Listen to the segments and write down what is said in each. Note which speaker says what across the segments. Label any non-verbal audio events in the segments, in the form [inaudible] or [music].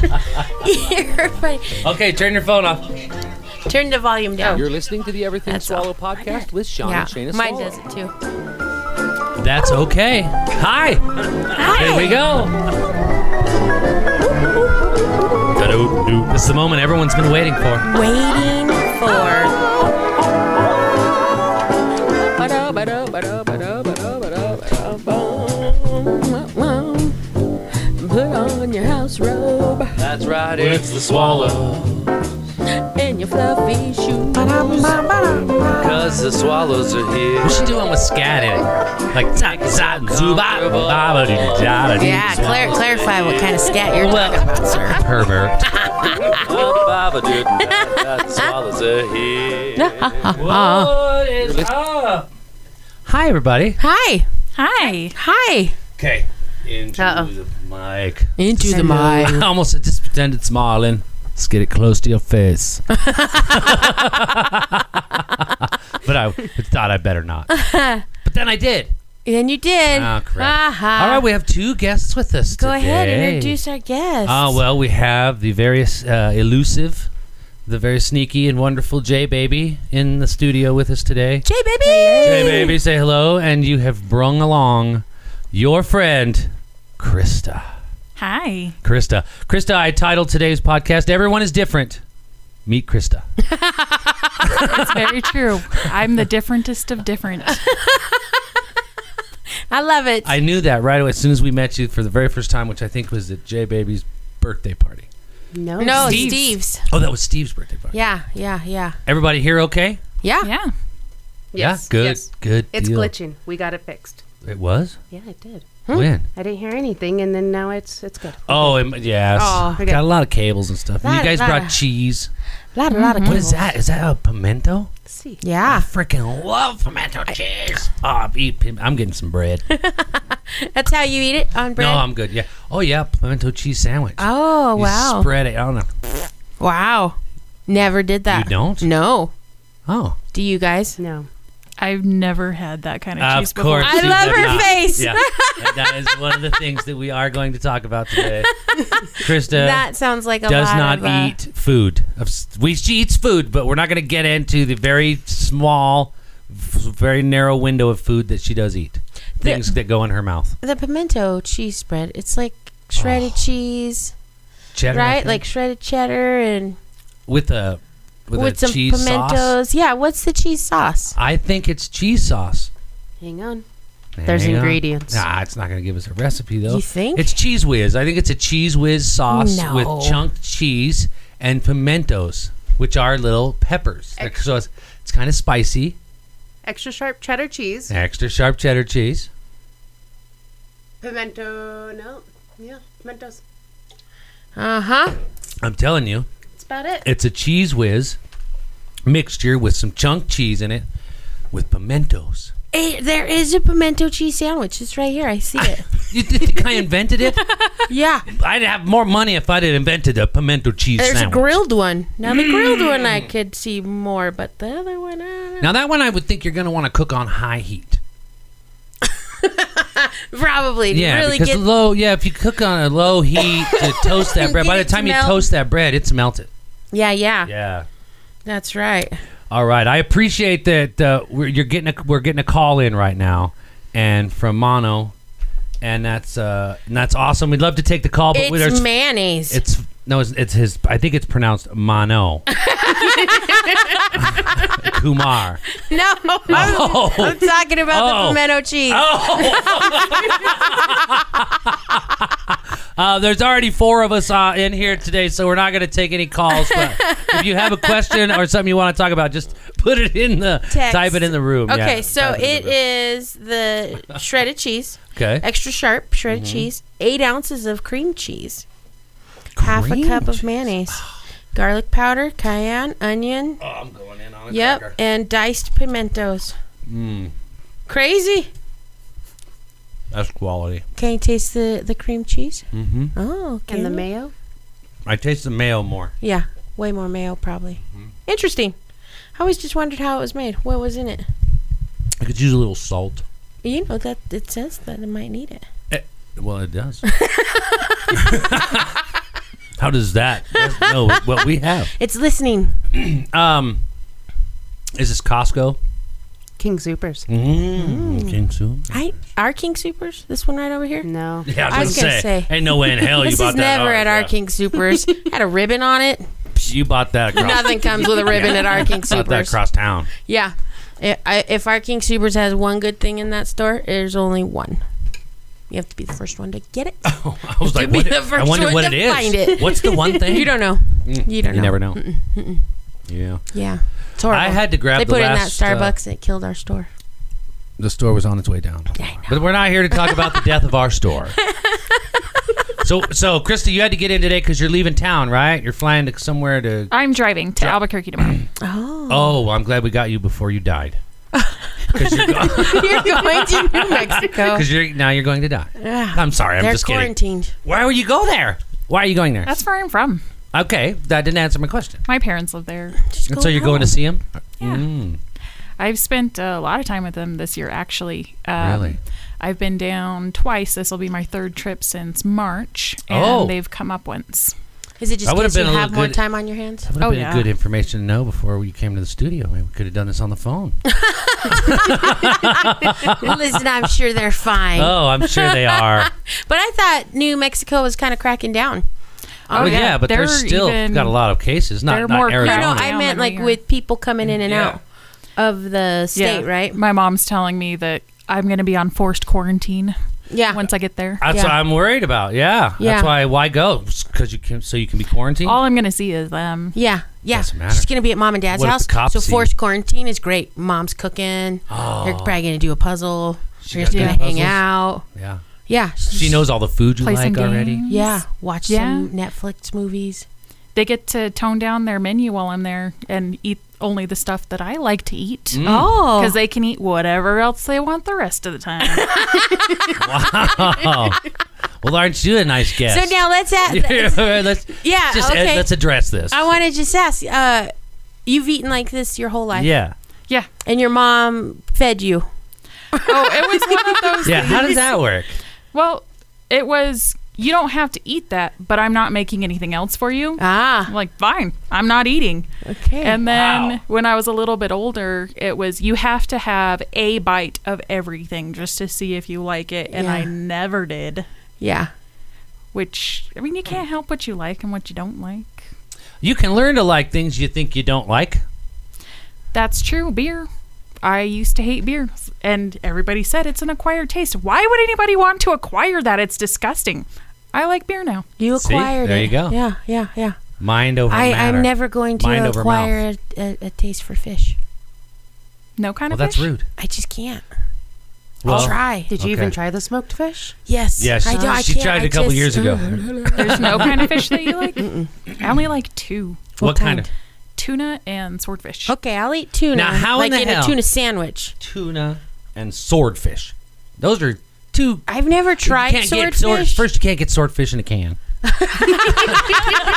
Speaker 1: You're funny.
Speaker 2: Okay, turn your phone off.
Speaker 1: Turn the volume down.
Speaker 3: You're listening to the Everything
Speaker 1: That's
Speaker 3: Swallow
Speaker 1: all.
Speaker 3: podcast with Sean
Speaker 1: yeah,
Speaker 3: and Shayna
Speaker 1: mine
Speaker 3: Swallow.
Speaker 1: does it too.
Speaker 2: That's okay. Hi. There we go. Ta-doo-doo. This is the moment everyone's been waiting for.
Speaker 1: Waiting for.
Speaker 3: Ba-da, ba-da, ba-da, ba-da, ba-da, ba-da, ba-da, ba-da, ba-da. Put on your house robe
Speaker 2: That's right. It's the swallow.
Speaker 3: and your fluffy shoes.
Speaker 2: Because the swallows are here. We should do one with scat in it. Like, zack, zack, zuba, ba, ba, doo, da, da, doo.
Speaker 1: Yeah, clar- clarify what kind of scat you're
Speaker 2: Well-
Speaker 1: talking about, sir.
Speaker 2: Pervert. What is up? Ah. Hi, everybody.
Speaker 1: Hi.
Speaker 4: Hi.
Speaker 1: Hi.
Speaker 2: Okay. Into
Speaker 1: Uh-oh.
Speaker 2: the mic.
Speaker 3: Into the mic.
Speaker 2: [laughs] I almost just pretended smiling. Let's get it close to your face.
Speaker 1: [laughs]
Speaker 2: but I thought I
Speaker 1: [laughs]
Speaker 2: better not. But then I did.
Speaker 1: And you did.
Speaker 3: Ah,
Speaker 2: Oh, crap.
Speaker 1: Uh-huh.
Speaker 2: All right, we have two guests with us
Speaker 1: Go ahead,
Speaker 2: today.
Speaker 1: introduce our guest.
Speaker 2: Ah, well, we have the very uh, elusive, the very sneaky and wonderful J Baby in the studio with us today.
Speaker 1: Jay, baby.
Speaker 2: J Baby, say hello, and you have brung along your friend, Krista.
Speaker 4: Hi.
Speaker 2: Krista. Krista, I titled today's podcast Everyone is Different. Meet Krista.
Speaker 4: It's [laughs] very true. I'm the differentest of [laughs] different.
Speaker 1: I love it.
Speaker 2: I knew that right away as soon as we met you for the very first time, which I think was at J Baby's birthday party.
Speaker 3: No.
Speaker 1: no, it's
Speaker 2: Steve's.
Speaker 1: Steve's.
Speaker 2: Oh, that was Steve's birthday party.
Speaker 1: Yeah, yeah, yeah.
Speaker 2: Everybody here okay?
Speaker 1: Yeah.
Speaker 4: Yeah.
Speaker 2: Yeah, good. Good.
Speaker 5: It's
Speaker 2: deal.
Speaker 5: glitching. We got it fixed.
Speaker 2: It was?
Speaker 5: Yeah, it did.
Speaker 1: Hmm?
Speaker 2: When?
Speaker 5: I didn't hear anything, and then now it's it's good.
Speaker 2: Oh, it, yes.
Speaker 1: Oh,
Speaker 5: okay.
Speaker 2: Got a lot of cables and stuff. And
Speaker 1: Lot-
Speaker 2: you guys
Speaker 1: lot
Speaker 2: brought
Speaker 1: of-
Speaker 2: cheese.
Speaker 1: Lot, a lot of
Speaker 2: What is that? Is that a pimento?
Speaker 5: Let's see.
Speaker 2: I
Speaker 1: Mm-hmm. Yeah.
Speaker 2: freaking love pimento cheese. Oh, I eat pim- I'm getting some bread.
Speaker 1: That's how you eat it on [laughs] bread?
Speaker 2: No, I'm good. Yeah. Oh, yeah. Pimento cheese sandwich.
Speaker 1: oh,
Speaker 2: You
Speaker 1: wow.
Speaker 2: Spread it. I don't know.
Speaker 1: wow. Never did that.
Speaker 2: You don't?
Speaker 1: No.
Speaker 2: Oh.
Speaker 1: Do you guys?
Speaker 5: No.
Speaker 4: I've never had that kind of cheese
Speaker 2: Of course.
Speaker 4: before.
Speaker 1: I
Speaker 2: you
Speaker 1: love
Speaker 2: have
Speaker 1: her [laughs] face.
Speaker 2: Yeah. And that is one of the things that we are going to talk
Speaker 1: [laughs]
Speaker 2: about today. Krista
Speaker 1: that sounds like a
Speaker 2: does
Speaker 1: lot
Speaker 2: not
Speaker 1: of, uh,
Speaker 2: eat food. Of s- We she eats food, but we're not going to get into the very small, f- very narrow window of food that she does eat. Things that go in her mouth.
Speaker 1: the pimento cheese spread. It's like
Speaker 2: Oh.
Speaker 1: shredded cheese,
Speaker 2: Cheddar, I
Speaker 1: right?
Speaker 2: think.
Speaker 1: Like shredded cheddar and
Speaker 2: with a with,
Speaker 1: with,
Speaker 2: a
Speaker 1: some
Speaker 2: cheese sauce.
Speaker 1: pimentos. Yeah, what's the cheese sauce?
Speaker 2: I think it's cheese sauce.
Speaker 5: Hang on. There's
Speaker 2: Hang on.
Speaker 5: ingredients.
Speaker 2: Nah, it's not going to give us a recipe though.
Speaker 1: You think?
Speaker 2: It's cheese whiz. I think it's a cheese whiz sauce
Speaker 1: No.
Speaker 2: with chunked cheese and pimentos, which are little peppers. They're- So it's, it's kind of spicy.
Speaker 5: Extra sharp cheddar cheese.
Speaker 2: Extra sharp cheddar cheese.
Speaker 5: Pimento. No. Yeah. Pimentos.
Speaker 1: Uh huh.
Speaker 2: I'm telling you,
Speaker 5: That's about it.
Speaker 2: it's a cheese whiz mixture with some chunked cheese in it
Speaker 1: [laughs]
Speaker 2: with pimentos.
Speaker 1: Eh, there is a pimento cheese sandwich. It's right here. I see
Speaker 2: [laughs]
Speaker 1: it.
Speaker 2: You th- think I invented it?
Speaker 1: yeah.
Speaker 2: I'd have more money if I'd have invented a pimento cheese
Speaker 1: There's
Speaker 2: sandwich. Mm.
Speaker 1: a grilled one. Now the grilled one I could see more, but the other one, uh, I don't know.
Speaker 2: Now that one I would think you're going to want to cook on high heat.
Speaker 1: probably
Speaker 2: Yeah,
Speaker 1: really
Speaker 2: because
Speaker 1: get
Speaker 2: low. Yeah, if you cook on a
Speaker 1: [laughs]
Speaker 2: low heat to toast that bread, by the
Speaker 1: Get it to
Speaker 2: time you
Speaker 1: melt.
Speaker 2: toast that bread, it's melted.
Speaker 1: yeah, yeah,
Speaker 2: Yeah.
Speaker 1: That's right.
Speaker 2: All right, I appreciate that uh, we're you're getting a, we're getting a call in right now, and from Mono, and that's uh and that's awesome. We'd love to take the call, but we-
Speaker 1: It's
Speaker 2: there's
Speaker 1: mayonnaise.
Speaker 2: it's no, it's, it's his. I think it's pronounced
Speaker 1: [laughs]
Speaker 2: Mono. [laughs] Kumar.
Speaker 1: no, I'm,
Speaker 2: Oh.
Speaker 1: I'm talking about
Speaker 2: Oh.
Speaker 1: the pimento cheese.
Speaker 2: Uh, there's already four of us uh, in here today, so we're not going to take any calls. But if you have a question or something you want to talk about, just put it in the
Speaker 1: Text.
Speaker 2: type it in the room. yeah,
Speaker 1: Okay, so
Speaker 2: type in the
Speaker 1: it
Speaker 2: room.
Speaker 1: is the shredded cheese,
Speaker 2: okay. Mm-hmm.
Speaker 1: extra sharp shredded cheese, eight ounces of cream cheese, half a
Speaker 2: Cream
Speaker 1: cup of
Speaker 2: cheese.
Speaker 1: mayonnaise, garlic powder, cayenne, onion,
Speaker 2: Oh, I'm going in on a
Speaker 1: yep,
Speaker 2: cracker.
Speaker 1: and diced pimentos.
Speaker 2: Mm,
Speaker 1: Crazy!
Speaker 2: that's quality.
Speaker 1: Can you taste the, the cream cheese?
Speaker 2: Mm-hmm.
Speaker 1: Oh, can
Speaker 5: and the
Speaker 1: you?
Speaker 5: mayo.
Speaker 2: I taste the mayo more.
Speaker 1: Yeah, way more mayo probably.
Speaker 2: Mm-hmm.
Speaker 1: Interesting. I always just wondered how it was made. What was in it?
Speaker 2: I could use a little salt.
Speaker 1: You know that it says that it might need it.
Speaker 2: Eh, Well,
Speaker 1: [laughs]
Speaker 2: it does. How does that? No, what we have.
Speaker 1: It's listening.
Speaker 2: Um, is this Costco?
Speaker 5: King Supers.
Speaker 2: Mm, King Su.
Speaker 1: I are King Supers. This one right over here.
Speaker 5: [laughs] No.
Speaker 2: Yeah,
Speaker 1: I was gonna say.
Speaker 2: ain't no way in hell you
Speaker 1: This
Speaker 2: bought
Speaker 1: is
Speaker 2: that.
Speaker 1: never
Speaker 2: Oh,
Speaker 1: at our
Speaker 2: yeah.
Speaker 1: King
Speaker 2: [laughs]
Speaker 1: Supers. Had a ribbon on it.
Speaker 2: You bought that. Across,
Speaker 1: Nothing comes with a ribbon at our King
Speaker 2: bought that
Speaker 1: Supers.
Speaker 2: across town. [laughs]
Speaker 1: Yeah. I- I- If our King Supers has one good thing in that store, there's only one. You have to be the first one to get
Speaker 2: [laughs]
Speaker 1: it.
Speaker 2: I was like,
Speaker 1: be
Speaker 2: what
Speaker 1: the
Speaker 2: it- I
Speaker 1: first
Speaker 2: wonder
Speaker 1: one
Speaker 2: what it
Speaker 1: to
Speaker 2: is.
Speaker 1: find it.
Speaker 2: What's the
Speaker 1: [laughs]
Speaker 2: one thing? Mm,
Speaker 1: You don't know. You don't know.
Speaker 2: You never know. Yeah.
Speaker 1: Yeah. It's horrible.
Speaker 2: I had to grab
Speaker 1: they
Speaker 2: the
Speaker 1: put
Speaker 2: last,
Speaker 1: in that
Speaker 2: uh,
Speaker 1: Starbucks and it killed our store. [laughs]
Speaker 2: the store was on its way down.
Speaker 1: Yeah, I know.
Speaker 2: But we're not here to talk about the death of
Speaker 1: [laughs]
Speaker 2: our store. so, so Krista, you had to get in today because you're leaving town, right? You're flying to somewhere to.
Speaker 4: I'm driving to
Speaker 2: [clears throat]
Speaker 4: Albuquerque tomorrow.
Speaker 1: Oh.
Speaker 2: Oh, I'm glad we got you before you died. Because you're, go-
Speaker 1: You're going to New Mexico.
Speaker 2: 'cause you're now you're going to die.
Speaker 1: Ah,
Speaker 2: [laughs] I'm sorry.
Speaker 1: Oh.
Speaker 2: I'm
Speaker 1: They're
Speaker 2: just kidding.
Speaker 1: quarantined.
Speaker 2: Why would you go there? Why are you going there?
Speaker 4: That's where I'm from.
Speaker 2: okay, that didn't answer my question.
Speaker 4: My parents live there.
Speaker 1: Just
Speaker 2: And
Speaker 1: go
Speaker 2: so you're going to
Speaker 1: home.
Speaker 2: see him?
Speaker 4: Yeah.
Speaker 2: Mm,
Speaker 4: I've spent a lot of time with them this year, actually. Um,
Speaker 2: Really?
Speaker 4: I've been down twice. This will be my third trip since March, and
Speaker 2: Oh.
Speaker 4: they've come up once.
Speaker 1: Is it just
Speaker 2: That would've
Speaker 1: because you
Speaker 2: been a little
Speaker 1: have more
Speaker 2: good-
Speaker 1: time on your hands?
Speaker 2: that would have
Speaker 4: Oh,
Speaker 2: been
Speaker 4: yeah.
Speaker 2: good information to know before we came to the studio. Maybe we could have done this on the phone.
Speaker 1: [laughs] Listen, I'm sure they're fine.
Speaker 2: [laughs] oh, I'm sure
Speaker 1: [laughs]
Speaker 2: they are.
Speaker 1: But I thought New Mexico was kind of cracking down.
Speaker 2: Oh, yeah. but they're,
Speaker 4: They're
Speaker 2: still
Speaker 4: even-
Speaker 2: got a lot of cases. Not,
Speaker 4: they're
Speaker 2: not
Speaker 4: more
Speaker 2: Arizona.
Speaker 1: No, no,
Speaker 4: Down
Speaker 1: I
Speaker 4: down
Speaker 1: meant
Speaker 4: than
Speaker 1: like
Speaker 4: we are.
Speaker 1: with people coming in and
Speaker 2: Oh, Yeah.
Speaker 1: out of the state, right?
Speaker 4: My mom's telling me that I'm going to be on forced quarantine
Speaker 1: Yeah.
Speaker 4: once I get there.
Speaker 2: That's
Speaker 1: Yeah.
Speaker 2: what I'm worried about. Yeah.
Speaker 1: Yeah.
Speaker 2: That's why why go? Because you can so you can be quarantined.
Speaker 4: All I'm going to see is um, them.
Speaker 1: yeah, yeah.
Speaker 2: Doesn't matter.
Speaker 1: She's gonna be at mom and dad's
Speaker 2: What if
Speaker 1: house,
Speaker 2: the cops
Speaker 1: so
Speaker 2: see Oh.
Speaker 1: forced quarantine is great. Mom's cooking. They're probably gonna do a puzzle.
Speaker 2: She
Speaker 1: They're just
Speaker 2: got
Speaker 1: gonna
Speaker 2: good
Speaker 1: hang
Speaker 2: puzzles?
Speaker 1: out.
Speaker 2: yeah.
Speaker 1: Yeah,
Speaker 2: She knows all the food you
Speaker 4: Play some
Speaker 2: like already.
Speaker 4: games.
Speaker 1: Yeah, watch
Speaker 4: Yeah.
Speaker 1: some Netflix movies.
Speaker 4: They get to tone down their menu while I'm there and eat only the stuff that I like to eat.
Speaker 1: Oh,
Speaker 4: Because they can eat whatever else they want the rest of
Speaker 1: [laughs]
Speaker 4: the time.
Speaker 2: Oh. Well, aren't you a nice guest?
Speaker 1: so
Speaker 2: [laughs]
Speaker 1: now let's add.
Speaker 2: let's
Speaker 1: [laughs] Yeah,
Speaker 2: just uh,
Speaker 1: okay.
Speaker 2: let's address this.
Speaker 1: I want to just ask. Uh, you've eaten like this your whole life,
Speaker 2: yeah.
Speaker 4: yeah.
Speaker 1: and your mom fed you.
Speaker 4: Oh, it was one of those.
Speaker 2: Yeah, how
Speaker 1: [laughs]
Speaker 2: does that work?
Speaker 4: Well, it was. You don't have to eat that, but I'm not making anything else for you. I'm
Speaker 1: Ah,
Speaker 4: like, fine, I'm not eating.
Speaker 1: okay.
Speaker 4: And then
Speaker 2: Wow.
Speaker 4: when I was a little bit older, it was you have to have a bite of everything just to see if you like it. And
Speaker 1: Yeah.
Speaker 4: I never did,
Speaker 1: yeah,
Speaker 4: which, I mean, you can't help what you like and what you don't like.
Speaker 2: You can learn to like things you think you don't like.
Speaker 4: That's true. Beer. I used to hate beer, and everybody said it's an acquired taste. Why would anybody want to acquire that? It's disgusting. I like beer now.
Speaker 1: you
Speaker 2: See?
Speaker 1: acquired
Speaker 2: There
Speaker 1: it.
Speaker 2: you go.
Speaker 1: Yeah, yeah, yeah.
Speaker 2: Mind over
Speaker 1: I,
Speaker 2: matter.
Speaker 1: I'm never going to
Speaker 2: Mind over
Speaker 1: acquire a, a, a taste for fish.
Speaker 4: No kind
Speaker 2: Well,
Speaker 4: of
Speaker 2: that's
Speaker 4: fish.
Speaker 2: rude.
Speaker 1: I just can't.
Speaker 2: Well,
Speaker 1: I'll try.
Speaker 5: Did you even
Speaker 2: Okay.
Speaker 5: try the smoked fish?
Speaker 1: Yes.
Speaker 2: Yeah, she,
Speaker 1: I do. I
Speaker 2: she
Speaker 1: can't.
Speaker 2: tried
Speaker 1: I
Speaker 2: a couple
Speaker 1: just-
Speaker 2: years ago.
Speaker 4: There's no kind of
Speaker 2: [laughs]
Speaker 4: fish that you like. I only like two:
Speaker 2: what kind of
Speaker 4: tuna and swordfish.
Speaker 1: [laughs] Okay, I'll eat tuna.
Speaker 2: Now, how in
Speaker 1: like
Speaker 2: the
Speaker 1: in
Speaker 2: hell?
Speaker 1: a tuna sandwich?
Speaker 2: tuna and swordfish? Those are two
Speaker 1: I've never tried
Speaker 2: you can't
Speaker 1: swordfish.
Speaker 2: Get sword, first, you can't get swordfish in a
Speaker 4: [laughs]
Speaker 2: can.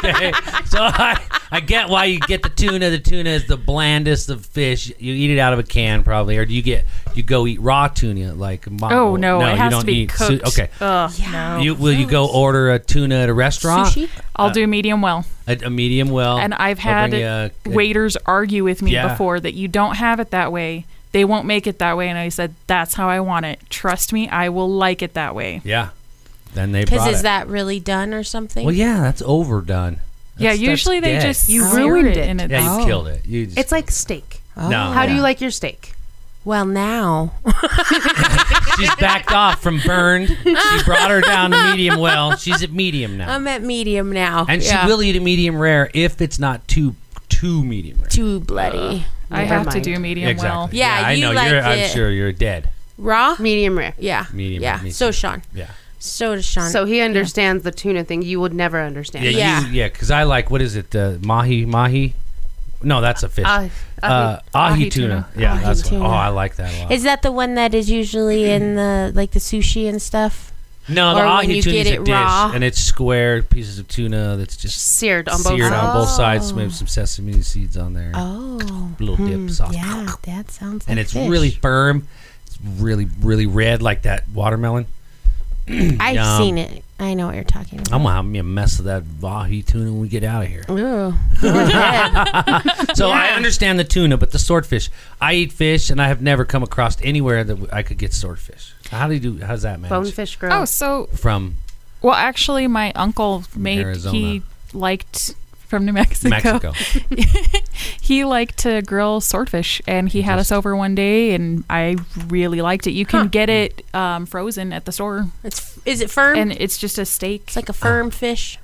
Speaker 2: okay. So I, I get why you get the tuna. The tuna is the blandest of fish. You eat it out of a can, probably, or do you get you go eat raw tuna like? mo-
Speaker 4: Oh no, it
Speaker 2: you
Speaker 4: has
Speaker 2: don't
Speaker 4: to be
Speaker 2: eat su-
Speaker 4: cooked. Oh,
Speaker 2: okay,
Speaker 4: Ugh,
Speaker 1: Yeah.
Speaker 4: no.
Speaker 2: you, will you go order a tuna at a restaurant?
Speaker 1: Sushi.
Speaker 4: I'll do medium well.
Speaker 2: A, a medium well.
Speaker 4: And I've
Speaker 2: They'll
Speaker 4: had
Speaker 2: Uh, bring you a- a-
Speaker 4: waiters argue with me
Speaker 2: Yeah.
Speaker 4: before that you don't have it that way. They won't make it that way, and I said, "That's how I want it. Trust me, I will like it that way."
Speaker 2: yeah. Then they
Speaker 1: Because
Speaker 2: brought
Speaker 1: is
Speaker 2: it.
Speaker 1: that really done or something?
Speaker 2: well, yeah, that's overdone.
Speaker 4: yeah,
Speaker 2: That's-
Speaker 4: usually
Speaker 2: that's
Speaker 4: they
Speaker 2: dead.
Speaker 4: just
Speaker 5: You
Speaker 4: sear
Speaker 5: ruined
Speaker 4: it,
Speaker 5: it.
Speaker 4: in its
Speaker 2: yeah, you
Speaker 1: Oh.
Speaker 2: killed it. You just,
Speaker 5: It's like steak.
Speaker 2: no.
Speaker 5: How do
Speaker 2: Oh, yeah.
Speaker 5: you like your steak?
Speaker 1: Well, now
Speaker 2: She's backed off from burned. She brought her down to medium well. She's at medium now.
Speaker 1: I'm at medium now.
Speaker 2: and she
Speaker 1: Um, Yeah.
Speaker 2: will eat a medium rare if it's not too too medium rare.
Speaker 1: too
Speaker 2: Uh.
Speaker 1: bloody.
Speaker 4: I
Speaker 5: Never
Speaker 4: have to
Speaker 5: mind.
Speaker 4: do medium well.
Speaker 1: Yeah,
Speaker 2: I
Speaker 1: you
Speaker 2: know
Speaker 1: like
Speaker 2: you're I'm
Speaker 1: it.
Speaker 2: sure you're dead.
Speaker 1: Raw?
Speaker 5: Medium rare.
Speaker 1: Yeah.
Speaker 2: Medium,
Speaker 1: Yeah.
Speaker 2: me
Speaker 1: so
Speaker 2: too.
Speaker 1: Sean.
Speaker 2: Yeah.
Speaker 1: So does Sean.
Speaker 5: So he understands the tuna thing you would never
Speaker 2: Yeah,
Speaker 5: understand.
Speaker 2: yeah.
Speaker 1: Yeah.
Speaker 2: You, yeah, cuz I like what is it? Uh, mahi mahi? No, that's a fish.
Speaker 5: Ah,
Speaker 2: uh,
Speaker 5: ah,
Speaker 2: ahi,
Speaker 4: ahi
Speaker 2: tuna.
Speaker 4: tuna.
Speaker 2: Yeah,
Speaker 1: Ahi
Speaker 2: that's one.
Speaker 1: tuna.
Speaker 2: Oh, I like that a lot.
Speaker 1: is that the one that is usually [clears throat] in the like the sushi and stuff?
Speaker 2: no, the
Speaker 1: or when
Speaker 2: ahi
Speaker 1: you
Speaker 2: tuna
Speaker 1: get
Speaker 2: is a
Speaker 1: it
Speaker 2: dish
Speaker 1: raw?
Speaker 2: and it's square pieces of tuna that's just
Speaker 5: Seared on both
Speaker 2: seared on
Speaker 5: sides.
Speaker 2: both sides,
Speaker 1: Oh.
Speaker 2: maybe some sesame seeds on there.
Speaker 1: Oh.
Speaker 2: Little dip sauce.
Speaker 1: Yeah, that sounds like
Speaker 2: and it's
Speaker 1: fish.
Speaker 2: really firm. It's really, really red, like that watermelon.
Speaker 1: I've
Speaker 2: Yum.
Speaker 1: seen it. I know what you're talking about.
Speaker 2: I'm gonna have me a mess of that Vahi tuna when we get out of here.
Speaker 1: Ugh. We're dead.
Speaker 2: So I understand the tuna, but the swordfish. I eat fish, and I have never come across anywhere that I could get swordfish. How do you do? How's that manage?
Speaker 5: Bonefish girl.
Speaker 4: Oh, so
Speaker 2: From
Speaker 4: well, actually, my uncle made
Speaker 2: Arizona.
Speaker 4: he liked from New Mexico.
Speaker 2: Mexico.
Speaker 4: [laughs] He liked to grill swordfish, and he had us over one day, and I really liked it. You can
Speaker 1: Huh.
Speaker 4: get it um, frozen at the store,
Speaker 1: It's is it firm?
Speaker 4: and it's just a steak.
Speaker 1: it's like a firm fish.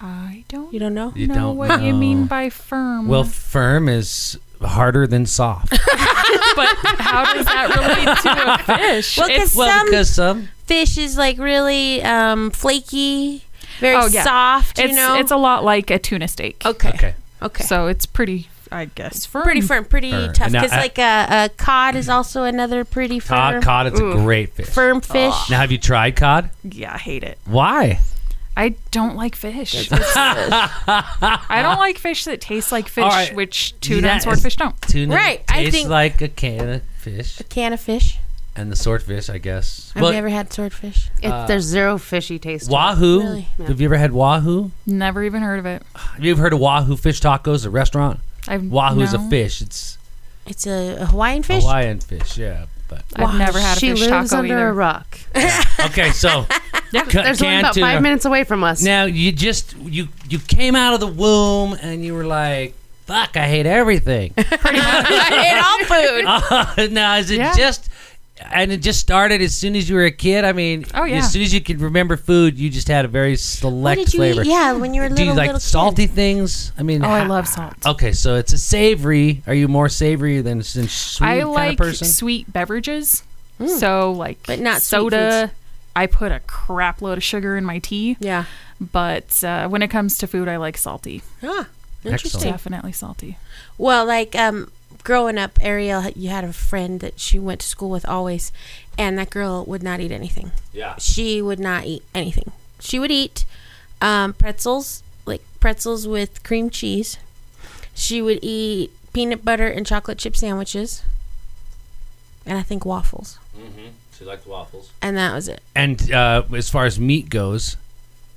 Speaker 4: I don't
Speaker 1: You don't know?
Speaker 2: You
Speaker 4: know
Speaker 2: don't
Speaker 4: what you mean
Speaker 2: know.
Speaker 4: by firm.
Speaker 1: [laughs]
Speaker 2: Well, firm is harder than soft.
Speaker 4: [laughs] but how does that relate [laughs] to a fish?
Speaker 1: Well, 'cause
Speaker 4: It's-
Speaker 2: well,
Speaker 1: some
Speaker 2: because some
Speaker 1: fish is like really um, flaky, very
Speaker 4: Oh, yeah.
Speaker 1: soft. You
Speaker 4: it's,
Speaker 1: know,
Speaker 4: it's a lot like a tuna steak.
Speaker 1: okay, okay,
Speaker 2: okay.
Speaker 4: So it's pretty, I guess, firm.
Speaker 1: pretty firm, pretty
Speaker 2: Firm.
Speaker 1: tough.
Speaker 2: Now,
Speaker 1: Because
Speaker 2: I-
Speaker 1: like a, a cod is also another pretty firm,
Speaker 2: Cod, cod, it's a great fish.
Speaker 1: firm fish.
Speaker 2: Now, have you tried cod?
Speaker 4: Yeah, I hate it.
Speaker 2: Why?
Speaker 4: I don't like fish. [laughs] I don't like fish that taste like fish,
Speaker 2: All right.
Speaker 4: which tuna
Speaker 2: That
Speaker 4: and
Speaker 2: is-
Speaker 4: swordfish don't.
Speaker 2: Tuna
Speaker 1: Right, I
Speaker 2: tastes
Speaker 1: think-
Speaker 2: like a can of fish,
Speaker 1: Can of fish.
Speaker 2: and the swordfish, I guess.
Speaker 1: I've
Speaker 2: Well,
Speaker 1: never had swordfish.
Speaker 5: It- there's zero fishy taste. to it.
Speaker 2: Wahoo.
Speaker 1: Really?
Speaker 2: Have you ever had Wahoo?
Speaker 4: Never even heard of it.
Speaker 2: Have you ever heard of Wahoo Fish Tacos, a restaurant?
Speaker 4: I've
Speaker 2: Wahoo is a
Speaker 4: no.
Speaker 2: fish. It's
Speaker 1: It's a, a Hawaiian fish.
Speaker 2: Hawaiian fish, yeah. But
Speaker 4: I've never had a
Speaker 5: she
Speaker 4: fish
Speaker 5: lives
Speaker 4: taco
Speaker 5: under
Speaker 4: either.
Speaker 5: a rock.
Speaker 2: okay,
Speaker 1: [laughs]
Speaker 2: so
Speaker 4: Yeah,
Speaker 2: ca-
Speaker 5: There's one
Speaker 2: canned
Speaker 5: about
Speaker 2: tuna.
Speaker 5: five minutes away from us.
Speaker 2: Now you just you you came out of the womb and you were like, "Fuck, I hate
Speaker 1: [laughs]
Speaker 2: everything." [laughs] Uh,
Speaker 1: I hate all food.
Speaker 2: now is it
Speaker 4: Yeah.
Speaker 2: just? And it just started as soon as you were a kid. I mean,
Speaker 4: Oh, yeah.
Speaker 2: as soon as you could remember food, you just had a very
Speaker 1: What
Speaker 2: select
Speaker 1: did you
Speaker 2: flavor.
Speaker 1: eat? Yeah, when you were
Speaker 2: Do
Speaker 1: little.
Speaker 2: you like
Speaker 1: little
Speaker 2: salty things? I mean,
Speaker 4: Oh, I
Speaker 2: ha-
Speaker 4: love salt.
Speaker 2: Okay, so it's a savory. Are you more savory than, than sweet
Speaker 4: I
Speaker 2: kind
Speaker 4: like
Speaker 2: of person?
Speaker 4: sweet beverages. So like
Speaker 1: But not sweet
Speaker 4: soda. I put a crap load of sugar in my tea,
Speaker 1: Kid. Yeah.
Speaker 4: but uh, when it comes to food, I like salty.
Speaker 1: Huh. Interesting.
Speaker 2: Excellent.
Speaker 4: Definitely salty.
Speaker 1: Well, like um, growing up, Ariel, you had a friend that she went to school with always, and that girl would not eat anything.
Speaker 2: Yeah.
Speaker 1: She would not eat anything. She would eat um, pretzels, like pretzels with cream cheese. She would eat peanut butter and chocolate chip sandwiches, and I think waffles.
Speaker 2: She liked waffles.
Speaker 1: And that was it.
Speaker 2: And uh, as far as meat goes,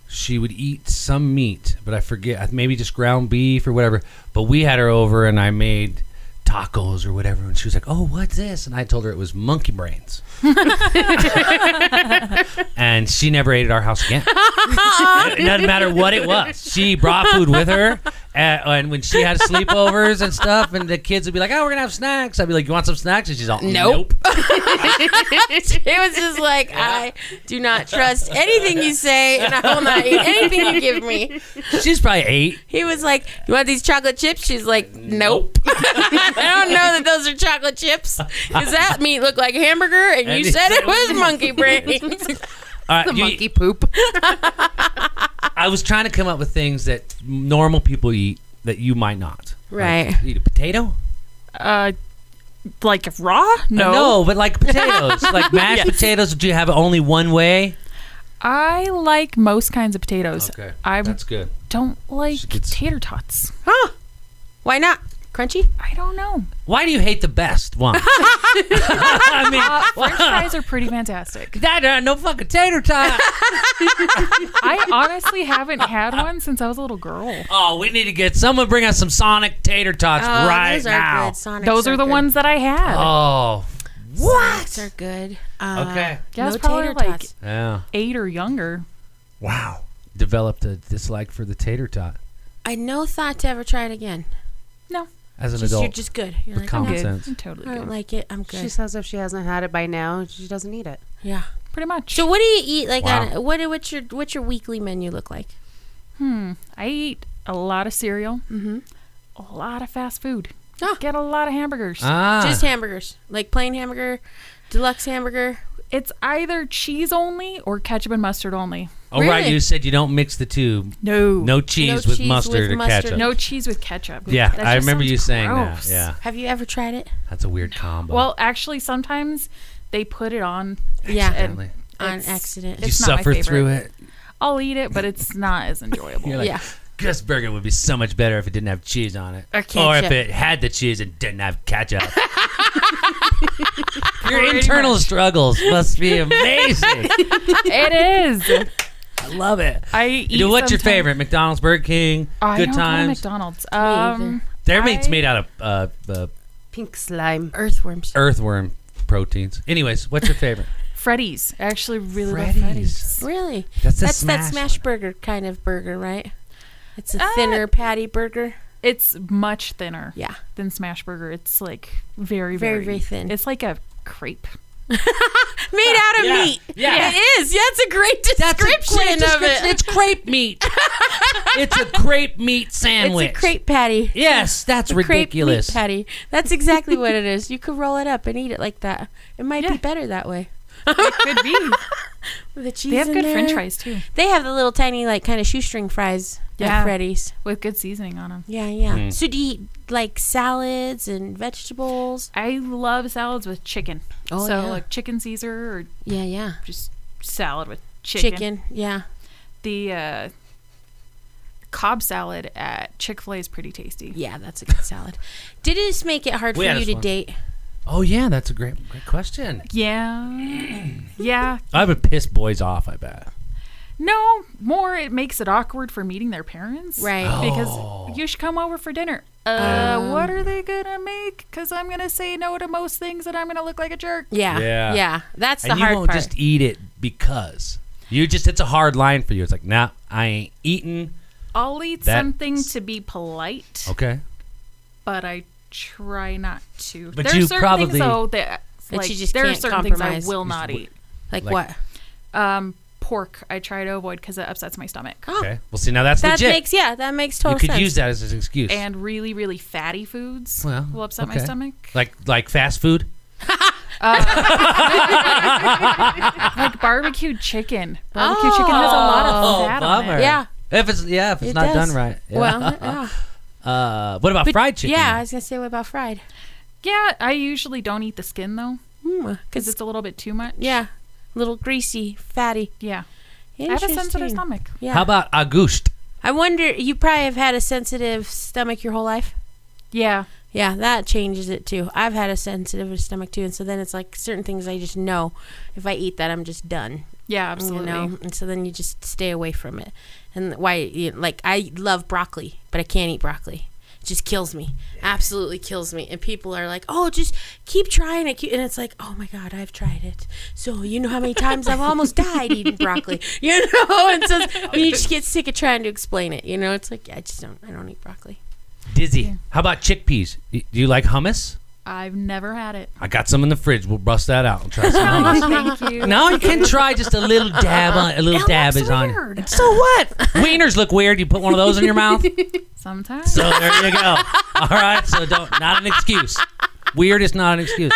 Speaker 2: she would eat some meat, but I forget, maybe just ground beef or whatever. But we had her over and I made tacos or whatever. And she was like, oh, what's this? And I told her it was monkey brains. and she never ate at our house again. it doesn't matter what it was. She brought food with her. And, and when she had sleepovers and stuff, and the kids would be like, oh, we're going to have snacks. I'd be like, you want some snacks? And she's all, nope.
Speaker 1: It was just like I do not trust anything you say, and I will not eat anything you give me.
Speaker 2: She's probably eight.
Speaker 1: He was like, "You want these chocolate chips?" She's like, "Nope. [laughs] I don't know that those are chocolate chips. Does that meat look like hamburger?" And,
Speaker 2: And
Speaker 1: you
Speaker 2: he
Speaker 1: said
Speaker 2: said-
Speaker 1: it
Speaker 2: [laughs]
Speaker 1: was monkey brains.
Speaker 2: All right, you-
Speaker 5: Monkey poop.
Speaker 2: I was trying to come up with things that normal people eat that you might
Speaker 1: [laughs]
Speaker 2: not.
Speaker 1: Right.
Speaker 2: Like, eat a potato?
Speaker 4: Uh, like raw? No.
Speaker 2: Uh, No, but like potatoes,
Speaker 1: [laughs]
Speaker 2: like mashed potatoes. Do you have it only one way?
Speaker 4: I like most kinds of potatoes. I
Speaker 2: that's good.
Speaker 4: don't like
Speaker 2: She gets-
Speaker 4: tater tots.
Speaker 1: huh? Why not? Crunchy?
Speaker 4: I don't know.
Speaker 2: Why do you hate the best one?
Speaker 1: [laughs]
Speaker 2: [laughs] I mean,
Speaker 4: Uh, French fries are pretty fantastic.
Speaker 2: that uh, no fucking tater tot.
Speaker 1: [laughs]
Speaker 4: I honestly haven't had one since I was a little girl.
Speaker 2: oh, we need to get someone bring us some Sonic tater tots right
Speaker 1: Oh, those are
Speaker 2: now.
Speaker 1: good. Uh, Sonics
Speaker 4: Those are the
Speaker 1: good.
Speaker 4: ones that I had.
Speaker 2: Oh,
Speaker 1: What? Sonics are good. Uh,
Speaker 2: okay.
Speaker 4: yeah, I was
Speaker 1: no
Speaker 4: probably
Speaker 1: tater
Speaker 4: like
Speaker 1: tots.
Speaker 2: Yeah.
Speaker 4: eight or younger.
Speaker 2: Wow. Developed a dislike for the tater tot
Speaker 1: I no thought to ever try it again.
Speaker 4: No,
Speaker 2: as an
Speaker 1: Just,
Speaker 2: adult.
Speaker 1: you're just good. You're
Speaker 2: With
Speaker 1: like,
Speaker 4: I'm
Speaker 1: "I'm
Speaker 2: common
Speaker 1: not-
Speaker 4: good.
Speaker 2: sense.
Speaker 4: I'm totally
Speaker 1: I don't
Speaker 4: good.
Speaker 1: like it. I'm
Speaker 5: She
Speaker 1: good.
Speaker 5: says if she hasn't had it by now, she doesn't eat it.
Speaker 1: Yeah.
Speaker 4: pretty much.
Speaker 1: So what do you eat like
Speaker 2: Wow.
Speaker 1: on what what's your what's your weekly menu look like?
Speaker 4: Hmm. I eat a lot of cereal, a lot of fast food.
Speaker 1: Ah.
Speaker 4: Get a lot of hamburgers.
Speaker 2: ah,
Speaker 1: Just hamburgers. Like plain hamburger, deluxe hamburger.
Speaker 4: It's either cheese only or ketchup and mustard only.
Speaker 2: Oh, right.
Speaker 1: Really?
Speaker 2: You said you don't mix the two.
Speaker 4: No.
Speaker 2: No cheese with
Speaker 1: cheese
Speaker 2: mustard
Speaker 1: with
Speaker 2: or
Speaker 1: mustard.
Speaker 2: ketchup.
Speaker 4: No cheese with ketchup.
Speaker 2: Yeah,
Speaker 4: That
Speaker 2: I
Speaker 4: just
Speaker 2: remember
Speaker 4: sounds
Speaker 2: you saying
Speaker 4: gross.
Speaker 2: that. Yeah,
Speaker 1: Have you ever tried it?
Speaker 2: that's a weird combo.
Speaker 4: Well, actually, sometimes they put it on.
Speaker 1: Yeah.
Speaker 2: Apparently.
Speaker 1: on
Speaker 4: It's-
Speaker 1: accident.
Speaker 2: you
Speaker 4: it's not my
Speaker 2: suffer
Speaker 4: favorite.
Speaker 2: through it.
Speaker 4: I'll eat it, but it's not as
Speaker 1: [laughs]
Speaker 4: enjoyable.
Speaker 2: You're like,
Speaker 1: Yeah.
Speaker 2: This burger would be so much better if it didn't have cheese on it,
Speaker 1: Or
Speaker 2: or if
Speaker 1: ketchup.
Speaker 4: [laughs]
Speaker 2: it had the cheese and didn't have ketchup. Your internal struggles must
Speaker 4: [laughs]
Speaker 2: be amazing.
Speaker 4: it is.
Speaker 2: I love it.
Speaker 4: I eat.
Speaker 2: You know, what's your
Speaker 4: sometime-
Speaker 2: favorite? McDonald's, Burger King,
Speaker 4: I
Speaker 2: Good
Speaker 4: don't go to
Speaker 2: Times.
Speaker 4: McDonald's.
Speaker 1: either.
Speaker 4: Um,
Speaker 2: Their meat's
Speaker 4: I-
Speaker 2: made out of uh, uh,
Speaker 5: Pink slime.
Speaker 1: Earthworms.
Speaker 2: earthworm proteins. Anyways, what's your favorite?
Speaker 4: Freddy's. I actually really
Speaker 2: Freddy's.
Speaker 4: love Freddy's.
Speaker 1: Really?
Speaker 2: That's the
Speaker 1: That's
Speaker 2: smash.
Speaker 1: that smash burger kind of burger, right? It's a
Speaker 4: Uh,
Speaker 1: thinner patty burger.
Speaker 4: It's much thinner
Speaker 1: Yeah.
Speaker 4: than Smashburger. It's like very,
Speaker 1: Very,
Speaker 4: very,
Speaker 1: very thin.
Speaker 4: It's like a crepe.
Speaker 1: Made out of
Speaker 2: Yeah,
Speaker 1: meat.
Speaker 2: yeah.
Speaker 1: It is. That's a great
Speaker 2: That's a great
Speaker 1: description of
Speaker 2: description.
Speaker 1: it.
Speaker 2: It's crepe [laughs] meat. it's a crepe meat
Speaker 1: It's
Speaker 2: sandwich.
Speaker 1: a crepe patty.
Speaker 2: Yes, that's
Speaker 1: A crepe meat
Speaker 2: ridiculous.
Speaker 1: patty. That's exactly what it is. You could roll it up and eat it like that. It might be
Speaker 4: Yeah.
Speaker 1: better that way.
Speaker 4: It could be.
Speaker 1: [laughs] With the cheese
Speaker 4: they have
Speaker 1: in
Speaker 4: good
Speaker 1: there.
Speaker 4: French fries too,
Speaker 1: They have the little tiny, like, kind of shoestring fries at
Speaker 4: Yeah.
Speaker 1: Freddy's.
Speaker 4: with good seasoning on them.
Speaker 1: Yeah, yeah.
Speaker 2: Hmm.
Speaker 1: So do you eat, like, salads and vegetables?
Speaker 4: I love salads with chicken.
Speaker 1: Oh,
Speaker 4: so
Speaker 1: yeah.
Speaker 4: like chicken Caesar or
Speaker 1: Yeah, yeah.
Speaker 4: just salad with chicken.
Speaker 1: Chicken. Yeah.
Speaker 4: The uh, cob salad at Chick Fil A is pretty tasty.
Speaker 1: Yeah, that's a good salad. Did this make it hard
Speaker 2: We
Speaker 1: for
Speaker 2: had
Speaker 1: you
Speaker 2: this
Speaker 1: to
Speaker 2: one.
Speaker 1: date?
Speaker 2: Oh yeah, that's a great great question.
Speaker 4: Yeah, yeah.
Speaker 2: I would piss boys off. I bet.
Speaker 4: No, more it makes it awkward for meeting their parents.
Speaker 1: Right.
Speaker 2: Oh.
Speaker 4: Because you should come over for dinner. Uh,
Speaker 2: Um,
Speaker 4: what are they gonna make? Because I'm gonna say no to most things, and I'm gonna look like a jerk.
Speaker 1: Yeah. Yeah.
Speaker 2: Yeah.
Speaker 1: That's the
Speaker 2: and you
Speaker 1: hard
Speaker 2: won't
Speaker 1: part.
Speaker 2: just eat it because you just it's a hard line for you. It's like nah, I ain't eating.
Speaker 4: I'll eat
Speaker 2: That's-
Speaker 4: something to be polite,
Speaker 2: Okay.
Speaker 4: but I try not to.
Speaker 2: But
Speaker 4: there
Speaker 2: you
Speaker 4: are certain
Speaker 2: probably-
Speaker 4: things though that,
Speaker 1: That
Speaker 4: like,
Speaker 1: you just
Speaker 4: there are
Speaker 1: can't
Speaker 4: certain
Speaker 1: compromise.
Speaker 4: things I will not eat.
Speaker 1: like,
Speaker 2: like-
Speaker 1: what?
Speaker 4: Um, pork I try to avoid because it upsets
Speaker 1: [gasps]
Speaker 4: my stomach.
Speaker 2: Okay. Well, see now that's
Speaker 1: Oh, That
Speaker 2: legit.
Speaker 1: makes yeah, that makes
Speaker 2: you
Speaker 1: total
Speaker 2: could
Speaker 1: sense.
Speaker 2: use that as an excuse.
Speaker 4: And really, really fatty foods
Speaker 2: Well,
Speaker 4: will upset my
Speaker 2: okay.
Speaker 4: stomach.
Speaker 2: like like fast food.
Speaker 4: Like barbecued chicken. Barbecue chicken has a lot
Speaker 2: Oh,
Speaker 4: of fat on
Speaker 2: bummer.
Speaker 4: it.
Speaker 1: Yeah.
Speaker 2: If it's yeah, if it's
Speaker 1: It
Speaker 2: not
Speaker 1: does.
Speaker 2: done right. Yeah.
Speaker 1: Well, yeah.
Speaker 2: [laughs] uh, what about
Speaker 1: But-
Speaker 2: fried chicken?
Speaker 1: Yeah, I was gonna say what about fried?
Speaker 4: Yeah, I usually don't eat the skin though because
Speaker 1: Because
Speaker 4: it's a little bit too much.
Speaker 1: Hmm, yeah, little greasy, fatty.
Speaker 4: Yeah. I have a sensitive
Speaker 1: Interesting.
Speaker 4: stomach.
Speaker 1: Yeah.
Speaker 2: How about agust?
Speaker 1: I wonder. You probably have had a sensitive stomach your whole life.
Speaker 4: Yeah.
Speaker 1: Yeah, that changes it too. I've had a sensitive stomach too, and so then it's like certain things I just know. If I eat that, I'm just done.
Speaker 4: Yeah, absolutely.
Speaker 1: You know, and so then you just stay away from it. And why? You like I love broccoli, but I can't eat broccoli. It just kills me. Absolutely kills me. And people are like, "Oh, just keep trying it," keep-" and it's like, "Oh my God, I've tried it." So you know how many times I've
Speaker 2: [laughs]
Speaker 1: almost died eating broccoli. You know, and so when you just get sick of trying to explain it. You know, it's like I just don't. I don't eat broccoli.
Speaker 2: Dizzy. How about chickpeas? Y- Do you like hummus?
Speaker 4: I've never had it.
Speaker 2: I got some in the fridge. We'll bust that out and try some hummus.
Speaker 4: [laughs] Thank you.
Speaker 2: Now you can try just a little dab on a little dab is on. it.
Speaker 4: weird.
Speaker 2: So what?
Speaker 1: [laughs]
Speaker 2: Wieners look weird. You put one of those in your mouth.
Speaker 4: Sometimes.
Speaker 2: So there you go. All right. So don't. Not an excuse. Weird is not an excuse.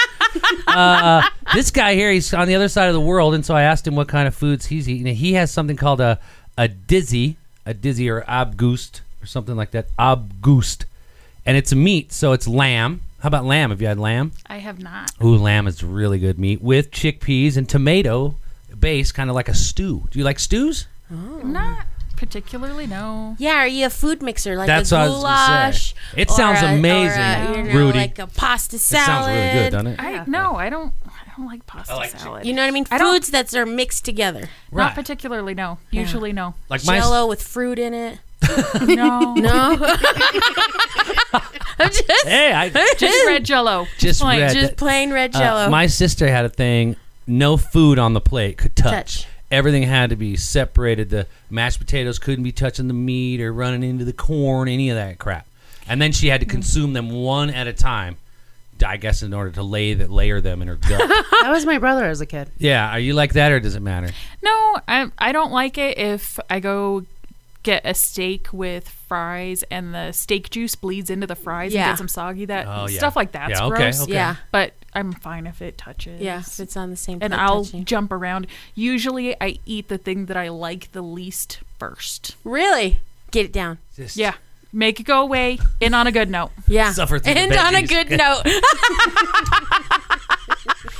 Speaker 2: Uh, this guy here, he's on the other side of the world, and so I asked him what kind of foods he's eating. And he has something called a a dizzy, a dizzy or abgust or something like that. Abgust, and it's a meat. So it's lamb. How about lamb? Have you had lamb?
Speaker 4: I have not.
Speaker 2: Ooh, lamb is really good meat with chickpeas and tomato base, kind of like a stew. Do you like stews?
Speaker 4: Not particularly, no.
Speaker 1: Yeah, are you a food mixer like
Speaker 2: That's
Speaker 1: a
Speaker 2: what I was gonna
Speaker 1: goulash?
Speaker 2: say. It
Speaker 1: or
Speaker 2: sounds
Speaker 1: a- or a,
Speaker 2: amazing,
Speaker 1: you know,
Speaker 2: Rudy.
Speaker 1: Like a pasta
Speaker 2: It sounds
Speaker 1: salad.
Speaker 2: really good, doesn't it?
Speaker 4: I no, I don't I don't like pasta
Speaker 2: like
Speaker 4: salad.
Speaker 1: You know what I mean?
Speaker 4: I don't-
Speaker 1: Foods that are mixed together.
Speaker 4: Not
Speaker 2: Right.
Speaker 4: particularly, no. Usually no.
Speaker 2: Like my
Speaker 1: Jello with fruit in
Speaker 2: [laughs]
Speaker 1: it.
Speaker 4: No.
Speaker 1: No. I'm just,
Speaker 2: hey, I
Speaker 4: Just red jello.
Speaker 2: just
Speaker 4: plain.
Speaker 1: [laughs]
Speaker 2: read
Speaker 1: just
Speaker 2: that-
Speaker 1: plain red
Speaker 2: uh,
Speaker 1: jello.
Speaker 2: my sister had a thing. No food on the plate could touch.
Speaker 1: Touch.
Speaker 2: Everything had to be separated. The mashed potatoes couldn't be touching the meat or running into the corn, any of that crap. And then she had
Speaker 1: Mm.
Speaker 2: to consume them one at a time. I guess in order to lay that layer them in
Speaker 1: [laughs]
Speaker 2: her gut.
Speaker 5: [laughs] That was my brother as a kid.
Speaker 2: yeah, are you like that or does it matter?
Speaker 4: No, I I don't like it if I go get a steak with fries and the steak juice bleeds into the fries
Speaker 1: Yeah.
Speaker 4: and gets them soggy. That
Speaker 2: Oh, yeah.
Speaker 4: stuff like that's
Speaker 2: Yeah, okay,
Speaker 4: gross.
Speaker 2: okay.
Speaker 1: Yeah.
Speaker 4: But I'm fine if it touches.
Speaker 1: Yeah, if it's on the same
Speaker 4: and
Speaker 1: plate
Speaker 4: I'll
Speaker 1: touching.
Speaker 4: jump around. Usually, I eat the thing that I like the least first.
Speaker 1: Really? Get it down.
Speaker 2: Just-
Speaker 4: Yeah, make it go away. In on a good note.
Speaker 1: Yeah.
Speaker 2: Suffer through the
Speaker 1: and on a
Speaker 2: veggies. [laughs]
Speaker 1: good note.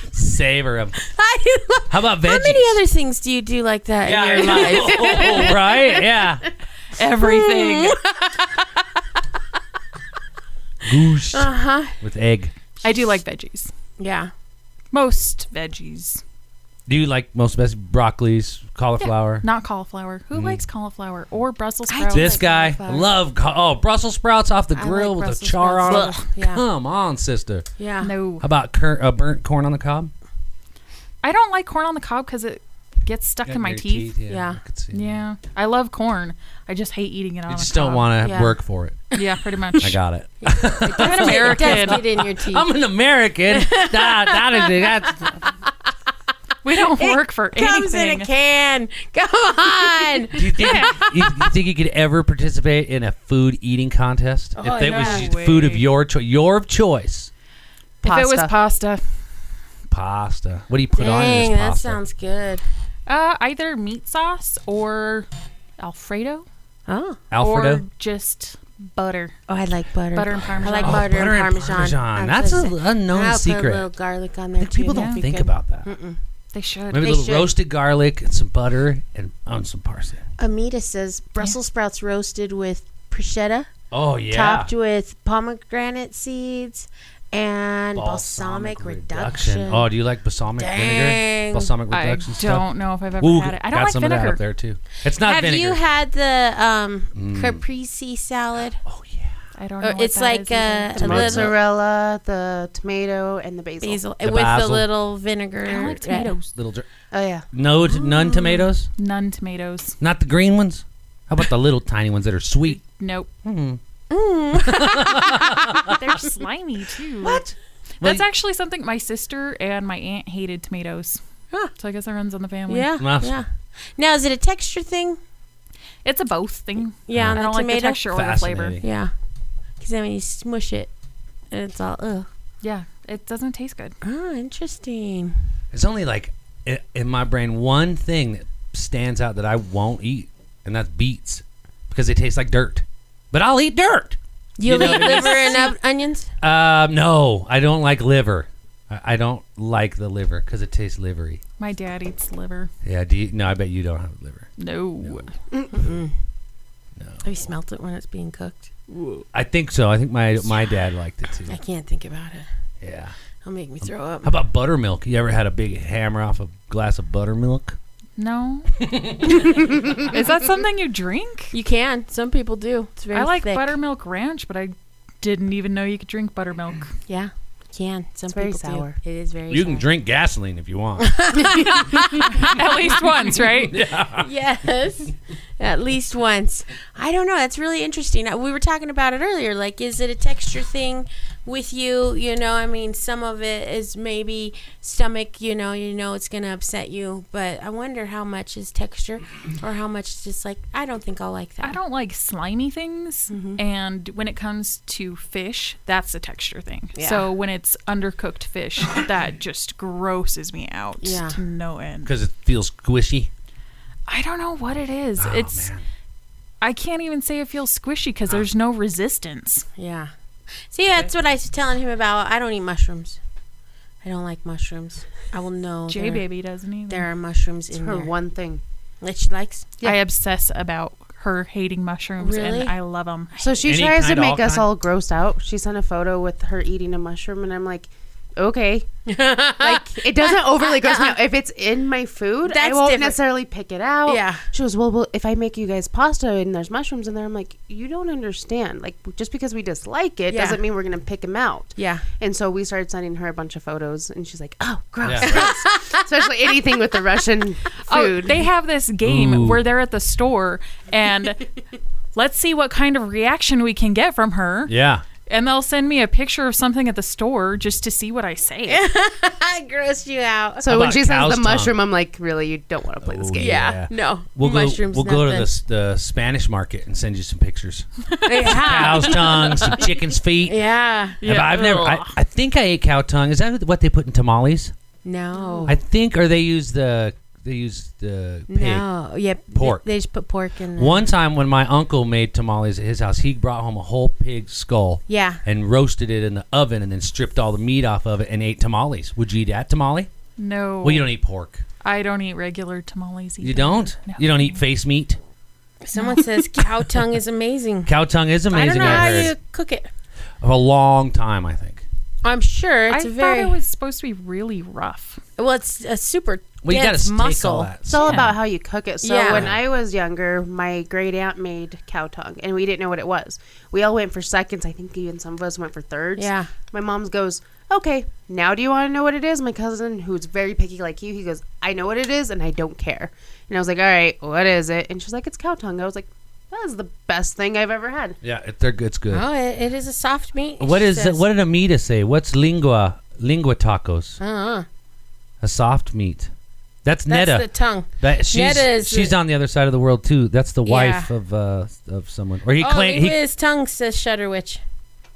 Speaker 1: [laughs]
Speaker 2: savor them.
Speaker 1: I love-
Speaker 2: How about veggies?
Speaker 1: How many other things do you do like that
Speaker 2: [laughs] yeah, oh,
Speaker 1: in your life? [laughs]
Speaker 2: right? Yeah.
Speaker 4: Everything.
Speaker 2: Goose with egg.
Speaker 1: Uh-huh.
Speaker 4: I do like veggies.
Speaker 1: Yeah.
Speaker 4: Most veggies.
Speaker 2: Do you like most best broccolis, cauliflower?
Speaker 4: Not cauliflower. Who likes cauliflower or Brussels
Speaker 1: I
Speaker 4: sprouts?
Speaker 1: do.
Speaker 2: Mm. This
Speaker 1: like
Speaker 2: guy
Speaker 1: cauliflower.
Speaker 2: love ca- oh Brussels sprouts off the
Speaker 1: I
Speaker 2: grill
Speaker 1: like
Speaker 2: with the
Speaker 1: Brussels
Speaker 2: char on
Speaker 1: sprouts.
Speaker 2: them.
Speaker 1: Ugh, yeah.
Speaker 2: Come on, sister.
Speaker 1: Yeah.
Speaker 4: No.
Speaker 2: How about cur- uh, burnt corn on the cob?
Speaker 4: I don't like corn on the cob because it gets stuck in my
Speaker 2: Your
Speaker 4: teeth.
Speaker 2: Yeah,
Speaker 1: Yeah.
Speaker 2: I could see that.
Speaker 4: Yeah. I love corn. I just hate eating it on
Speaker 2: You
Speaker 4: a
Speaker 2: just don't
Speaker 4: cob.
Speaker 2: want to
Speaker 1: Yeah.
Speaker 2: work for it.
Speaker 4: Yeah, pretty much.
Speaker 2: [laughs] I
Speaker 1: [laughs]
Speaker 2: got it.
Speaker 4: I'm an
Speaker 1: It does
Speaker 4: American.
Speaker 1: get in your teeth.
Speaker 2: I'm an American.
Speaker 1: [laughs]
Speaker 2: that, that is, that's,
Speaker 1: [laughs]
Speaker 4: We don't work for
Speaker 1: Comes
Speaker 4: anything.
Speaker 1: in a can. Come
Speaker 4: [laughs]
Speaker 1: on.
Speaker 2: do you think you, you think you could ever participate in a food eating contest
Speaker 1: Oh,
Speaker 2: if it was
Speaker 4: no
Speaker 2: just food of
Speaker 4: way.
Speaker 2: your choice? Your choice,
Speaker 4: if it was
Speaker 5: Pasta.
Speaker 4: pasta,
Speaker 2: pasta. What do you put on in
Speaker 1: Dang,
Speaker 2: this
Speaker 1: that
Speaker 2: pasta?
Speaker 1: sounds good.
Speaker 4: uh, either meat sauce or Alfredo,
Speaker 1: Oh.
Speaker 2: Alfredo.
Speaker 4: or just butter.
Speaker 1: Oh, I like butter.
Speaker 4: Butter and Parmesan.
Speaker 1: I like
Speaker 2: Oh,
Speaker 1: butter,
Speaker 2: butter
Speaker 1: and
Speaker 2: and
Speaker 1: parmesan.
Speaker 2: Parmesan.
Speaker 1: I'm
Speaker 2: That's
Speaker 1: so
Speaker 2: a
Speaker 1: excited.
Speaker 2: unknown
Speaker 1: I'll Put
Speaker 2: secret.
Speaker 1: a little garlic on there. Too.
Speaker 2: People
Speaker 1: That'd
Speaker 2: don't
Speaker 1: be
Speaker 2: think
Speaker 1: good.
Speaker 2: about that.
Speaker 4: They should.
Speaker 2: Maybe a
Speaker 1: They
Speaker 2: little
Speaker 1: should.
Speaker 2: roasted garlic and some butter and on some parsley.
Speaker 1: Amita says Brussels sprouts roasted with prosciutto,
Speaker 2: Oh yeah.
Speaker 1: topped with pomegranate seeds and balsamic, reduction.
Speaker 2: Oh, do you like balsamic
Speaker 1: Dang.
Speaker 2: vinegar? Balsamic
Speaker 4: I
Speaker 2: reduction
Speaker 4: don't
Speaker 2: stuff.
Speaker 4: know if I've ever
Speaker 2: Ooh,
Speaker 4: had it. I
Speaker 2: got
Speaker 4: don't like
Speaker 2: some of that
Speaker 4: vinegar.
Speaker 2: up there too. It's not
Speaker 1: Have
Speaker 2: vinegar. Mm.
Speaker 1: you had the um, caprese salad?
Speaker 2: oh yeah.
Speaker 4: I don't know.
Speaker 1: Or
Speaker 4: what
Speaker 1: it's
Speaker 4: that
Speaker 1: like uh,
Speaker 4: is
Speaker 1: a,
Speaker 4: either.
Speaker 1: a little
Speaker 5: Mozzarella, the tomato, and the basil.
Speaker 1: basil
Speaker 2: The
Speaker 1: with
Speaker 2: basil.
Speaker 1: a little vinegar.
Speaker 4: I don't like
Speaker 1: Yeah.
Speaker 4: tomatoes.
Speaker 2: Little dr-
Speaker 5: Oh yeah.
Speaker 2: no, t-
Speaker 1: Mm.
Speaker 2: none tomatoes.
Speaker 4: None tomatoes.
Speaker 2: Not the green ones. How about the
Speaker 1: [laughs]
Speaker 2: little tiny ones that are sweet?
Speaker 4: Nope.
Speaker 1: Hmm.
Speaker 4: [laughs] They're slimy too.
Speaker 2: What?
Speaker 4: That's actually something my sister and my aunt hated tomatoes. So I guess it runs on the family.
Speaker 1: Yeah,
Speaker 2: Wow.
Speaker 1: yeah. Now is it a texture thing?
Speaker 4: It's a both thing.
Speaker 1: Yeah, on
Speaker 4: I
Speaker 1: the
Speaker 4: don't like
Speaker 1: tomato.
Speaker 4: the texture or the flavor.
Speaker 2: Fascinating.
Speaker 1: Yeah, because then when you smush it, it's all ugh.
Speaker 4: Yeah, it doesn't taste good.
Speaker 1: Ah, interesting.
Speaker 2: It's only like i- in my brain one thing that stands out that I won't eat, and that's beets because they taste like dirt. But I'll eat dirt.
Speaker 1: You'll
Speaker 2: know,
Speaker 1: eat [laughs] liver and ob- onions.
Speaker 2: Um, no, I don't like liver. I, I don't like the liver because it tastes livery.
Speaker 4: My dad eats liver.
Speaker 2: Yeah. Do you, no, I bet you don't have liver.
Speaker 4: No.
Speaker 1: Have you smelt it when it's being cooked?
Speaker 2: I think so. I think my my dad liked it
Speaker 1: [laughs]
Speaker 2: too.
Speaker 1: I can't think about it.
Speaker 2: Yeah.
Speaker 1: It'll make me throw up.
Speaker 2: Um, How about buttermilk? You ever had a big hammer off a glass of buttermilk?
Speaker 1: [laughs]
Speaker 4: No. Is that something you drink?
Speaker 1: You can. Some people do. It's very
Speaker 4: I like
Speaker 1: thick.
Speaker 4: buttermilk ranch, but I didn't even know you could drink buttermilk. [laughs]
Speaker 1: Yeah, you can. Some
Speaker 5: very
Speaker 1: people
Speaker 5: sour.
Speaker 1: do. It is very.
Speaker 2: You can
Speaker 1: sour.
Speaker 2: drink gasoline if you want.
Speaker 4: At least once, right?
Speaker 1: Yes, at least once. I don't know. That's really interesting. Uh, We were talking about it earlier. Like, is it a texture thing with you? You know, I mean, some of it is maybe stomach. You know, you know it's gonna upset you, but I wonder how much is texture, or how much is just like I don't think I'll like that.
Speaker 4: I don't like slimy things.
Speaker 1: Mm-hmm.
Speaker 4: And when it comes to fish, that's the texture thing. So when it's undercooked fish,
Speaker 1: [coughs]
Speaker 4: that just grosses me out
Speaker 1: Yeah.
Speaker 4: to no end.
Speaker 2: because it
Speaker 1: [laughs]
Speaker 2: feels squishy.
Speaker 4: I don't know what it is.
Speaker 2: Oh,
Speaker 4: it's
Speaker 2: man.
Speaker 4: I can't even say it feels squishy because there's no resistance.
Speaker 1: Yeah. See, that's what I was telling him about. I don't eat mushrooms. I don't like mushrooms. I will know
Speaker 4: J
Speaker 1: there-
Speaker 4: baby doesn't either.
Speaker 1: there are mushrooms
Speaker 5: It's
Speaker 1: in
Speaker 5: her
Speaker 1: there
Speaker 5: one thing.
Speaker 1: that she likes.
Speaker 4: I obsess about her hating mushrooms,
Speaker 1: Really?
Speaker 4: and I love them.
Speaker 5: So she
Speaker 2: Any
Speaker 5: tries to
Speaker 2: kind, all
Speaker 5: make us
Speaker 2: kind?
Speaker 5: all grossed out. She sent a photo with her eating a mushroom, and I'm like,
Speaker 1: [laughs]
Speaker 5: okay. like it doesn't overly gross me out. If it's in my food, I
Speaker 1: That's
Speaker 5: won't
Speaker 1: different.
Speaker 5: necessarily pick it out.
Speaker 1: Yeah.
Speaker 5: She goes, well, well, if I make you guys pasta and there's mushrooms in there, I'm like, you don't understand. Like just because we dislike it
Speaker 1: Yeah.
Speaker 5: doesn't mean we're gonna pick them out.
Speaker 1: Yeah.
Speaker 5: And so we started sending her a bunch of photos, and she's like, oh, gross.
Speaker 2: Yeah, right.
Speaker 5: [laughs] Especially anything with the Russian
Speaker 4: Oh,
Speaker 5: food.
Speaker 4: they have this game
Speaker 2: Ooh.
Speaker 4: where they're at the store
Speaker 1: [laughs]
Speaker 4: and let's see what kind of reaction we can get from her.
Speaker 2: yeah.
Speaker 4: And they'll send me a picture of something at the store just to see what I say.
Speaker 1: I grossed you out.
Speaker 5: so when
Speaker 2: about
Speaker 5: she says
Speaker 2: cow's
Speaker 5: the
Speaker 2: tongue?
Speaker 5: mushroom, I'm like, really, you don't want to play this
Speaker 2: Oh,
Speaker 5: game.
Speaker 1: Yeah, no.
Speaker 2: We'll
Speaker 1: Mushrooms,
Speaker 2: go. We'll go to
Speaker 1: nothing.
Speaker 2: the, s- the Spanish market and send you
Speaker 1: [laughs]
Speaker 2: some pictures. [laughs]
Speaker 1: Yeah.
Speaker 2: Cow's tongue, some chicken's
Speaker 1: [laughs]
Speaker 2: feet.
Speaker 1: yeah.
Speaker 2: But I've never. I, I think I ate cow tongue. Is that what they put in tamales?
Speaker 1: No.
Speaker 2: I think, or they use the they use the pig.
Speaker 1: no. Yep.
Speaker 2: Pork.
Speaker 1: They, they just put pork in. the-
Speaker 2: One time when my uncle made tamales at his house, he brought home a whole pig skull
Speaker 1: Yeah.
Speaker 2: and roasted it in the oven, and then stripped all the meat off of it and ate tamales. Would you eat that tamale?
Speaker 4: No.
Speaker 2: Well, you don't eat pork.
Speaker 4: I don't eat regular tamales either.
Speaker 2: You don't.
Speaker 4: No.
Speaker 2: You don't eat face meat.
Speaker 1: Someone says cow tongue is amazing.
Speaker 2: [laughs] Cow tongue is
Speaker 1: I don't
Speaker 2: amazing.
Speaker 1: know
Speaker 2: I
Speaker 1: how
Speaker 2: heard.
Speaker 1: you cook it.
Speaker 2: Of a long time, I think.
Speaker 1: I'm sure
Speaker 4: I
Speaker 1: it's a very
Speaker 4: thought it was supposed to be really rough.
Speaker 1: well. It's a super
Speaker 2: Well, you got to
Speaker 1: dense
Speaker 2: take
Speaker 1: muscle.
Speaker 2: all that.
Speaker 5: It's all
Speaker 4: Yeah.
Speaker 5: about how you cook it. So
Speaker 1: Yeah.
Speaker 5: when I was younger, my great aunt made cow tongue, and we didn't know what it was. We all went for seconds. I think even some of us went for thirds.
Speaker 1: Yeah.
Speaker 5: My mom goes, "Okay, now do you want to know what it is?" My cousin, who's very picky like you, he goes, "I know what it is, and I don't care." And I was like, "All right, what is it?" And she's like, "It's cow tongue." I was like, "That is the best thing I've ever had."
Speaker 2: yeah, it, they're good. It's good.
Speaker 1: Oh, it, it is a soft meat.
Speaker 2: What
Speaker 1: she
Speaker 2: is
Speaker 1: says.
Speaker 2: what did Amita say? What's lingua lingua tacos?
Speaker 1: Uh-uh.
Speaker 2: A soft meat. That's
Speaker 1: That's
Speaker 2: Netta.
Speaker 1: the tongue.
Speaker 2: that she's
Speaker 1: Netta is
Speaker 2: she's
Speaker 1: the-
Speaker 2: on the other side of the world too. That's the wife
Speaker 1: Yeah.
Speaker 2: of uh, of someone. Or he
Speaker 1: oh,
Speaker 2: claimed
Speaker 1: leave
Speaker 2: he,
Speaker 1: his tongue says Shutter
Speaker 2: [laughs]
Speaker 1: Witch.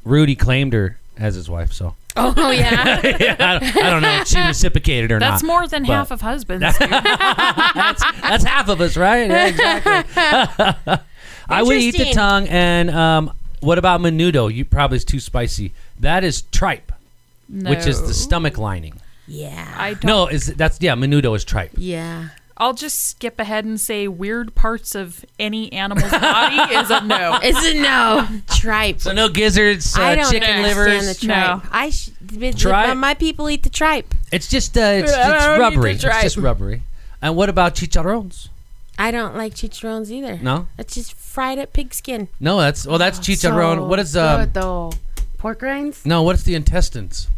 Speaker 2: Rudy claimed her as his wife. So
Speaker 1: Oh [laughs] yeah.
Speaker 2: yeah, I, don't, I don't know
Speaker 1: [laughs]
Speaker 2: if she reciprocated or
Speaker 4: That's
Speaker 2: not.
Speaker 4: more than
Speaker 2: but-
Speaker 4: half of husbands. dude.
Speaker 2: That's half of us, right? Yeah, exactly.
Speaker 1: [laughs]
Speaker 2: I would eat the
Speaker 1: Interesting.
Speaker 2: tongue. And um, what about menudo? You probably is too spicy. That is tripe, [laughs] which is
Speaker 4: No.
Speaker 2: the stomach lining.
Speaker 1: yeah.
Speaker 4: I don't.
Speaker 2: No, is that's yeah. Menudo is tripe.
Speaker 1: Yeah.
Speaker 4: I'll just skip ahead and say weird parts of any animal's body is a
Speaker 1: [laughs]
Speaker 4: no.
Speaker 1: It's a no. tripe.
Speaker 2: So no gizzards, uh,
Speaker 1: I don't
Speaker 2: chicken
Speaker 1: understand
Speaker 2: livers.
Speaker 1: the tripe.
Speaker 4: No.
Speaker 1: I sh- but-
Speaker 2: Tripe.
Speaker 1: but my people eat the tripe.
Speaker 2: It's just uh, it's,
Speaker 1: I
Speaker 2: it's
Speaker 1: don't eat
Speaker 2: rubbery.
Speaker 1: the
Speaker 2: It's
Speaker 1: tripe.
Speaker 2: just rubbery. And what about chicharrones?
Speaker 1: I don't like chicharrones either.
Speaker 2: No,
Speaker 1: It's just fried up pig skin.
Speaker 2: no, that's well, that's chicharron.
Speaker 5: Ah, So
Speaker 2: what is um?
Speaker 5: good, though? Pork rinds.
Speaker 2: No, what's the intestines?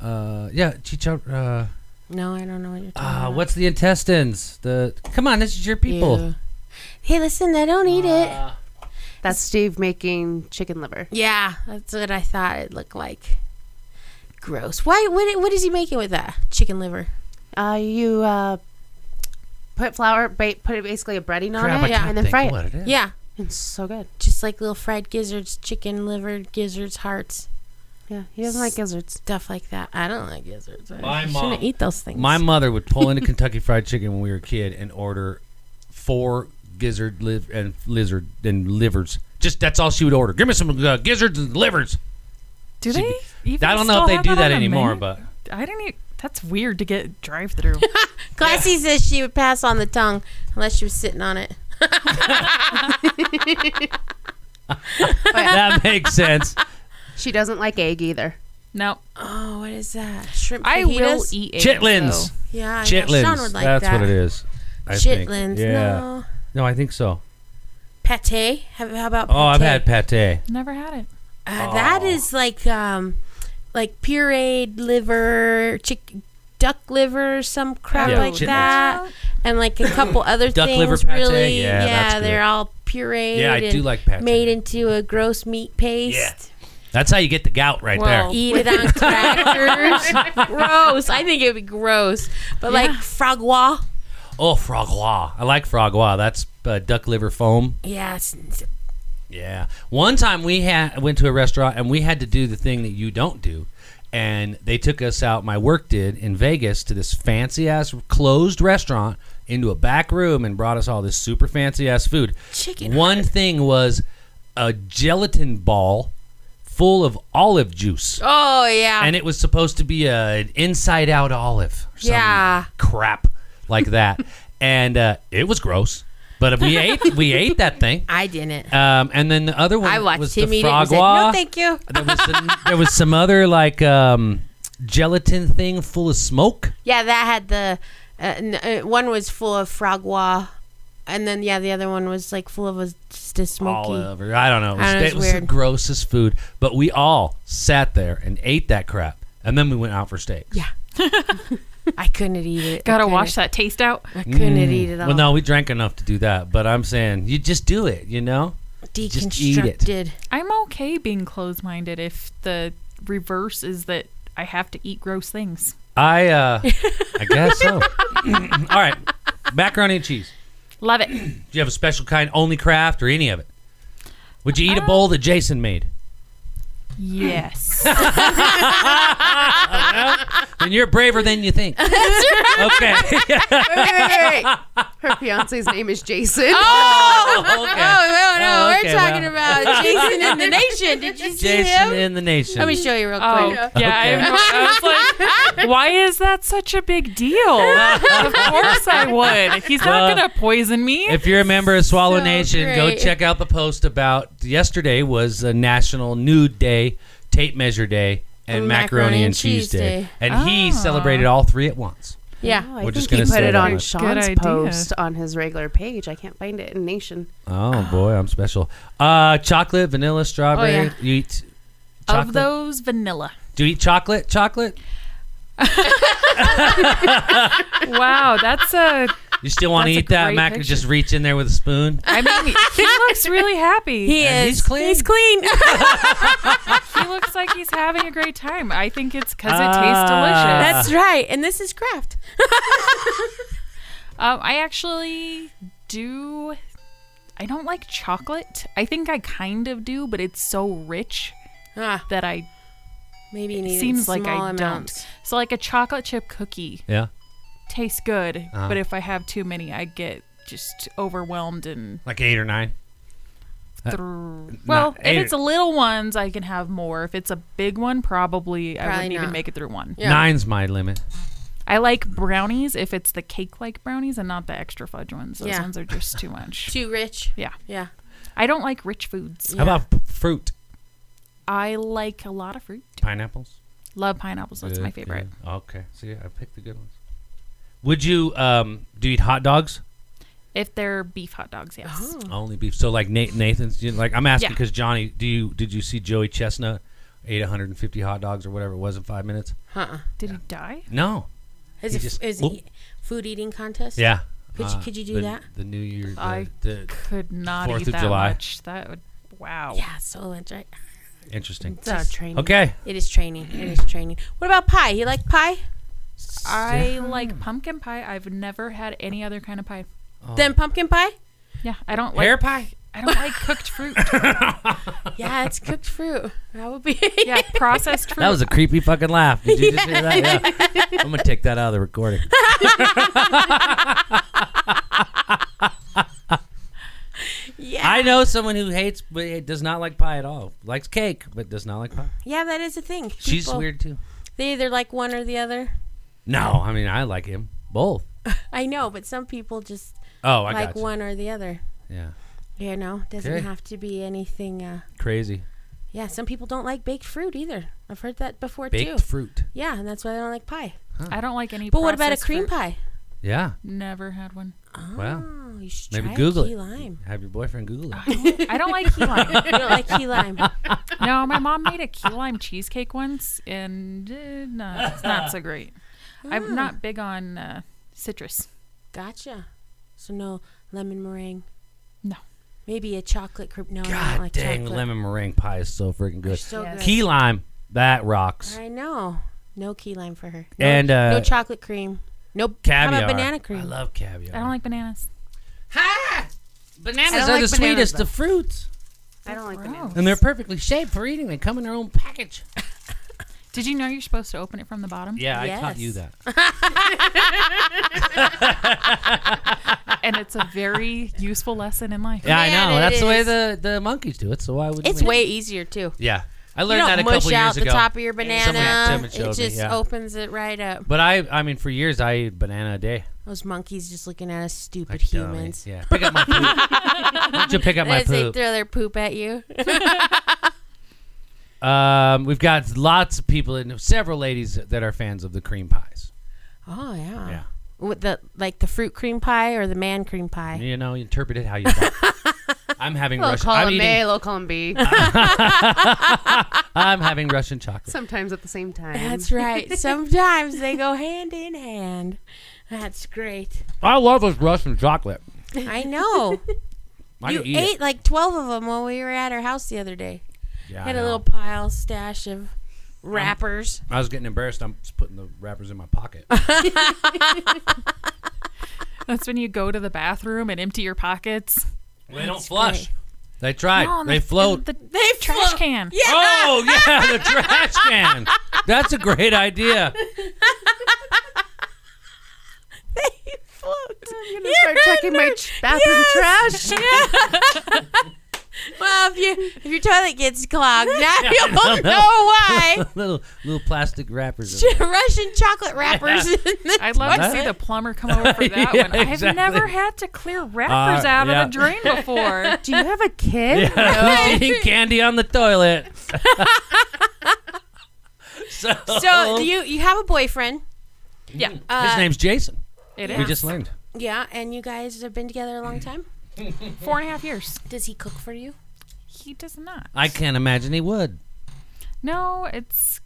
Speaker 2: Uh, yeah, chichar. Uh,
Speaker 1: No, I don't know what you're talking
Speaker 2: uh,
Speaker 1: about.
Speaker 2: what's the intestines? The come on, this is your people.
Speaker 1: Ew. Hey, listen, I don't eat it.
Speaker 2: Uh,
Speaker 5: That's Steve making chicken liver.
Speaker 1: Yeah, that's what I thought it looked like. Gross. Why? What, what is he making with that? Chicken liver.
Speaker 5: Uh, you uh, put flour, ba- put basically a breading
Speaker 1: Oh,
Speaker 5: on
Speaker 2: crap, I
Speaker 5: it,
Speaker 2: can't
Speaker 5: and then
Speaker 2: think
Speaker 5: fry
Speaker 2: of
Speaker 5: it.
Speaker 2: what it is.
Speaker 1: Yeah,
Speaker 5: It's so good.
Speaker 1: just like little fried gizzards, chicken liver, gizzards, hearts,
Speaker 5: Yeah, he doesn't like gizzards.
Speaker 1: stuff like that. I don't like gizzards. I
Speaker 2: My
Speaker 1: shouldn't
Speaker 2: mom-
Speaker 1: eat those things.
Speaker 2: My mother would pull into Kentucky Fried Chicken when we were a kid and order four gizzard liv- and lizard and livers. Just that's all she would order. Give me some uh, gizzards and livers.
Speaker 1: [laughs]
Speaker 4: Do
Speaker 2: She-
Speaker 4: they? Even
Speaker 2: I don't
Speaker 4: still
Speaker 2: know if they
Speaker 4: have
Speaker 2: do that
Speaker 4: on a
Speaker 2: anymore,
Speaker 4: menu?
Speaker 2: but
Speaker 4: I didn't. Even, that's weird to get drive
Speaker 1: [laughs]
Speaker 4: through.
Speaker 1: Classy says she would pass on the tongue unless she was sitting on it.
Speaker 2: that makes sense.
Speaker 5: She doesn't like egg either.
Speaker 4: no,
Speaker 1: Oh, what is that? Shrimp
Speaker 4: I will
Speaker 1: fajitas?
Speaker 4: eat eggs,
Speaker 2: [laughs] Chitlins.
Speaker 4: though.
Speaker 1: Yeah, I know.
Speaker 2: Chitlins.
Speaker 1: Sean would like
Speaker 2: that's
Speaker 1: that.
Speaker 2: what it is. I think.
Speaker 1: Chitlins.
Speaker 2: Yeah.
Speaker 1: No.
Speaker 2: No, I think so.
Speaker 1: Pate. How, how about?
Speaker 2: Oh,
Speaker 1: Pate?
Speaker 2: I've had Oh. pate.
Speaker 4: Never had it.
Speaker 1: Uh, That is like um, like pureed liver, chick, duck liver, some crap
Speaker 2: Yeah,
Speaker 1: like
Speaker 2: chitlins.
Speaker 1: that, and like a
Speaker 2: [coughs]
Speaker 1: couple other
Speaker 2: Duck
Speaker 1: things.
Speaker 2: liver pate?
Speaker 1: Really,
Speaker 2: Yeah, that's good.
Speaker 1: they're all pureed.
Speaker 2: Yeah, I do
Speaker 1: and
Speaker 2: like pate.
Speaker 1: Made into a gross meat paste.
Speaker 2: That's how you get the gout right
Speaker 4: Well,
Speaker 2: there.
Speaker 1: Eat it
Speaker 2: [laughs]
Speaker 1: on crackers. gross. I think it would be gross. But like frog wall.
Speaker 2: Oh, frog wah. I like frog wah. That's uh, duck liver foam.
Speaker 1: Yeah, it's, it's-
Speaker 2: Yeah. One time we had went to a restaurant and we had to do the thing that you don't do. And they took us out, my work did, in Vegas to this fancy ass closed restaurant into a back room and brought us all this super fancy ass food.
Speaker 1: Chicken
Speaker 2: One thing was a gelatin ball full of olive juice.
Speaker 1: oh yeah.
Speaker 2: And it was supposed to be a, an inside out olive. or some
Speaker 1: Yeah.
Speaker 2: Crap
Speaker 1: [laughs]
Speaker 2: like that. and uh, it was gross. But we ate we ate that thing.
Speaker 1: I didn't.
Speaker 2: Um, and then the other one
Speaker 1: I watched
Speaker 2: was
Speaker 1: him eat
Speaker 2: the
Speaker 1: it and
Speaker 2: frog
Speaker 1: said, "No,
Speaker 2: wah.
Speaker 1: thank you." [laughs]
Speaker 2: there, was some, there was some other like um, gelatin thing full of smoke.
Speaker 1: Yeah, that had the uh, n- uh, one was full of frogwa, and then yeah, the other one was like full of a, just a smoky.
Speaker 2: Olive, or I don't know. It was,
Speaker 1: I know, it's
Speaker 2: it was the
Speaker 1: weird.
Speaker 2: grossest food. But we all sat there and ate that crap, and then we went out for steaks.
Speaker 1: Yeah. I couldn't eat it. I
Speaker 4: Gotta
Speaker 1: couldn't-
Speaker 4: wash that taste out.
Speaker 1: I couldn't eat it all.
Speaker 2: Mm. Well, no, we drank enough to do that. But I'm saying you just do it. You know.
Speaker 1: deconstructed.
Speaker 2: just eat it.
Speaker 4: I'm okay being closed minded if the reverse is that I have to eat gross things.
Speaker 2: I uh, I guess
Speaker 1: [laughs]
Speaker 2: so. all right, macaroni and cheese.
Speaker 4: Love it. [clears throat]
Speaker 2: Do you have a special kind, only craft, or any of it? Would you eat a bowl that Jason made?
Speaker 4: Yes.
Speaker 2: [laughs] And you're braver than
Speaker 1: [laughs]
Speaker 2: you think. Okay. [laughs]
Speaker 5: Her fiance's name is Jason.
Speaker 2: Oh,
Speaker 1: Oh
Speaker 2: okay.
Speaker 1: no, no,
Speaker 2: Oh,
Speaker 1: we're
Speaker 2: okay,
Speaker 1: talking
Speaker 2: well.
Speaker 1: about Jason in the [laughs] Nation. Did you see
Speaker 2: Jason
Speaker 1: him?
Speaker 2: in the nation.
Speaker 1: Let me show you real quick.
Speaker 4: Oh, yeah. I,
Speaker 2: Okay.
Speaker 4: have no- I was like, why is that such a
Speaker 2: [laughs]
Speaker 4: big deal? of course I would. If he's
Speaker 2: Well,
Speaker 4: not going to poison me.
Speaker 2: if you're a member of Swallow
Speaker 1: So
Speaker 2: Nation, go
Speaker 1: great.
Speaker 2: check out the post about yesterday was a National Nude Day, Tape Measure Day, and macaroni, and cheese day. And
Speaker 1: Ah.
Speaker 2: he celebrated all three at once.
Speaker 1: Yeah.
Speaker 5: I
Speaker 2: We're just
Speaker 5: think
Speaker 2: gonna
Speaker 5: he put
Speaker 2: say
Speaker 5: it
Speaker 2: that
Speaker 5: on
Speaker 2: much.
Speaker 4: Good
Speaker 5: Sean's
Speaker 4: idea.
Speaker 5: post on his regular page. I can't find it in Nation.
Speaker 2: Oh boy, I'm special. Uh, chocolate, vanilla, strawberry.
Speaker 1: yeah.
Speaker 2: You eat
Speaker 4: Oh, Of
Speaker 2: chocolate.
Speaker 4: those, vanilla.
Speaker 2: Do you eat chocolate? Chocolate?
Speaker 4: Wow, that's a.
Speaker 2: You still want to
Speaker 4: That's a
Speaker 2: eat that
Speaker 4: great
Speaker 2: mac?
Speaker 4: picture.
Speaker 2: Just reach in there with a
Speaker 4: [laughs]
Speaker 2: spoon.
Speaker 4: I mean, he looks really happy.
Speaker 1: He
Speaker 2: And
Speaker 1: is.
Speaker 2: he's clean.
Speaker 1: He's
Speaker 2: [laughs]
Speaker 1: clean. [laughs]
Speaker 4: He looks like he's having a great time. I think it's because it tastes
Speaker 2: Ah.
Speaker 4: delicious.
Speaker 1: That's right. And this is craft.
Speaker 4: Um, I actually do. I don't like chocolate. I think I kind of do, but it's so rich
Speaker 1: Ah,
Speaker 4: that I
Speaker 1: maybe you
Speaker 4: it
Speaker 1: need it
Speaker 4: seems
Speaker 1: small
Speaker 4: like I
Speaker 1: amounts.
Speaker 4: don't. So like a chocolate chip cookie
Speaker 2: Yeah.
Speaker 4: tastes good,
Speaker 2: Uh-huh.
Speaker 4: but if I have too many, I get just overwhelmed and
Speaker 2: Like eight or nine.
Speaker 4: thr- well, if
Speaker 2: eight or-
Speaker 4: it's a little ones, I can have more. If it's a big one, probably, I
Speaker 1: Probably
Speaker 4: wouldn't
Speaker 1: not.
Speaker 4: even make it through one.
Speaker 1: Yeah.
Speaker 2: Nine's my limit.
Speaker 4: I like brownies if it's the cake-like brownies and not the extra fudge ones. Those
Speaker 1: Yeah.
Speaker 4: ones are just too much.
Speaker 1: Too rich.
Speaker 4: yeah,
Speaker 1: Yeah.
Speaker 4: I don't like rich foods.
Speaker 2: How about p- fruit?
Speaker 4: I like a lot of fruit.
Speaker 2: Pineapples.
Speaker 4: Love pineapples. That's my favorite.
Speaker 2: Okay. See, I picked the good ones. Would you um do you eat hot dogs?
Speaker 4: If they're beef hot dogs, yes.
Speaker 1: Oh,
Speaker 2: Only beef. So like Nate, Nathan's. You like I'm asking
Speaker 4: Hmm. Yeah.
Speaker 2: because Johnny, do you did you see Joey Chestnut ate 150 hot dogs or whatever it was in five minutes?
Speaker 1: Uh-uh.
Speaker 4: Did he die?
Speaker 2: No.
Speaker 1: Is
Speaker 2: He
Speaker 1: it,
Speaker 2: just-
Speaker 1: is
Speaker 2: Oop.
Speaker 1: it food eating contest?
Speaker 2: Yeah. Uh,
Speaker 1: Could you- could you do
Speaker 2: the-
Speaker 1: that?
Speaker 2: The New Year. The,
Speaker 4: I
Speaker 2: the-
Speaker 4: Could not
Speaker 2: Fourth
Speaker 4: eat
Speaker 2: of
Speaker 4: that
Speaker 2: July.
Speaker 4: much. That would wow.
Speaker 1: Yeah, so that's right.
Speaker 2: interesting.
Speaker 5: It's a training.
Speaker 2: Okay.
Speaker 1: It is training. It is training. What about pie? You like pie?
Speaker 4: I like pumpkin pie. I've never had any other kind of pie.
Speaker 2: Oh.
Speaker 1: Then pumpkin pie?
Speaker 4: Yeah, I don't like
Speaker 2: hair pie.
Speaker 4: I don't like cooked fruit.
Speaker 2: [laughs]
Speaker 1: Yeah, it's cooked fruit. That would [laughs] be.
Speaker 4: Yeah, processed fruit.
Speaker 2: That was a creepy fucking laugh. Did you just hear that? Yeah. I'm gonna take that out of
Speaker 1: [laughs]
Speaker 2: the recording.
Speaker 1: Yeah.
Speaker 2: I know someone who hates, but does not like pie at all. Likes cake, but does not like pie.
Speaker 1: yeah, that is a thing.
Speaker 2: She's
Speaker 1: People-
Speaker 2: weird too.
Speaker 1: They either like one or the other.
Speaker 2: No, I mean I like him both.
Speaker 1: I know, but some people just
Speaker 2: Oh, I
Speaker 1: like
Speaker 2: got you.
Speaker 1: one or the other.
Speaker 2: Yeah,
Speaker 1: You know, doesn't
Speaker 2: Okay.
Speaker 1: have to be anything. Uh,
Speaker 2: crazy
Speaker 1: yeah, some people don't like baked fruit either. I've heard that before
Speaker 2: baked
Speaker 1: too.
Speaker 2: fruit.
Speaker 1: Yeah, and that's why they don't like pie.
Speaker 4: I don't like any
Speaker 1: But what about a
Speaker 4: processed
Speaker 1: cream
Speaker 4: fruit.
Speaker 1: pie?
Speaker 2: Yeah.
Speaker 4: Never had one.
Speaker 2: Well,
Speaker 1: Oh, you should
Speaker 2: maybe
Speaker 1: try a
Speaker 2: Google
Speaker 1: key
Speaker 2: it. [laughs]
Speaker 1: lime.
Speaker 2: Have your boyfriend Google it.
Speaker 4: I don't like
Speaker 2: [laughs]
Speaker 4: key lime.
Speaker 1: You don't like key lime.
Speaker 4: No, my mom made a key lime cheesecake once, and uh, no, it's not so great. I'm
Speaker 1: Ah.
Speaker 4: not big on uh, citrus.
Speaker 1: Gotcha. So no lemon meringue.
Speaker 4: No.
Speaker 1: Maybe a chocolate cream. No, I
Speaker 2: God
Speaker 1: don't like
Speaker 2: dang,
Speaker 1: chocolate.
Speaker 2: lemon meringue pie is so freaking good.
Speaker 1: So
Speaker 5: Yes.
Speaker 1: good.
Speaker 2: Key lime, that rocks.
Speaker 1: I know. No key lime for her. No,
Speaker 2: And uh,
Speaker 1: no chocolate cream. No
Speaker 2: caviar.
Speaker 1: How about banana
Speaker 2: I
Speaker 1: cream?
Speaker 2: love caviar.
Speaker 4: I don't like bananas.
Speaker 1: Ah!
Speaker 5: Bananas
Speaker 2: Those are the sweetest of fruits,
Speaker 5: I don't
Speaker 1: Oh.
Speaker 5: like bananas.
Speaker 4: Gross.
Speaker 2: and they're perfectly shaped for eating. They come in their own package.
Speaker 4: Did you know you're supposed to open it from the bottom?
Speaker 2: Yeah, I
Speaker 1: Yes.
Speaker 2: taught you
Speaker 1: [laughs]
Speaker 2: that.
Speaker 4: And it's a very useful lesson in life.
Speaker 2: Yeah, I
Speaker 1: Man,
Speaker 2: know.
Speaker 1: it
Speaker 2: That's the way
Speaker 1: is.
Speaker 2: the, the monkeys do it. So why would
Speaker 1: it's way easier too.
Speaker 2: Yeah, I
Speaker 1: You
Speaker 2: learned
Speaker 1: don't
Speaker 2: that a
Speaker 1: mush
Speaker 2: couple
Speaker 1: out
Speaker 2: years
Speaker 1: the
Speaker 2: ago.
Speaker 1: top of your
Speaker 2: someone
Speaker 1: banana.
Speaker 2: showed
Speaker 1: It
Speaker 2: me,
Speaker 1: just
Speaker 2: yeah.
Speaker 1: opens it right up.
Speaker 2: But I, I mean, for years I ate banana a day.
Speaker 1: Those monkeys just looking at us stupid
Speaker 2: Like dummies.
Speaker 1: humans.
Speaker 2: Yeah,
Speaker 1: [laughs]
Speaker 2: pick up my poop. Why don't you pick up my
Speaker 1: As they
Speaker 2: poop?
Speaker 1: throw their poop at you.
Speaker 2: Um, we've got lots of people and several ladies that are fans of the cream pies.
Speaker 1: [laughs] oh yeah.
Speaker 2: Yeah.
Speaker 1: With the like the fruit cream pie or the man cream pie.
Speaker 2: You know, interpret it how you want.
Speaker 1: [laughs]
Speaker 2: I'm having
Speaker 5: Little
Speaker 2: Russian. I'm,
Speaker 5: column A,
Speaker 2: eating, Uh-huh.
Speaker 5: little
Speaker 2: [laughs]
Speaker 5: column B.
Speaker 2: I'm having Russian chocolate.
Speaker 5: Sometimes at the same time.
Speaker 1: That's right. Sometimes they go hand in hand. That's great.
Speaker 2: I love this Russian chocolate.
Speaker 1: I
Speaker 5: [laughs]
Speaker 1: know.
Speaker 2: I
Speaker 1: you
Speaker 2: could eat
Speaker 1: ate
Speaker 2: it.
Speaker 1: like 12 of them when we were at her house the other day.
Speaker 2: Yeah, I
Speaker 1: Had a
Speaker 2: know.
Speaker 1: little pile stash of wrappers.
Speaker 2: I was getting embarrassed. I'm just putting the wrappers in
Speaker 1: [laughs]
Speaker 2: my pocket.
Speaker 4: That's when you go to the bathroom and empty your pockets.
Speaker 2: they don't flush. They tried.
Speaker 4: No, and
Speaker 2: they
Speaker 4: the-
Speaker 2: float.
Speaker 4: and The, trash can.
Speaker 1: [laughs] Yeah.
Speaker 2: Oh yeah, the trash can. That's a great idea.
Speaker 1: [laughs] They float.
Speaker 5: I'm gonna start checking my ch- bathroom trash.
Speaker 1: [laughs]
Speaker 5: [laughs]
Speaker 1: well, if you if your toilet gets
Speaker 5: [laughs]
Speaker 1: clogged, now you'll know why.
Speaker 2: [laughs] little little plastic wrappers. in it.
Speaker 1: Russian chocolate wrappers. in the- [laughs]
Speaker 4: I'd love
Speaker 2: What?
Speaker 4: to see the plumber come
Speaker 2: [laughs]
Speaker 4: over for that
Speaker 2: Yeah,
Speaker 4: one. I've
Speaker 2: exactly.
Speaker 4: never had to clear wrappers
Speaker 2: Uh,
Speaker 4: out
Speaker 2: yeah.
Speaker 4: of
Speaker 2: [laughs]
Speaker 4: the drain before.
Speaker 5: Do you have a kid?
Speaker 2: Yeah, who's eating candy on the toilet? [laughs] So,
Speaker 1: So you you have a boyfriend.
Speaker 4: Yeah,
Speaker 1: Uh,
Speaker 2: his name's Jason.
Speaker 4: it
Speaker 2: We
Speaker 4: is.
Speaker 2: just learned.
Speaker 1: Yeah, and you guys have been together a long time.
Speaker 4: Four and a half years.
Speaker 1: Does he cook for you?
Speaker 4: He does not.
Speaker 2: I can't imagine he would.
Speaker 4: No, it's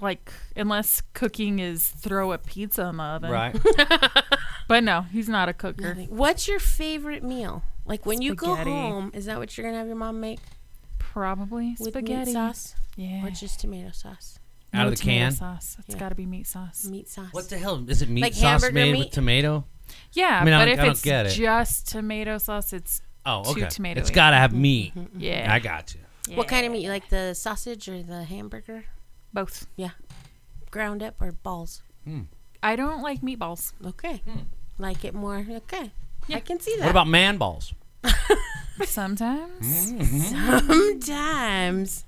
Speaker 4: like unless cooking is throw a pizza in the oven.
Speaker 2: Right.
Speaker 4: But no, he's not a cooker.
Speaker 1: What's your favorite meal? Like when you go
Speaker 4: Spaghetti.
Speaker 1: home, is that what you're gonna have your mom make
Speaker 4: Probably
Speaker 1: with
Speaker 4: spaghetti
Speaker 1: meat sauce
Speaker 4: Yeah.
Speaker 1: or just tomato sauce?
Speaker 4: No
Speaker 2: Out of the
Speaker 4: tomato
Speaker 2: can?
Speaker 4: Sauce. It's
Speaker 1: Yeah.
Speaker 4: got to be meat sauce.
Speaker 1: Meat sauce.
Speaker 2: What the hell is it? Meat
Speaker 1: Like
Speaker 2: sauce
Speaker 1: hamburger
Speaker 2: made with
Speaker 1: meat?
Speaker 2: tomato?
Speaker 4: Yeah,
Speaker 2: I mean, I
Speaker 4: but
Speaker 2: don't-
Speaker 4: if
Speaker 2: I don't
Speaker 4: it's
Speaker 2: get it.
Speaker 4: just tomato sauce, it's
Speaker 2: Oh,
Speaker 4: Too
Speaker 2: okay. It's
Speaker 4: tomatoey.
Speaker 2: got to have meat.
Speaker 1: Mm-hmm.
Speaker 4: yeah.
Speaker 2: I got you.
Speaker 1: What kind of meat? You Like the sausage or the hamburger?
Speaker 4: Both.
Speaker 1: Ground up or balls?
Speaker 4: I don't like meatballs.
Speaker 1: Okay.
Speaker 2: Hmm.
Speaker 1: Like it more? Okay.
Speaker 4: Yeah.
Speaker 1: I can see that.
Speaker 2: What about man balls? [laughs]
Speaker 4: Sometimes
Speaker 2: Mm-hmm.
Speaker 1: sometimes?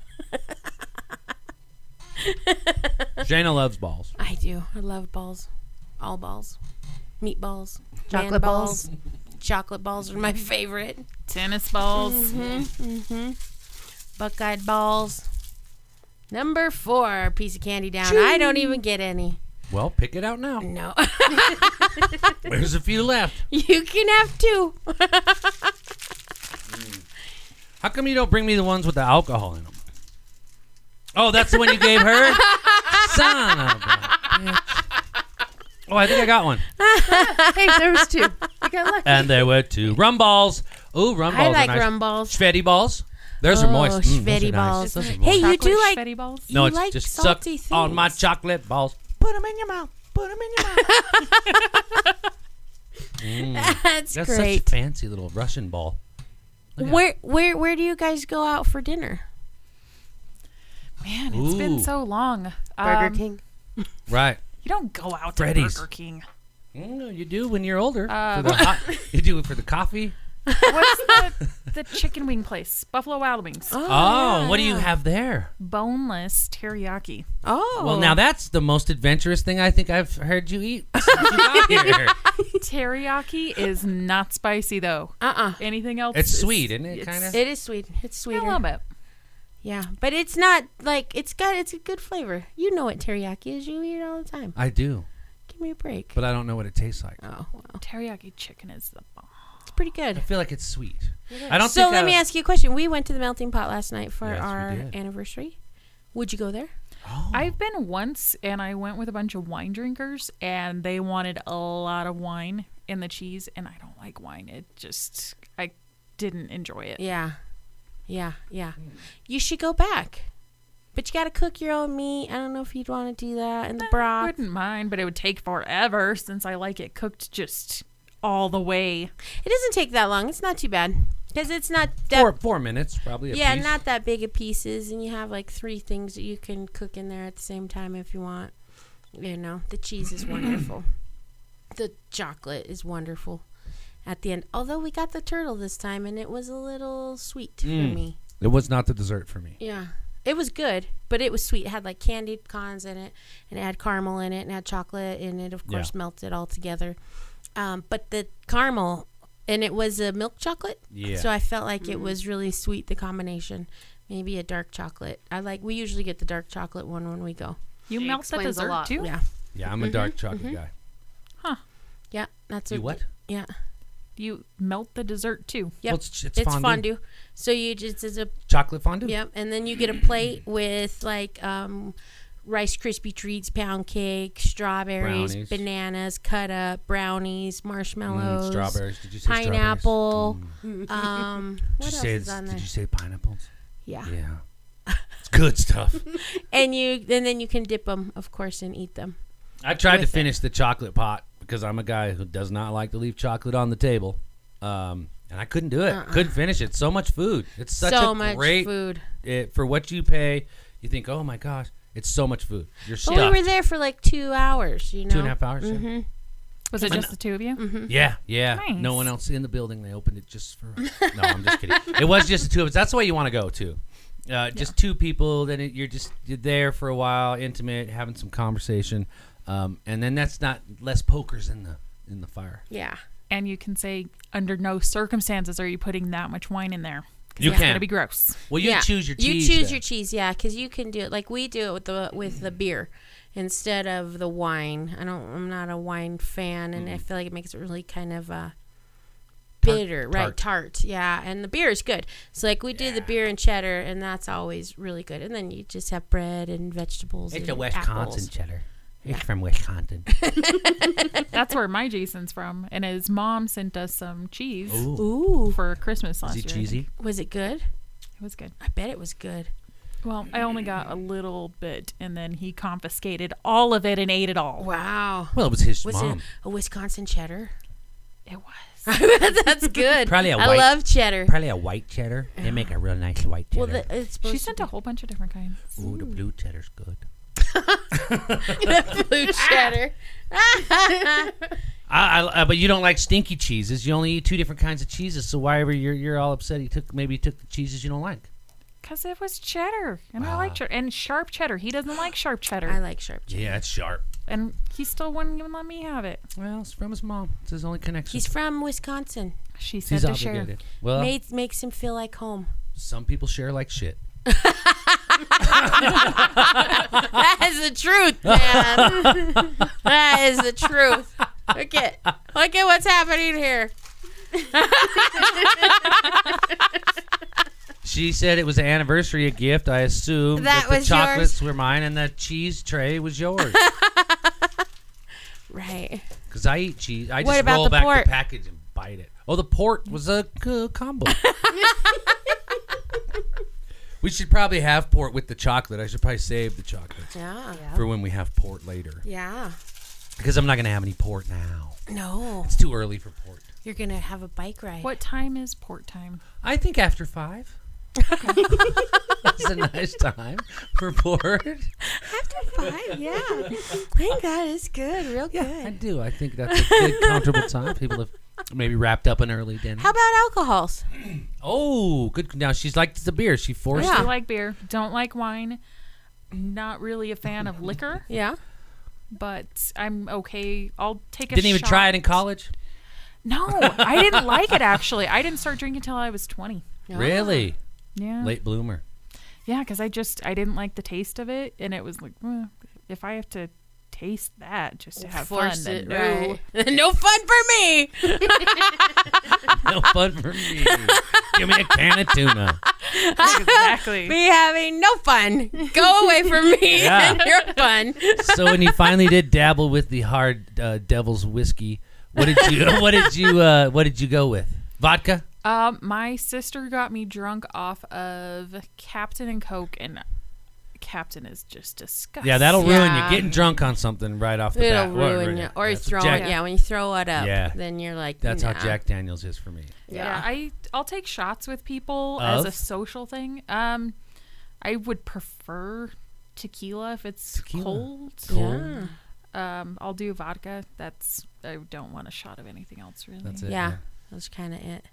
Speaker 2: Jana loves balls.
Speaker 1: I do. I love balls. All balls. Meatballs.
Speaker 5: Chocolate
Speaker 1: man balls. Chocolate balls are my [laughs] favorite.
Speaker 4: tennis balls.
Speaker 2: Mm-hmm.
Speaker 1: Buckeye balls. Number four, piece of candy down. I don't even get any.
Speaker 2: Well, pick it out now.
Speaker 1: No. [laughs]
Speaker 2: There's a few left.
Speaker 1: you can have two.
Speaker 2: How come you don't bring me the ones with the alcohol in them? Oh, that's the one you gave
Speaker 1: [laughs]
Speaker 2: her? Son of a bitch. Oh, I think I got one.
Speaker 5: [laughs] hey, there was two. I got lucky.
Speaker 2: And there were two rum balls. Oh, rum
Speaker 1: I
Speaker 2: balls.
Speaker 1: like
Speaker 2: are nice.
Speaker 1: rum balls.
Speaker 2: Schvetty balls. Those are
Speaker 1: Oh,
Speaker 2: moist. Mm, those
Speaker 1: Schvetty
Speaker 2: are nice.
Speaker 1: balls.
Speaker 2: Those are
Speaker 1: Hey,
Speaker 2: moist.
Speaker 1: you do
Speaker 4: Chocolate
Speaker 1: like
Speaker 4: Spaghetti balls.
Speaker 2: no,
Speaker 1: you
Speaker 2: it's
Speaker 1: like
Speaker 2: just suck
Speaker 1: salty
Speaker 2: on my
Speaker 1: things.
Speaker 2: chocolate balls. Put them in your mouth. Put them in your
Speaker 1: [laughs]
Speaker 2: mouth.
Speaker 1: That's,
Speaker 2: That's
Speaker 1: great.
Speaker 2: such a fancy little Russian ball. Look at
Speaker 1: where where where do you guys go out for dinner?
Speaker 4: Man, it's been
Speaker 2: Ooh.
Speaker 4: so long.
Speaker 5: [laughs] Burger
Speaker 4: Um,
Speaker 5: King.
Speaker 2: that. Right.
Speaker 4: You don't go out
Speaker 2: Freddy's.
Speaker 4: to Burger King.
Speaker 2: Mm, you do when you're older.
Speaker 4: Uh,
Speaker 2: for the hot,
Speaker 1: [laughs]
Speaker 2: you do it for the coffee.
Speaker 4: What's the, [laughs] the chicken wing place? Buffalo Wild Wings.
Speaker 2: Oh, what do you have there?
Speaker 4: Boneless teriyaki.
Speaker 1: Oh.
Speaker 2: Well, now that's the most adventurous thing I think I've heard you eat since
Speaker 1: [laughs]
Speaker 2: you got here.
Speaker 4: teriyaki is not spicy though.
Speaker 1: uh-uh.
Speaker 4: Anything else?
Speaker 2: It's
Speaker 4: is-
Speaker 2: sweet, isn't it?
Speaker 4: it's-
Speaker 2: Kind of.
Speaker 1: It is sweet. It's
Speaker 4: I
Speaker 1: sweeter.
Speaker 4: love it.
Speaker 1: Yeah, but it's not like it's got it's a good flavor. You know what teriyaki is. You eat it all the time.
Speaker 2: I do,
Speaker 1: Give me a break.
Speaker 2: but I don't know what it tastes like.
Speaker 1: oh, wow.
Speaker 4: Teriyaki chicken is the bomb.
Speaker 1: it's pretty
Speaker 2: I
Speaker 1: good.
Speaker 2: feel like it's sweet. I don't
Speaker 1: So
Speaker 2: think. uh,
Speaker 1: let
Speaker 2: I-
Speaker 1: me ask you a question. We went to the melting pot last night for
Speaker 2: Yes, we
Speaker 1: our
Speaker 2: did.
Speaker 1: anniversary. Would you go there?
Speaker 2: Oh,
Speaker 4: I've been once and I went with a bunch of wine drinkers and they wanted a lot of wine in the cheese and I don't like wine. It just I didn't enjoy it.
Speaker 1: Yeah, yeah, yeah. You should go back, but you got to cook your own meat. I don't know if you'd want to do that in the
Speaker 4: I
Speaker 1: broth.
Speaker 4: wouldn't mind, but it would take forever since I like it cooked just all the way.
Speaker 1: It doesn't take that long. It's not too bad because it's not that
Speaker 2: four four minutes probably.
Speaker 1: yeah,
Speaker 2: apiece.
Speaker 1: not that big of pieces, and you have like three things that you can cook in there at the same time if you want. You know, the cheese is
Speaker 2: [coughs]
Speaker 1: wonderful. The chocolate is wonderful. At the end, although we got the turtle this time, and it was a little sweet
Speaker 2: Mm.
Speaker 1: for me.
Speaker 2: It was not the dessert for me.
Speaker 1: Yeah, it was good, but it was sweet. It had like candied pecans in it, and it had caramel in it, and it had chocolate in it. Of
Speaker 2: Yeah.
Speaker 1: course, melted all together. Um, but the caramel, and it was a milk chocolate.
Speaker 2: Yeah.
Speaker 1: So I felt like it was really sweet. The combination, maybe a dark chocolate. I like. We usually get the dark chocolate one when we go.
Speaker 4: You
Speaker 5: It
Speaker 4: melt the
Speaker 5: explains a
Speaker 4: dessert
Speaker 5: lot.
Speaker 4: too?
Speaker 1: Yeah.
Speaker 2: Yeah,
Speaker 1: Mm-hmm,
Speaker 2: I'm a dark chocolate guy.
Speaker 1: Yeah, that's
Speaker 2: You what?
Speaker 1: Yeah.
Speaker 4: You melt the dessert too.
Speaker 1: Yep.
Speaker 2: Well, it's, it's,
Speaker 1: it's
Speaker 2: fondue.
Speaker 1: fondue. So you just it's a
Speaker 2: Chocolate fondue.
Speaker 1: Yep, and then you get a plate with like um, Rice Krispie treats, pound cake, strawberries,
Speaker 2: Brownies.
Speaker 1: bananas, cut up, brownies, marshmallows,
Speaker 2: Mm, strawberries. Did you say strawberries?
Speaker 1: pineapple.
Speaker 2: Mm.
Speaker 1: Um,
Speaker 2: Did
Speaker 1: what
Speaker 2: you
Speaker 1: else
Speaker 2: say
Speaker 1: is
Speaker 2: it's-
Speaker 1: on there?
Speaker 2: Did you say pineapples?
Speaker 1: yeah.
Speaker 2: Yeah.
Speaker 1: [laughs]
Speaker 2: It's good stuff.
Speaker 1: and you and then you can dip them, of course, and eat them.
Speaker 2: I tried to
Speaker 1: with it.
Speaker 2: finish the chocolate pot because I'm a guy who does not like to leave chocolate on the table. Um, and I couldn't do it. Couldn't finish it. So much food. It's such
Speaker 1: Uh-uh. so
Speaker 2: a
Speaker 1: much
Speaker 2: great
Speaker 1: food.
Speaker 2: It, for what you pay. You think, oh my gosh, it's so much food. You're
Speaker 1: But
Speaker 2: stuffed.
Speaker 1: we were there for like two hours. You know, Mm-hmm.
Speaker 2: Two and a half hours. yeah.
Speaker 4: Was it just the two of you?
Speaker 2: Yeah, yeah.
Speaker 4: Nice.
Speaker 2: No one else in the building. They opened it
Speaker 1: [laughs]
Speaker 2: just for. no, I'm just kidding. It was just the two of us. That's the way you want to go too. Uh, just two people. Then it, you're just you're there for a while, intimate, having some conversation, um, and then that's not less pokers in the in the fire.
Speaker 1: Yeah.
Speaker 4: And you can say under no circumstances are you putting that much wine in there.
Speaker 2: You
Speaker 4: It's
Speaker 2: can.
Speaker 4: gonna be gross.
Speaker 2: well, you
Speaker 1: Yeah.
Speaker 2: choose your cheese.
Speaker 1: You choose
Speaker 2: then.
Speaker 1: your cheese, yeah, because you can do it like we do it with the with the beer instead of the wine. I don't. I'm not a wine fan, and
Speaker 2: Mm-hmm.
Speaker 1: I feel like it makes it really kind of uh, bitter, right?
Speaker 2: tart.
Speaker 1: Tart, yeah. And the beer is good. So like we do the beer and cheddar, and that's always really good. And then you just have bread and vegetables.
Speaker 2: It's
Speaker 1: and
Speaker 2: a Wisconsin
Speaker 1: apples.
Speaker 2: cheddar. It's
Speaker 1: [laughs]
Speaker 2: from Wisconsin.
Speaker 4: That's where my Jason's from, and his mom sent us some cheese
Speaker 2: Ooh,
Speaker 1: Ooh,
Speaker 4: for Christmas
Speaker 2: is
Speaker 4: last
Speaker 2: he
Speaker 4: year. I think.
Speaker 2: cheesy?
Speaker 1: was it good?
Speaker 4: It was good.
Speaker 1: I bet it was good.
Speaker 4: Well, I only got a little bit, and then he confiscated all of it and ate it all.
Speaker 1: Wow.
Speaker 2: Well, it was his
Speaker 1: Was
Speaker 2: mom.
Speaker 1: it a Wisconsin cheddar? [laughs]
Speaker 4: It was.
Speaker 1: that's good.
Speaker 2: [laughs] Probably a
Speaker 1: I
Speaker 2: white-
Speaker 1: love cheddar.
Speaker 2: Probably a white cheddar. They make a real nice white
Speaker 1: Well, mm.
Speaker 2: cheddar.
Speaker 1: the, it's supposed
Speaker 4: She
Speaker 1: to
Speaker 4: sent
Speaker 1: be-
Speaker 4: a whole bunch of different kinds.
Speaker 2: Ooh, the blue cheddar's good.
Speaker 1: [laughs] blue cheddar.
Speaker 2: I, I, uh, but you don't like stinky cheeses. You only eat two different kinds of cheeses. So why ever you're you're all upset? He took maybe he took the cheeses you don't like.
Speaker 4: Because it was cheddar, and I like cheddar, and sharp cheddar. He doesn't like sharp cheddar,
Speaker 1: I like sharp cheddar.
Speaker 2: Yeah, it's sharp.
Speaker 4: and he still wouldn't even let me have it.
Speaker 2: Well, it's from his mom. It's his only connection.
Speaker 1: He's from Wisconsin.
Speaker 4: She said
Speaker 2: He's
Speaker 4: to share.
Speaker 2: obligated. Well,
Speaker 1: Made, makes him feel like home. [laughs]
Speaker 2: some people share like shit.
Speaker 1: That is the truth, man. [laughs] that is the truth. Look at look at what's happening here.
Speaker 2: She said it was an anniversary gift. I assume
Speaker 1: That
Speaker 2: that, the
Speaker 1: was
Speaker 2: chocolates were mine and the cheese tray was yours.
Speaker 1: Right.
Speaker 2: Because I eat cheese. I
Speaker 1: What
Speaker 2: just
Speaker 1: about
Speaker 2: roll
Speaker 1: the
Speaker 2: back
Speaker 1: port?
Speaker 2: the package and bite it. Oh, the port was a c-
Speaker 1: [laughs]
Speaker 2: combo. we should probably have port with the chocolate. I should probably save the chocolate
Speaker 1: Yeah.
Speaker 2: for when we have port later.
Speaker 1: Yeah.
Speaker 2: Because I'm not going to have any port now.
Speaker 1: No.
Speaker 2: It's too early for port.
Speaker 1: You're gonna have a bike ride.
Speaker 4: What time is port time?
Speaker 2: I think after five. That's a nice time for port.
Speaker 1: After five, [laughs] yeah. Thank God it's good, real
Speaker 2: I
Speaker 1: good.
Speaker 2: do. I think that's a good, comfortable time. People have maybe wrapped up an early dinner.
Speaker 1: How about alcohols?
Speaker 2: Oh, good. Now she's like the beer. She forced
Speaker 1: Yeah.
Speaker 4: I like beer. Don't like wine. Not really a fan of liquor,
Speaker 1: Yeah.
Speaker 4: but I'm okay. I'll take a.
Speaker 2: Didn't even
Speaker 4: shot.
Speaker 2: try it in college.
Speaker 4: No, I didn't like it actually. I didn't start drinking until I
Speaker 2: [laughs]
Speaker 4: was 20.
Speaker 2: Really?
Speaker 4: Yeah.
Speaker 2: Late bloomer.
Speaker 4: Yeah, because I just I didn't like the taste of it, and it was like, "Well, if I have to taste that just to have
Speaker 1: Force
Speaker 4: fun,
Speaker 1: it,
Speaker 4: then no."
Speaker 1: right? [laughs] no fun for [laughs] me.
Speaker 2: No fun for me. Give me a can of tuna.
Speaker 1: [laughs]
Speaker 4: exactly.
Speaker 1: Me having no fun. Go away from me [laughs]
Speaker 2: Yeah.
Speaker 1: and your fun.
Speaker 2: So when you finally did dabble with the hard uh, devil's whiskey, what did you? What did you? Uh, what did you go with? Vodka.
Speaker 4: Um, my sister got me drunk off of Captain and Coke, and Captain is just disgusting.
Speaker 2: Yeah, that'll ruin
Speaker 1: Yeah.
Speaker 2: you. Getting drunk on something right off the
Speaker 1: It'll
Speaker 2: bat. Well,
Speaker 1: ruin you. Or you
Speaker 2: that's
Speaker 1: throw
Speaker 2: Jack-
Speaker 1: it. Yeah, when you throw it up,
Speaker 2: Yeah.
Speaker 1: then you're like,
Speaker 2: That's
Speaker 1: nah.
Speaker 2: how Jack Daniels is for me.
Speaker 4: yeah. I I'll take shots with people as
Speaker 2: Of?
Speaker 4: a social thing. Um, I would prefer tequila if it's
Speaker 2: Tequila.
Speaker 4: cold.
Speaker 2: Cool.
Speaker 1: Yeah.
Speaker 4: Um, I'll do vodka. That's I don't want a shot of anything else really.
Speaker 2: That's
Speaker 1: Yeah.
Speaker 2: it.
Speaker 1: That's kind of it.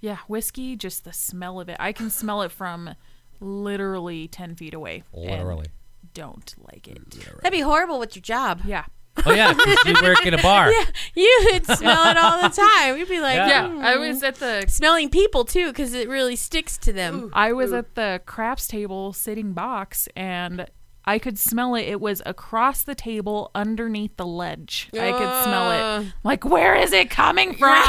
Speaker 4: Yeah, whiskey, just the smell of it. I can smell it from literally 10 feet away. and
Speaker 2: Literally.
Speaker 4: Don't like it.
Speaker 1: That'd be horrible with your job.
Speaker 4: Yeah.
Speaker 2: Oh yeah, 'cause you work at a bar.
Speaker 1: You would smell it all the time. You'd be like,
Speaker 2: Yeah.
Speaker 4: Yeah,
Speaker 1: "Hmm."
Speaker 4: I was at the
Speaker 1: smelling people too because it really sticks to [laughs] them.
Speaker 4: I was at the craps table sitting box and I could smell it. It was across the table underneath the ledge. I could smell it. Like, where is it coming from?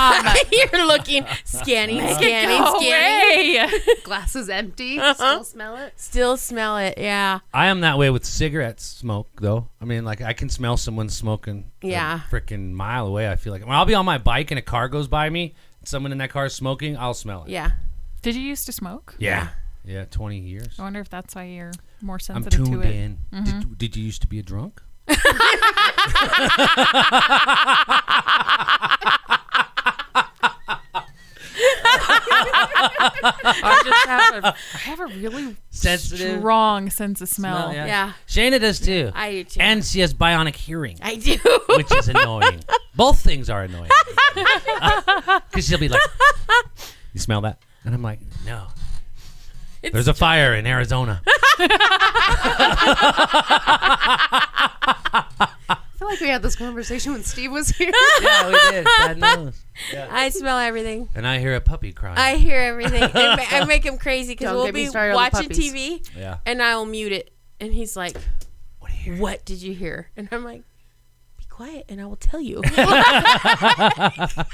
Speaker 1: You're looking, scanning, scanning,
Speaker 4: [laughs] Go
Speaker 1: scanning.
Speaker 4: [laughs] away.
Speaker 5: Glass is empty.
Speaker 2: Uh-huh.
Speaker 5: Still smell it.
Speaker 1: Still smell it. Yeah.
Speaker 2: I am that way with cigarette smoke, though. I mean, like I can smell someone smoking.
Speaker 1: Yeah.
Speaker 2: A freaking mile away. I feel like when I'll be on my bike and a car goes by me, and someone in that car is smoking, I'll smell it.
Speaker 1: Yeah.
Speaker 4: Did you used to smoke?
Speaker 2: Yeah. Yeah. Twenty years.
Speaker 1: Oh,
Speaker 4: I wonder if that's why you're more
Speaker 2: I'm
Speaker 4: sensitive
Speaker 2: tuned
Speaker 4: to it.
Speaker 2: in.
Speaker 1: Mm-hmm.
Speaker 2: Did, did you used to be a drunk?
Speaker 4: I just have a, I have a [laughs] really
Speaker 2: Sensitive.
Speaker 4: strong sense of smell.
Speaker 2: Smell, yeah.
Speaker 1: Yeah.
Speaker 2: Shayna does too.
Speaker 1: I do too.
Speaker 2: And she has bionic hearing,
Speaker 1: I do.
Speaker 2: [laughs] which is annoying. Both things
Speaker 1: [laughs]
Speaker 2: are annoying. [laughs] Because she'll be like, "You smell that?" And I'm like, "No."
Speaker 1: It's
Speaker 2: There's a fire in Arizona.
Speaker 5: feel like we had this conversation when Steve
Speaker 2: [laughs]
Speaker 5: was here.
Speaker 2: yeah, we did. God knows.
Speaker 1: [laughs] I smell everything.
Speaker 2: And I hear a puppy crying.
Speaker 1: I hear
Speaker 2: [laughs]
Speaker 1: everything. It ma- I make him crazy because
Speaker 5: Don't
Speaker 1: we'll
Speaker 5: get me
Speaker 1: be
Speaker 5: started on the
Speaker 1: watching
Speaker 5: puppies.
Speaker 1: TV
Speaker 2: yeah.
Speaker 1: and I'll mute it. And he's like,
Speaker 2: What do you hear?
Speaker 1: What did you hear? And I'm like, Be quiet and I will tell
Speaker 2: [laughs]
Speaker 1: you. [laughs]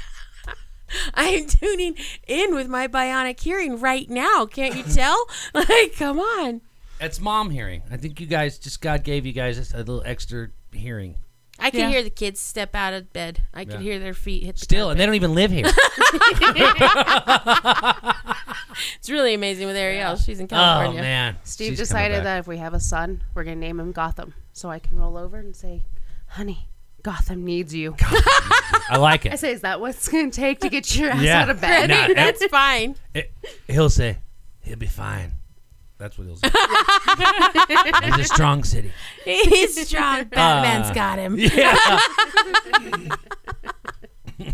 Speaker 1: I'm tuning in with my bionic hearing right now. Can't you tell? [laughs] Like, come on.
Speaker 2: It's mom hearing. I think you guys just God gave you guys a little extra hearing.
Speaker 1: I can
Speaker 4: Yeah.
Speaker 1: hear the kids step out of bed. I can
Speaker 2: Yeah.
Speaker 1: hear their feet hit the
Speaker 2: Still,
Speaker 1: carpet.
Speaker 2: and they don't even live here.
Speaker 1: It's really amazing with Ariel. She's in
Speaker 2: oh
Speaker 1: California.
Speaker 2: man.
Speaker 5: Steve
Speaker 2: She's coming
Speaker 5: decided
Speaker 2: back.
Speaker 5: that if we have a son, we're gonna name him Gotham, so I can roll over and say, "Honey, Gotham needs you."
Speaker 2: I like
Speaker 5: I
Speaker 2: it.
Speaker 5: say, "Is that what it's gonna take to get your ass
Speaker 2: Yeah.
Speaker 5: out of bed?"
Speaker 2: Nah,
Speaker 1: That's fine.
Speaker 2: it- he'll say, "He'll be fine." That's what he'll say. It's a strong city. [laughs]
Speaker 1: He's strong. Batman's got him.
Speaker 2: Uh, Yeah.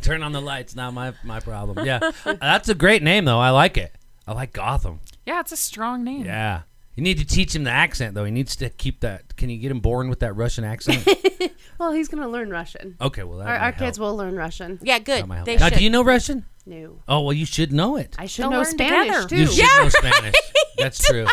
Speaker 2: Turn on the lights. Not my my problem. Yeah, that's a great name though. I like it. I like Gotham.
Speaker 4: Yeah, it's a strong name.
Speaker 2: Yeah. You need to teach him the accent though. He needs to keep that. Can you get him born with that Russian accent?
Speaker 5: Well, he's gonna learn Russian.
Speaker 2: Okay, well Oh, that
Speaker 5: Our,
Speaker 2: might
Speaker 5: our kids
Speaker 2: help.
Speaker 5: will learn Russian.
Speaker 1: Yeah,
Speaker 2: That
Speaker 1: good.
Speaker 2: might help.
Speaker 1: They
Speaker 2: now,
Speaker 1: should.
Speaker 2: do you know Russian?
Speaker 5: No,
Speaker 2: Oh well, you should know it.
Speaker 5: I should
Speaker 4: They'll
Speaker 5: know
Speaker 4: learn
Speaker 5: Spanish
Speaker 4: together.
Speaker 5: too.
Speaker 2: You should
Speaker 1: [laughs]
Speaker 2: know Spanish. That's true.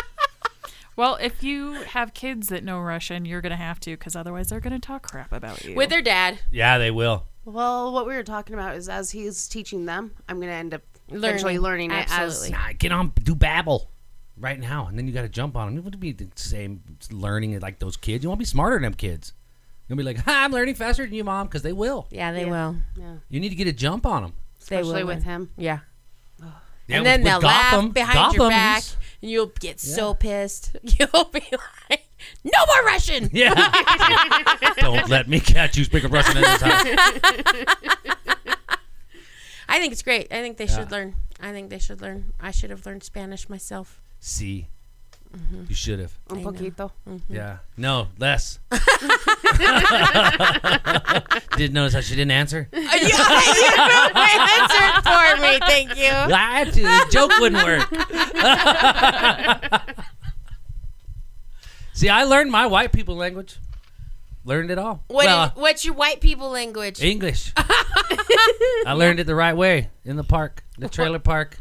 Speaker 4: Well, if you have kids that know Russian, you're going to have to because otherwise they're going to talk crap about you.
Speaker 1: with their dad.
Speaker 2: Yeah, they will.
Speaker 5: Well, what we were talking about is as he's teaching them, I'm gonna end up eventually
Speaker 1: Learning.
Speaker 5: learning, it
Speaker 1: Absolutely.
Speaker 2: Nah, get on, do babble right now, and then you got to jump on them. You want to be the same learning as, like those kids. You want to be smarter than them kids. You'll be like, ha, I'm learning faster than you, mom, because they will.
Speaker 1: Yeah, they will.
Speaker 5: as yeah,
Speaker 2: You need to get a jump on them.
Speaker 5: especially
Speaker 1: will
Speaker 5: with
Speaker 1: learn.
Speaker 5: him.
Speaker 1: Yeah.
Speaker 2: Yeah,
Speaker 1: and then
Speaker 2: with-
Speaker 1: they'll
Speaker 2: with Gotham-
Speaker 1: laugh behind your
Speaker 2: Gotham,
Speaker 1: back,
Speaker 2: he's-
Speaker 1: and you'll get so pissed. [laughs] You'll be like, "No more Russian."
Speaker 2: [laughs] [laughs] Yeah.
Speaker 1: [laughs]
Speaker 2: Don't let me catch you speaking Russian at this time.
Speaker 1: I think it's great. I think they should learn. I think they should learn. I should have learned Spanish
Speaker 2: [laughs]
Speaker 1: myself. [laughs]
Speaker 2: See,
Speaker 1: Mm-hmm.
Speaker 2: you should have.
Speaker 5: Un poquito.
Speaker 2: Yeah. No,
Speaker 1: [laughs]
Speaker 2: less. Did notice how she didn't answer?
Speaker 1: yeah, you answered for me. Thank you.
Speaker 2: I had to. The joke wouldn't work. [laughs] See, I learned my white people language. Learned it all.
Speaker 1: What is
Speaker 2: well, uh,
Speaker 1: what's your white people language? [laughs]
Speaker 2: English. I learned it the right way in the park, the trailer park.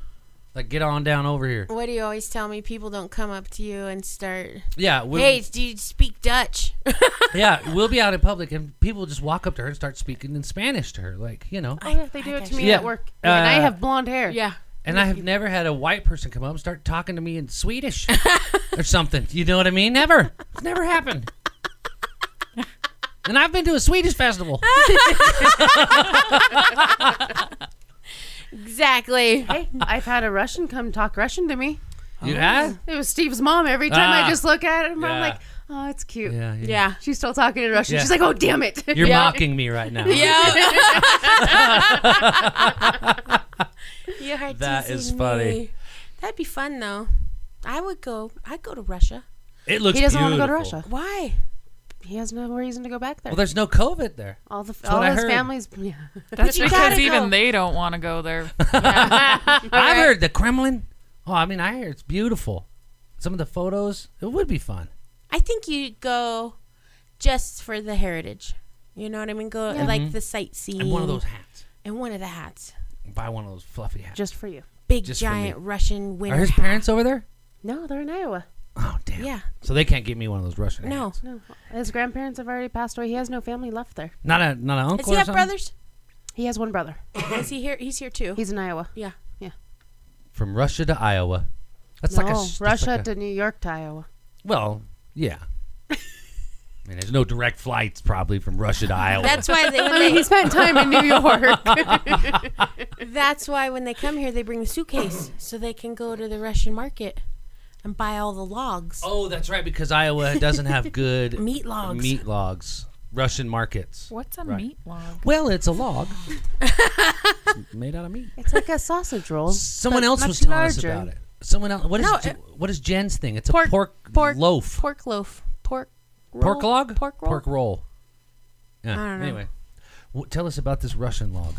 Speaker 2: Like, get on down over here.
Speaker 1: What do you always tell me? People don't come up to you and start.
Speaker 2: Yeah. We,
Speaker 1: Hey, do you speak
Speaker 2: [laughs]
Speaker 1: Dutch? [laughs]
Speaker 2: Yeah, we'll be out in public and people just walk up to her and start speaking in Spanish to her. Like, you know.
Speaker 5: Oh yeah, they do it to me
Speaker 2: Yeah.
Speaker 5: at work, and I
Speaker 2: Uh,
Speaker 5: have blonde hair.
Speaker 1: yeah.
Speaker 2: And I have never had a white person come up and start talking to me in Swedish or something. You know what I mean? Never. It's never happened. And I've been to a Swedish festival.
Speaker 1: Exactly.
Speaker 2: Uh,
Speaker 5: Hey, I've had a Russian come talk Russian to me.
Speaker 2: You have?
Speaker 5: It was Steve's mom. Every time
Speaker 2: Ah.
Speaker 5: I just look at him,
Speaker 2: Yeah.
Speaker 5: I'm like, oh, it's cute.
Speaker 2: Yeah, yeah.
Speaker 1: Yeah.
Speaker 5: She's still talking in Russian.
Speaker 2: Yeah.
Speaker 5: She's like, oh, damn it.
Speaker 2: You're
Speaker 1: Yeah.
Speaker 2: mocking me right now. [laughs]
Speaker 1: Yeah. you are
Speaker 2: That
Speaker 1: teasing
Speaker 2: is funny.
Speaker 1: me. That'd be fun though. I would go. I'd go to Russia.
Speaker 2: It looks
Speaker 5: [laughs] he doesn't want to go to
Speaker 2: beautiful.
Speaker 5: Russia.
Speaker 1: Why?
Speaker 5: He has no reason to go back there.
Speaker 2: Well, there's no COVID there.
Speaker 5: all the,
Speaker 2: what
Speaker 5: all
Speaker 2: I
Speaker 5: his
Speaker 2: heard.
Speaker 5: families. [laughs] Yeah.
Speaker 4: That's
Speaker 1: you
Speaker 4: because
Speaker 1: gotta
Speaker 4: even
Speaker 1: go.
Speaker 4: they don't want to
Speaker 2: [laughs]
Speaker 4: go there.
Speaker 2: I've heard the Kremlin. Oh, I mean, I hear it's beautiful. Some of the photos, it would be fun.
Speaker 1: I think you go just for the heritage. You know what I mean? Go like the sightseeing
Speaker 2: Mm-hmm. And one of those hats.
Speaker 1: and one of the hats.
Speaker 2: Buy one of those fluffy hats.
Speaker 5: Just for you.
Speaker 1: Big
Speaker 2: Just for me.
Speaker 1: giant Russian winter
Speaker 2: Are his
Speaker 1: hat.
Speaker 2: parents over there?
Speaker 5: No, they're in Iowa.
Speaker 2: Oh, damn.
Speaker 1: Yeah.
Speaker 2: So they can't get me one of those Russian
Speaker 1: No.
Speaker 2: hats.
Speaker 5: No. His grandparents have already passed away. He has no family left there.
Speaker 2: Not a not an uncle
Speaker 1: Does he
Speaker 2: or
Speaker 1: have
Speaker 2: something?
Speaker 1: brothers?
Speaker 5: He has one brother.
Speaker 1: Is he here? He's here too.
Speaker 5: He's in Iowa.
Speaker 1: yeah.
Speaker 2: From Russia to Iowa. That's
Speaker 5: no,
Speaker 2: like a sh- that's
Speaker 5: Russia
Speaker 2: like a-
Speaker 5: to New York to
Speaker 2: [laughs]
Speaker 5: Iowa.
Speaker 2: well, yeah. I mean, there's no direct flights probably from Russia to Iowa.
Speaker 1: That's why they,
Speaker 5: I mean,
Speaker 1: when
Speaker 2: [laughs]
Speaker 5: he spent time in New York.
Speaker 1: they that's why when they come here they bring the suitcase so they can go to the Russian market and buy all the logs.
Speaker 2: oh, that's right because Iowa doesn't have good
Speaker 1: [laughs] Meat logs.
Speaker 2: meat logs. Russian markets.
Speaker 4: What's a
Speaker 2: Right.
Speaker 4: meat log?
Speaker 2: Well, it's
Speaker 1: [laughs]
Speaker 2: a log It's made out of meat.
Speaker 5: [laughs] it's like a sausage roll.
Speaker 2: Someone
Speaker 5: but
Speaker 2: else
Speaker 5: much
Speaker 2: was telling us
Speaker 5: larger.
Speaker 2: about it. Someone else. What is
Speaker 1: No,
Speaker 2: J-
Speaker 1: it-
Speaker 2: what is Jen's thing? It's a
Speaker 1: Pork-
Speaker 2: pork
Speaker 1: pork-
Speaker 2: loaf,
Speaker 1: Pork loaf. Pork roll?
Speaker 2: pork log,
Speaker 1: Pork roll.
Speaker 2: pork roll. Yeah.
Speaker 1: I don't know.
Speaker 2: Anyway, w- tell us about this Russian log.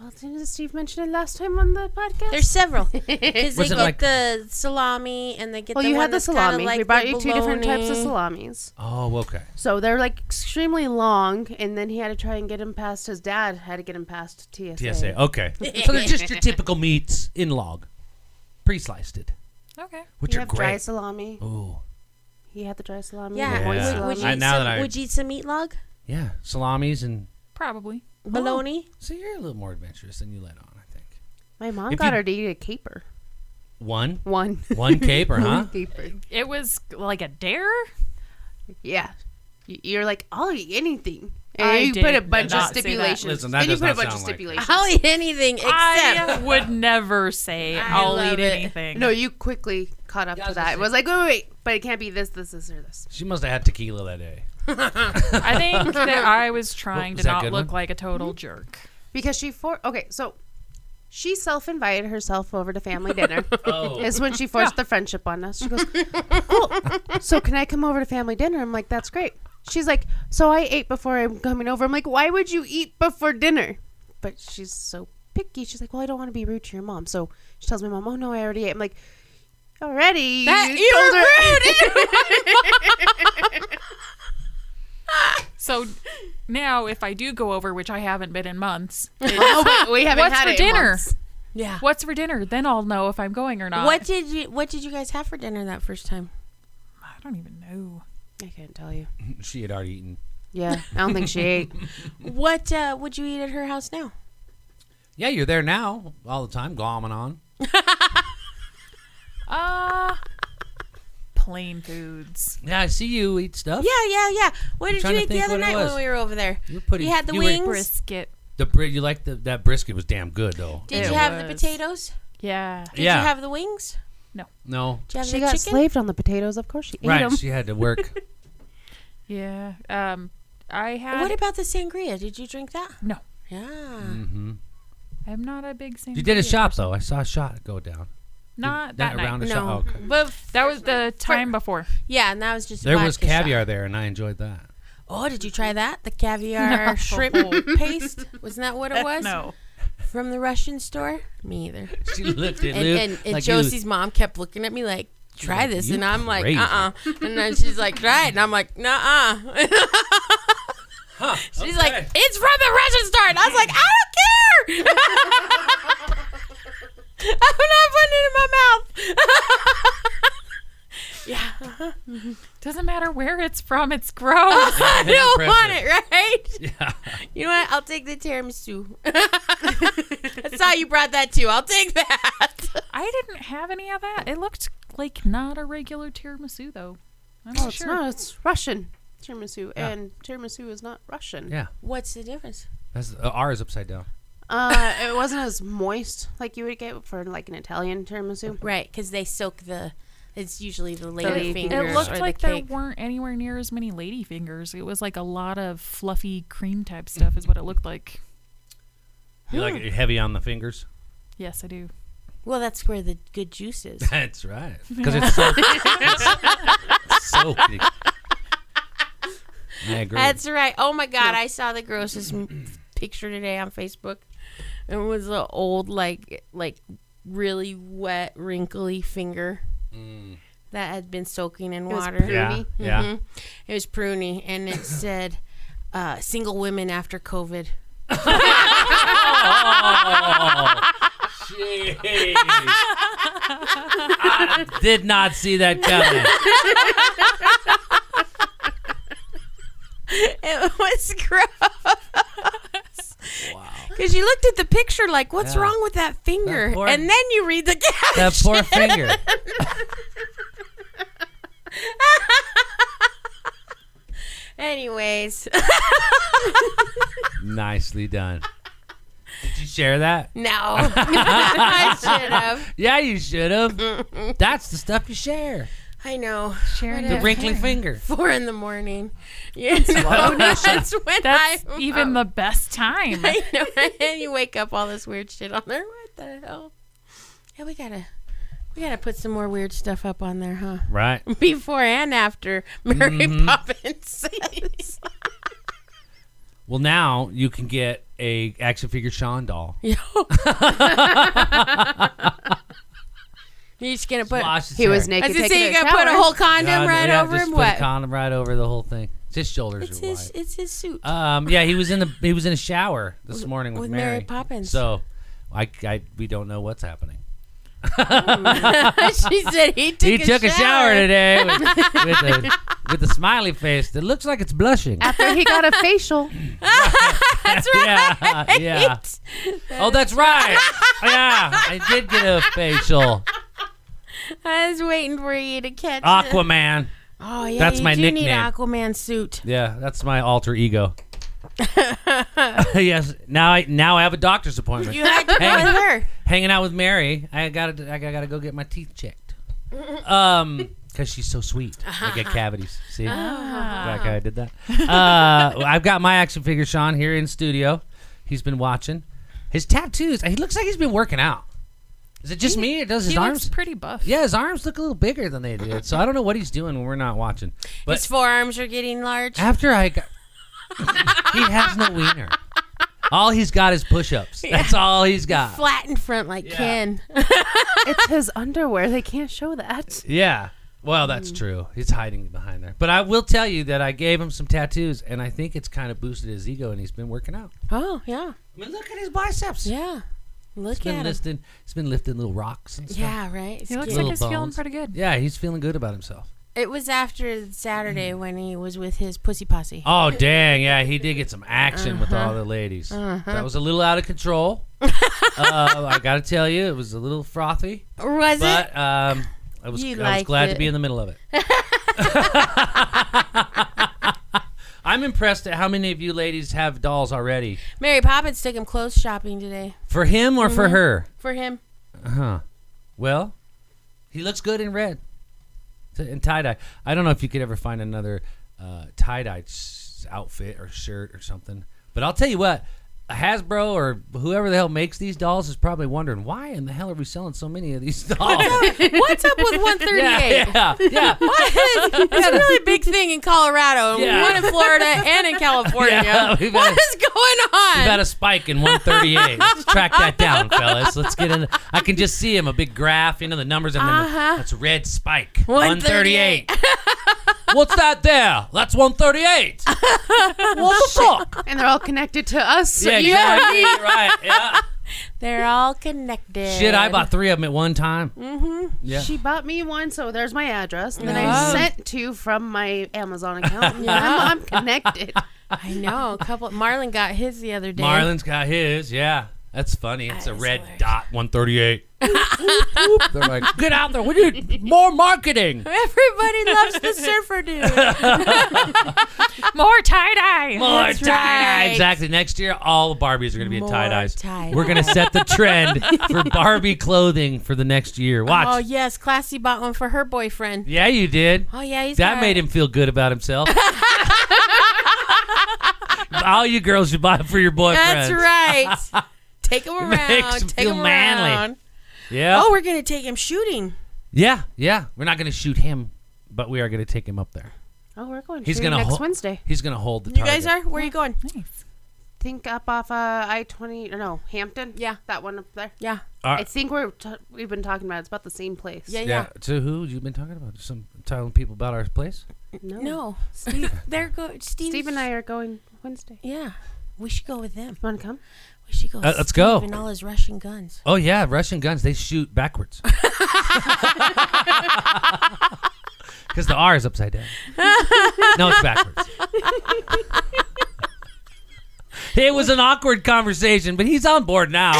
Speaker 5: Well, didn't Steve mention it last time on the podcast?
Speaker 1: There's
Speaker 5: [laughs]
Speaker 1: several because they
Speaker 2: Was it
Speaker 1: get
Speaker 2: like-
Speaker 1: the salami and they get.
Speaker 5: well,
Speaker 1: the
Speaker 5: Oh, you
Speaker 1: one
Speaker 5: had the
Speaker 1: that's kinda
Speaker 5: salami.
Speaker 1: Like
Speaker 5: we brought
Speaker 1: the
Speaker 5: you two different types of
Speaker 1: bologna.
Speaker 5: salamis.
Speaker 2: Oh, okay.
Speaker 5: So they're like extremely long, and then he had to try and get him past his dad. Had to get him past TSA.
Speaker 2: TSA. Okay. so they're just your typical meats in log, pre-sliced, it,
Speaker 4: Okay.
Speaker 2: which
Speaker 5: You
Speaker 2: are
Speaker 5: have dry
Speaker 2: great.
Speaker 5: salami.
Speaker 2: Ooh,
Speaker 5: He had the dry salami.
Speaker 1: Yeah.
Speaker 5: the moist
Speaker 2: Yeah.
Speaker 1: Would, would you
Speaker 2: I-
Speaker 5: salami.
Speaker 1: eat
Speaker 2: now
Speaker 1: some,
Speaker 2: that I-
Speaker 1: would you eat some meat log?
Speaker 2: yeah, salamis and
Speaker 4: Probably.
Speaker 5: [laughs]
Speaker 1: Bologna.
Speaker 2: so you're a little more adventurous than you let on. I think
Speaker 5: My mom
Speaker 2: If
Speaker 5: got
Speaker 2: you-
Speaker 5: her to eat a caper.
Speaker 2: one,
Speaker 5: One. [laughs]
Speaker 2: one caper, huh?
Speaker 5: One caper.
Speaker 4: It was like a dare.
Speaker 5: Yeah. Y- You're like, I'll eat anything. And
Speaker 4: I
Speaker 5: you put a
Speaker 4: did
Speaker 5: bunch of
Speaker 4: not say that.
Speaker 5: stipulations.
Speaker 2: Listen, that
Speaker 5: and you
Speaker 2: does
Speaker 5: put a
Speaker 2: not
Speaker 5: bunch of
Speaker 2: sound like her.
Speaker 5: stipulations.
Speaker 1: I'll eat
Speaker 5: [laughs]
Speaker 1: anything except.
Speaker 4: I would never say
Speaker 1: [laughs] I
Speaker 4: I'll
Speaker 1: love
Speaker 4: eat
Speaker 1: it.
Speaker 4: anything.
Speaker 5: No, you quickly caught up
Speaker 2: Yeah, I
Speaker 5: to
Speaker 2: was gonna
Speaker 5: that. It
Speaker 2: say-
Speaker 5: was like, wait, wait, wait, but it can't be this, this, this, or this.
Speaker 2: She must have had tequila that day.
Speaker 4: I
Speaker 1: [laughs]
Speaker 4: think that I was trying
Speaker 2: was
Speaker 4: to
Speaker 2: that
Speaker 4: not
Speaker 2: good
Speaker 4: look
Speaker 2: one?
Speaker 4: like a
Speaker 1: Mm-hmm.
Speaker 4: total jerk.
Speaker 5: Because she for okay, so she self invited herself over to family dinner.
Speaker 2: Oh,
Speaker 4: [laughs]
Speaker 5: It's when she forced the friendship on us. She goes, Cool. So can I come over to family dinner? I'm like, That's great. She's like, So I ate before I'm coming over. I'm like, Why would you eat before dinner? But she's so picky. She's like, Well, I don't want to be rude to your mom. So she tells my mom, Oh no, I already ate. I'm like, Already.
Speaker 1: Eh,
Speaker 4: That
Speaker 5: You
Speaker 4: you
Speaker 5: told
Speaker 4: were
Speaker 5: her-
Speaker 4: So now, if I do go over, which I haven't been in months,
Speaker 5: [laughs] Oh, wait, we haven't
Speaker 4: what's
Speaker 5: had
Speaker 4: for
Speaker 5: it in
Speaker 4: dinner?
Speaker 5: months.
Speaker 1: yeah.
Speaker 4: What's for dinner? Then I'll know if I'm going or not.
Speaker 1: What did you What did you guys have for dinner that first time?
Speaker 4: I don't even know.
Speaker 5: I can't tell you.
Speaker 2: [laughs] she had already eaten.
Speaker 5: Yeah, I
Speaker 4: [laughs]
Speaker 5: don't think she ate.
Speaker 1: What uh, would you eat at her house now?
Speaker 2: Yeah, you're there now all the time, glomming on.
Speaker 4: Uh plain foods.
Speaker 2: Yeah, I see you eat stuff.
Speaker 1: Yeah, yeah, yeah. What did
Speaker 2: trying
Speaker 1: you
Speaker 2: to
Speaker 1: eat the
Speaker 2: think
Speaker 1: other
Speaker 2: what
Speaker 1: night
Speaker 2: it was.
Speaker 1: when we were over there?
Speaker 2: You were pretty-
Speaker 1: You had the
Speaker 2: you were-
Speaker 1: wings.
Speaker 4: Brisket.
Speaker 2: The bri- you like the that brisket was damn good though.
Speaker 1: Did
Speaker 4: It
Speaker 1: you have the
Speaker 4: was.
Speaker 1: potatoes?
Speaker 4: Yeah.
Speaker 1: Did
Speaker 2: yeah.
Speaker 1: you have the wings?
Speaker 2: no.
Speaker 1: Did you have
Speaker 5: She
Speaker 1: the
Speaker 5: got
Speaker 1: chicken?
Speaker 5: slaved on the potatoes. Of course, she ate
Speaker 2: Right,
Speaker 5: them.
Speaker 2: she had to work.
Speaker 4: Yeah. Um I had
Speaker 1: What about the sangria? Did you drink that?
Speaker 4: No.
Speaker 1: Yeah.
Speaker 2: hmm
Speaker 4: I'm not a big sangria.
Speaker 2: You did a shot though. I saw a shot go down.
Speaker 4: Not
Speaker 2: That
Speaker 4: that, night.
Speaker 2: round of-
Speaker 1: No.
Speaker 2: Oh, okay.
Speaker 1: But f-
Speaker 4: that was the time before.
Speaker 1: yeah, and that was just
Speaker 2: There was
Speaker 1: vodka shot.
Speaker 2: caviar there, and I enjoyed that.
Speaker 1: Oh, did you try that?
Speaker 4: [laughs]
Speaker 1: The caviar
Speaker 4: No.
Speaker 1: shrimp paste? Wasn't that what it was?
Speaker 4: [laughs] No.
Speaker 1: From the Russian store? Me either.
Speaker 2: She looked it,
Speaker 1: And
Speaker 2: Lou,
Speaker 1: and, and
Speaker 2: like you-
Speaker 1: Josie's mom kept looking at me like, try this.
Speaker 2: you
Speaker 1: And I'm like,
Speaker 2: crazy.
Speaker 1: uh uh And then she's like, try it. And I'm like, nah uh. [laughs] She's like, it's from the Russian store. And I was like, I don't care. [laughs] I'm not putting it in my mouth.
Speaker 4: Doesn't matter where it's from, it's gross.
Speaker 1: yeah. [laughs] I [laughs] don't want it, right?
Speaker 2: yeah.
Speaker 1: You know what? I'll take the tiramisu. [laughs] I saw you brought that too. I'll take that. [laughs]
Speaker 4: I didn't have any of that. It looked like not a regular tiramisu though. I'm
Speaker 5: Oh,
Speaker 4: not
Speaker 5: it's
Speaker 4: sure.
Speaker 5: not. It's Russian tiramisu,
Speaker 2: Yeah.
Speaker 5: and tiramisu is not Russian.
Speaker 2: Yeah.
Speaker 1: What's the difference?
Speaker 2: That's uh, R is upside down.
Speaker 5: Uh, it wasn't as moist like you would get for like an Italian tiramisu.
Speaker 1: Right, because they soak the. It's usually the
Speaker 5: lady
Speaker 1: lady fingers
Speaker 4: It
Speaker 5: fingers
Speaker 4: looked
Speaker 1: or
Speaker 4: like
Speaker 1: the
Speaker 4: there
Speaker 1: cake.
Speaker 4: weren't anywhere near as many lady fingers. It was like a lot of fluffy cream type stuff is what it looked like.
Speaker 2: You like it heavy on the fingers? [laughs]
Speaker 4: Yes, I do.
Speaker 1: Well, that's where the good juice is.
Speaker 2: That's [laughs] right. Because it's so. it's so big. I agree.
Speaker 1: That's right. Oh my God, I saw the grossest m- [clears throat] picture today on Facebook. It was an old, like, like really wet, wrinkly finger
Speaker 2: Mm.
Speaker 1: that had been soaking in
Speaker 5: It was
Speaker 1: water.
Speaker 2: yeah.
Speaker 5: Pruny.
Speaker 2: Yeah.
Speaker 1: Mhm. It was pruny, and
Speaker 2: [laughs]
Speaker 1: it said, uh, "Single women after
Speaker 5: [laughs]
Speaker 1: COVID."
Speaker 2: Jeez. I did not see that coming.
Speaker 1: [laughs] It was gross.
Speaker 2: Wow.
Speaker 1: Because you looked at the picture like, what's
Speaker 2: Yeah.
Speaker 1: wrong with that finger?
Speaker 2: That poor-
Speaker 1: and then you read the [laughs] caption.
Speaker 2: That poor finger.
Speaker 1: Anyways,
Speaker 2: Nicely done. Did you share that?
Speaker 1: no, [laughs]
Speaker 2: [laughs]
Speaker 1: I should have.
Speaker 2: Yeah, you
Speaker 1: [laughs]
Speaker 2: should have. That's the stuff you share.
Speaker 1: I know.
Speaker 4: Sharon,
Speaker 2: The wrinkly finger.
Speaker 1: Four in the morning. Yeah, no, [laughs] that's when
Speaker 4: that's
Speaker 1: I
Speaker 4: even the best
Speaker 1: [laughs]
Speaker 4: time.
Speaker 1: I know. and you wake up all this weird shit on there. What the hell? Yeah, we gotta, we gotta put some more weird stuff up on there, huh? [laughs]
Speaker 2: Right.
Speaker 1: Before and after
Speaker 2: Mm-hmm. [laughs]
Speaker 1: Mary [laughs] Poppins.
Speaker 2: Well, now you can get a action figure Sean doll.
Speaker 1: Yo. [laughs] You're just gonna put. I
Speaker 2: Lost his
Speaker 5: He was
Speaker 2: hair.
Speaker 5: naked.
Speaker 1: was gonna
Speaker 5: taking
Speaker 1: say
Speaker 5: a
Speaker 1: you gotta put a
Speaker 5: shower.
Speaker 1: whole condom
Speaker 2: God,
Speaker 1: right
Speaker 2: yeah,
Speaker 1: over
Speaker 2: just
Speaker 1: him.
Speaker 2: put a
Speaker 1: What?
Speaker 2: condom right over the whole thing. His shoulders
Speaker 1: It's
Speaker 2: are
Speaker 1: his.
Speaker 2: wide.
Speaker 1: It's his suit.
Speaker 2: [laughs]
Speaker 1: [laughs]
Speaker 2: Um, yeah, he was in the he was in a shower this
Speaker 1: With-
Speaker 2: morning with,
Speaker 1: with
Speaker 2: Mary.
Speaker 1: Mary Poppins.
Speaker 2: So, I, I we don't know what's happening.
Speaker 1: she said he took.
Speaker 2: he took a shower today
Speaker 1: [laughs]
Speaker 2: with, with, a, with a smiley face that looks like it's blushing.
Speaker 5: [laughs] After he got a facial.
Speaker 2: That's right. [laughs] Yeah, yeah. oh,
Speaker 1: [laughs]
Speaker 2: that's right. yeah, I did get a facial.
Speaker 1: I was waiting for you to catch. it.
Speaker 2: Aquaman.
Speaker 1: Oh yeah,
Speaker 2: Ah, That's
Speaker 1: you
Speaker 2: my
Speaker 1: do Need
Speaker 2: nickname.
Speaker 1: an Aquaman
Speaker 2: [laughs]
Speaker 1: suit.
Speaker 2: Yeah, that's my alter ego. [laughs] yes. Now I now I have a doctor's appointment.
Speaker 1: You had to go
Speaker 2: Hey.
Speaker 1: with
Speaker 2: [laughs]
Speaker 1: her.
Speaker 2: Hanging out with Mary. I gotta I gotta go get my teeth checked.
Speaker 4: [laughs]
Speaker 2: Um, because she's so sweet.
Speaker 4: Uh-huh.
Speaker 2: I get cavities. See,
Speaker 4: Ah.
Speaker 2: like how I did that. Uh, I've got my action figure Sean here in studio. He's been watching. His tattoos. He looks like he's been working out. Is it just me? Or does his
Speaker 4: [laughs] he
Speaker 2: arms?
Speaker 4: looks pretty buff.
Speaker 2: Yeah, his arms look a little bigger than they did. So I don't know what he's doing when we're not watching. But
Speaker 1: His forearms are getting large.
Speaker 2: after I got, he has no wiener. All he's got is push-ups. That's all he's got.
Speaker 1: Flat in front like Ken. [laughs]
Speaker 5: it's his underwear. They can't show that.
Speaker 2: Yeah. Well, that's
Speaker 1: Mm.
Speaker 2: true. He's hiding behind there. But I will tell you that I gave him some tattoos, and I think it's kind of boosted his ego, and he's been working out.
Speaker 1: Oh yeah,
Speaker 2: I mean, look at his biceps.
Speaker 1: yeah. Look
Speaker 2: He's been
Speaker 1: at him.
Speaker 2: lifting. He's been lifting little rocks and stuff.
Speaker 1: Yeah, right. It's
Speaker 4: He looks
Speaker 1: cute.
Speaker 4: like
Speaker 2: Little
Speaker 4: he's feeling
Speaker 2: bones.
Speaker 4: pretty good.
Speaker 2: Yeah, he's feeling good about himself.
Speaker 1: It was after
Speaker 2: Mm.
Speaker 1: Saturday when he was with his pussy posse.
Speaker 2: Oh dang! Yeah, he did get some action with all
Speaker 1: Uh-huh.
Speaker 2: the ladies. That was a little out of
Speaker 1: [laughs]
Speaker 2: control. uh, I gotta tell you, it was a little frothy,
Speaker 1: was it?
Speaker 2: Uh, but um, I was
Speaker 1: You
Speaker 2: I was
Speaker 1: liked
Speaker 2: glad to
Speaker 1: it.
Speaker 2: be in the middle of
Speaker 1: [laughs]
Speaker 2: it. I'm impressed at how many of you ladies have dolls already.
Speaker 1: Mary Poppins took him clothes shopping today
Speaker 2: For him or
Speaker 1: Mm-hmm.
Speaker 2: for her?
Speaker 1: for him.
Speaker 2: Huh. Well, he looks good in red T- and tie dye. I don't know if you could ever find another uh, tie dye s- outfit or shirt or something. But I'll tell you what, Hasbro or whoever the hell makes these dolls is probably wondering why in the hell are we selling so many of these [laughs] dolls?
Speaker 1: What's up
Speaker 2: [laughs]
Speaker 1: with 138?
Speaker 2: yeah, yeah, yeah.
Speaker 1: [laughs] it's a really
Speaker 2: [laughs]
Speaker 1: big thing in Colorado, and
Speaker 2: Yeah.
Speaker 1: one in Florida, and
Speaker 2: [laughs]
Speaker 1: in California.
Speaker 2: Yeah, we've
Speaker 1: what
Speaker 2: had-
Speaker 1: is going
Speaker 2: We've
Speaker 1: on?
Speaker 2: had a spike in 138. Let's track that down, fellas. Let's get in. I can just see him, a big graph, you know, the numbers. And then the-
Speaker 1: Uh-huh.
Speaker 2: That's a red spike.
Speaker 1: 138.
Speaker 2: 138. What's that there? That's 138. what the fuck?
Speaker 5: [laughs] And they're all connected to us.
Speaker 2: Yeah, exactly. Right. Yeah.
Speaker 1: They're all connected.
Speaker 2: Shit, I bought three of them at one time. Mm-hmm. Yeah.
Speaker 5: She bought me one, so there's my address. And then
Speaker 1: Nice.
Speaker 5: I sent two from my Amazon
Speaker 2: [laughs]
Speaker 5: account.
Speaker 1: Yeah.
Speaker 5: I'm, I'm connected.
Speaker 1: I know a couple. Marlon got his the other day.
Speaker 2: Marlon's got his. Yeah. That's funny. It's a
Speaker 1: is
Speaker 2: red
Speaker 1: hilarious.
Speaker 2: dot 138. They're like, get out there. We need more marketing.
Speaker 1: [laughs] Everybody loves the surfer
Speaker 2: [laughs]
Speaker 1: dude.
Speaker 4: More tie dye.
Speaker 2: More
Speaker 1: That's
Speaker 2: tie dye.
Speaker 1: right.
Speaker 2: Exactly. Next year, all Barbies are going to be in
Speaker 1: More
Speaker 2: tie dyes.
Speaker 1: tie-dye.
Speaker 2: We're going to set the
Speaker 1: [laughs]
Speaker 2: trend for Barbie clothing for the next year. Watch.
Speaker 1: Oh yes, Classy bought one for her boyfriend.
Speaker 2: yeah, you did.
Speaker 1: Oh yeah, he's
Speaker 2: That
Speaker 1: got-
Speaker 2: made him feel good
Speaker 1: [laughs]
Speaker 2: about himself. all you girls should buy it for your boyfriends.
Speaker 1: That's
Speaker 2: [laughs]
Speaker 1: right. take him around.
Speaker 2: Makes him
Speaker 1: take
Speaker 2: feel
Speaker 1: him
Speaker 2: manly.
Speaker 1: around.
Speaker 2: Yeah.
Speaker 1: Oh, we're gonna take him shooting.
Speaker 2: yeah. Yeah. We're not going to shoot him, but we are going to take him up there.
Speaker 5: Oh, we're going
Speaker 2: He's
Speaker 5: to
Speaker 2: gonna
Speaker 5: next
Speaker 2: hol-
Speaker 5: Wednesday.
Speaker 2: He's going to hold the
Speaker 1: You
Speaker 2: target.
Speaker 1: guys are? Where are you going?
Speaker 4: Nice.
Speaker 5: think up off uh, I twenty. No, Hampton.
Speaker 1: Yeah.
Speaker 5: that one up there.
Speaker 1: Yeah.
Speaker 2: All
Speaker 5: I
Speaker 2: right.
Speaker 5: think we're t- we've been talking about. It's about the same place.
Speaker 1: Yeah.
Speaker 2: yeah.
Speaker 1: Yeah.
Speaker 2: To who you've been talking about? Some telling people about our place?
Speaker 5: No.
Speaker 1: No,
Speaker 2: Oh. [laughs]
Speaker 1: Steve. They're go. Steve.
Speaker 5: Steve and I are going Wednesday.
Speaker 1: Yeah. We should go with them.
Speaker 5: You want to [laughs] come?
Speaker 1: We should go. with
Speaker 2: Uh, let's
Speaker 1: Steve
Speaker 2: go.
Speaker 1: And all his Russian guns.
Speaker 2: Oh yeah, Russian guns. They shoot backwards. Because the R is upside down. No, it's backwards. It was an awkward conversation, but he's on board now.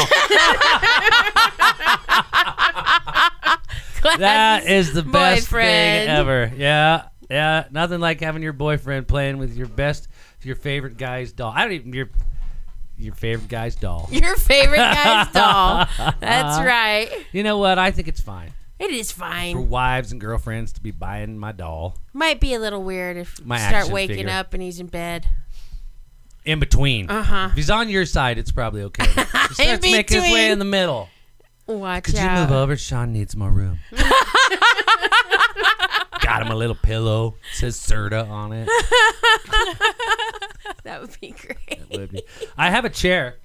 Speaker 2: that is the best
Speaker 1: Boyfriend.
Speaker 2: thing ever. Yeah, yeah. Nothing like having your boyfriend playing with your best, your favorite guy's doll. I don't even your your favorite guy's doll.
Speaker 1: [laughs] Your favorite guy's
Speaker 2: [laughs]
Speaker 1: doll. That's right.
Speaker 2: You know what? I think it's fine.
Speaker 1: It is
Speaker 2: for
Speaker 1: fine.
Speaker 2: wives and girlfriends to be buying my doll
Speaker 1: Might be a little weird if you
Speaker 2: My
Speaker 1: start
Speaker 2: action
Speaker 1: waking
Speaker 2: figure.
Speaker 1: up and he's in bed.
Speaker 2: in between.
Speaker 1: Uh-huh.
Speaker 2: If he's on your side, it's probably okay. He starts making his way
Speaker 1: between.
Speaker 2: in the middle.
Speaker 1: Watch
Speaker 2: Could
Speaker 1: out.
Speaker 2: you move over? Sean needs more room. Got him a little pillow. Says Serta on it.
Speaker 1: That would be great.
Speaker 2: Would be. I have a chair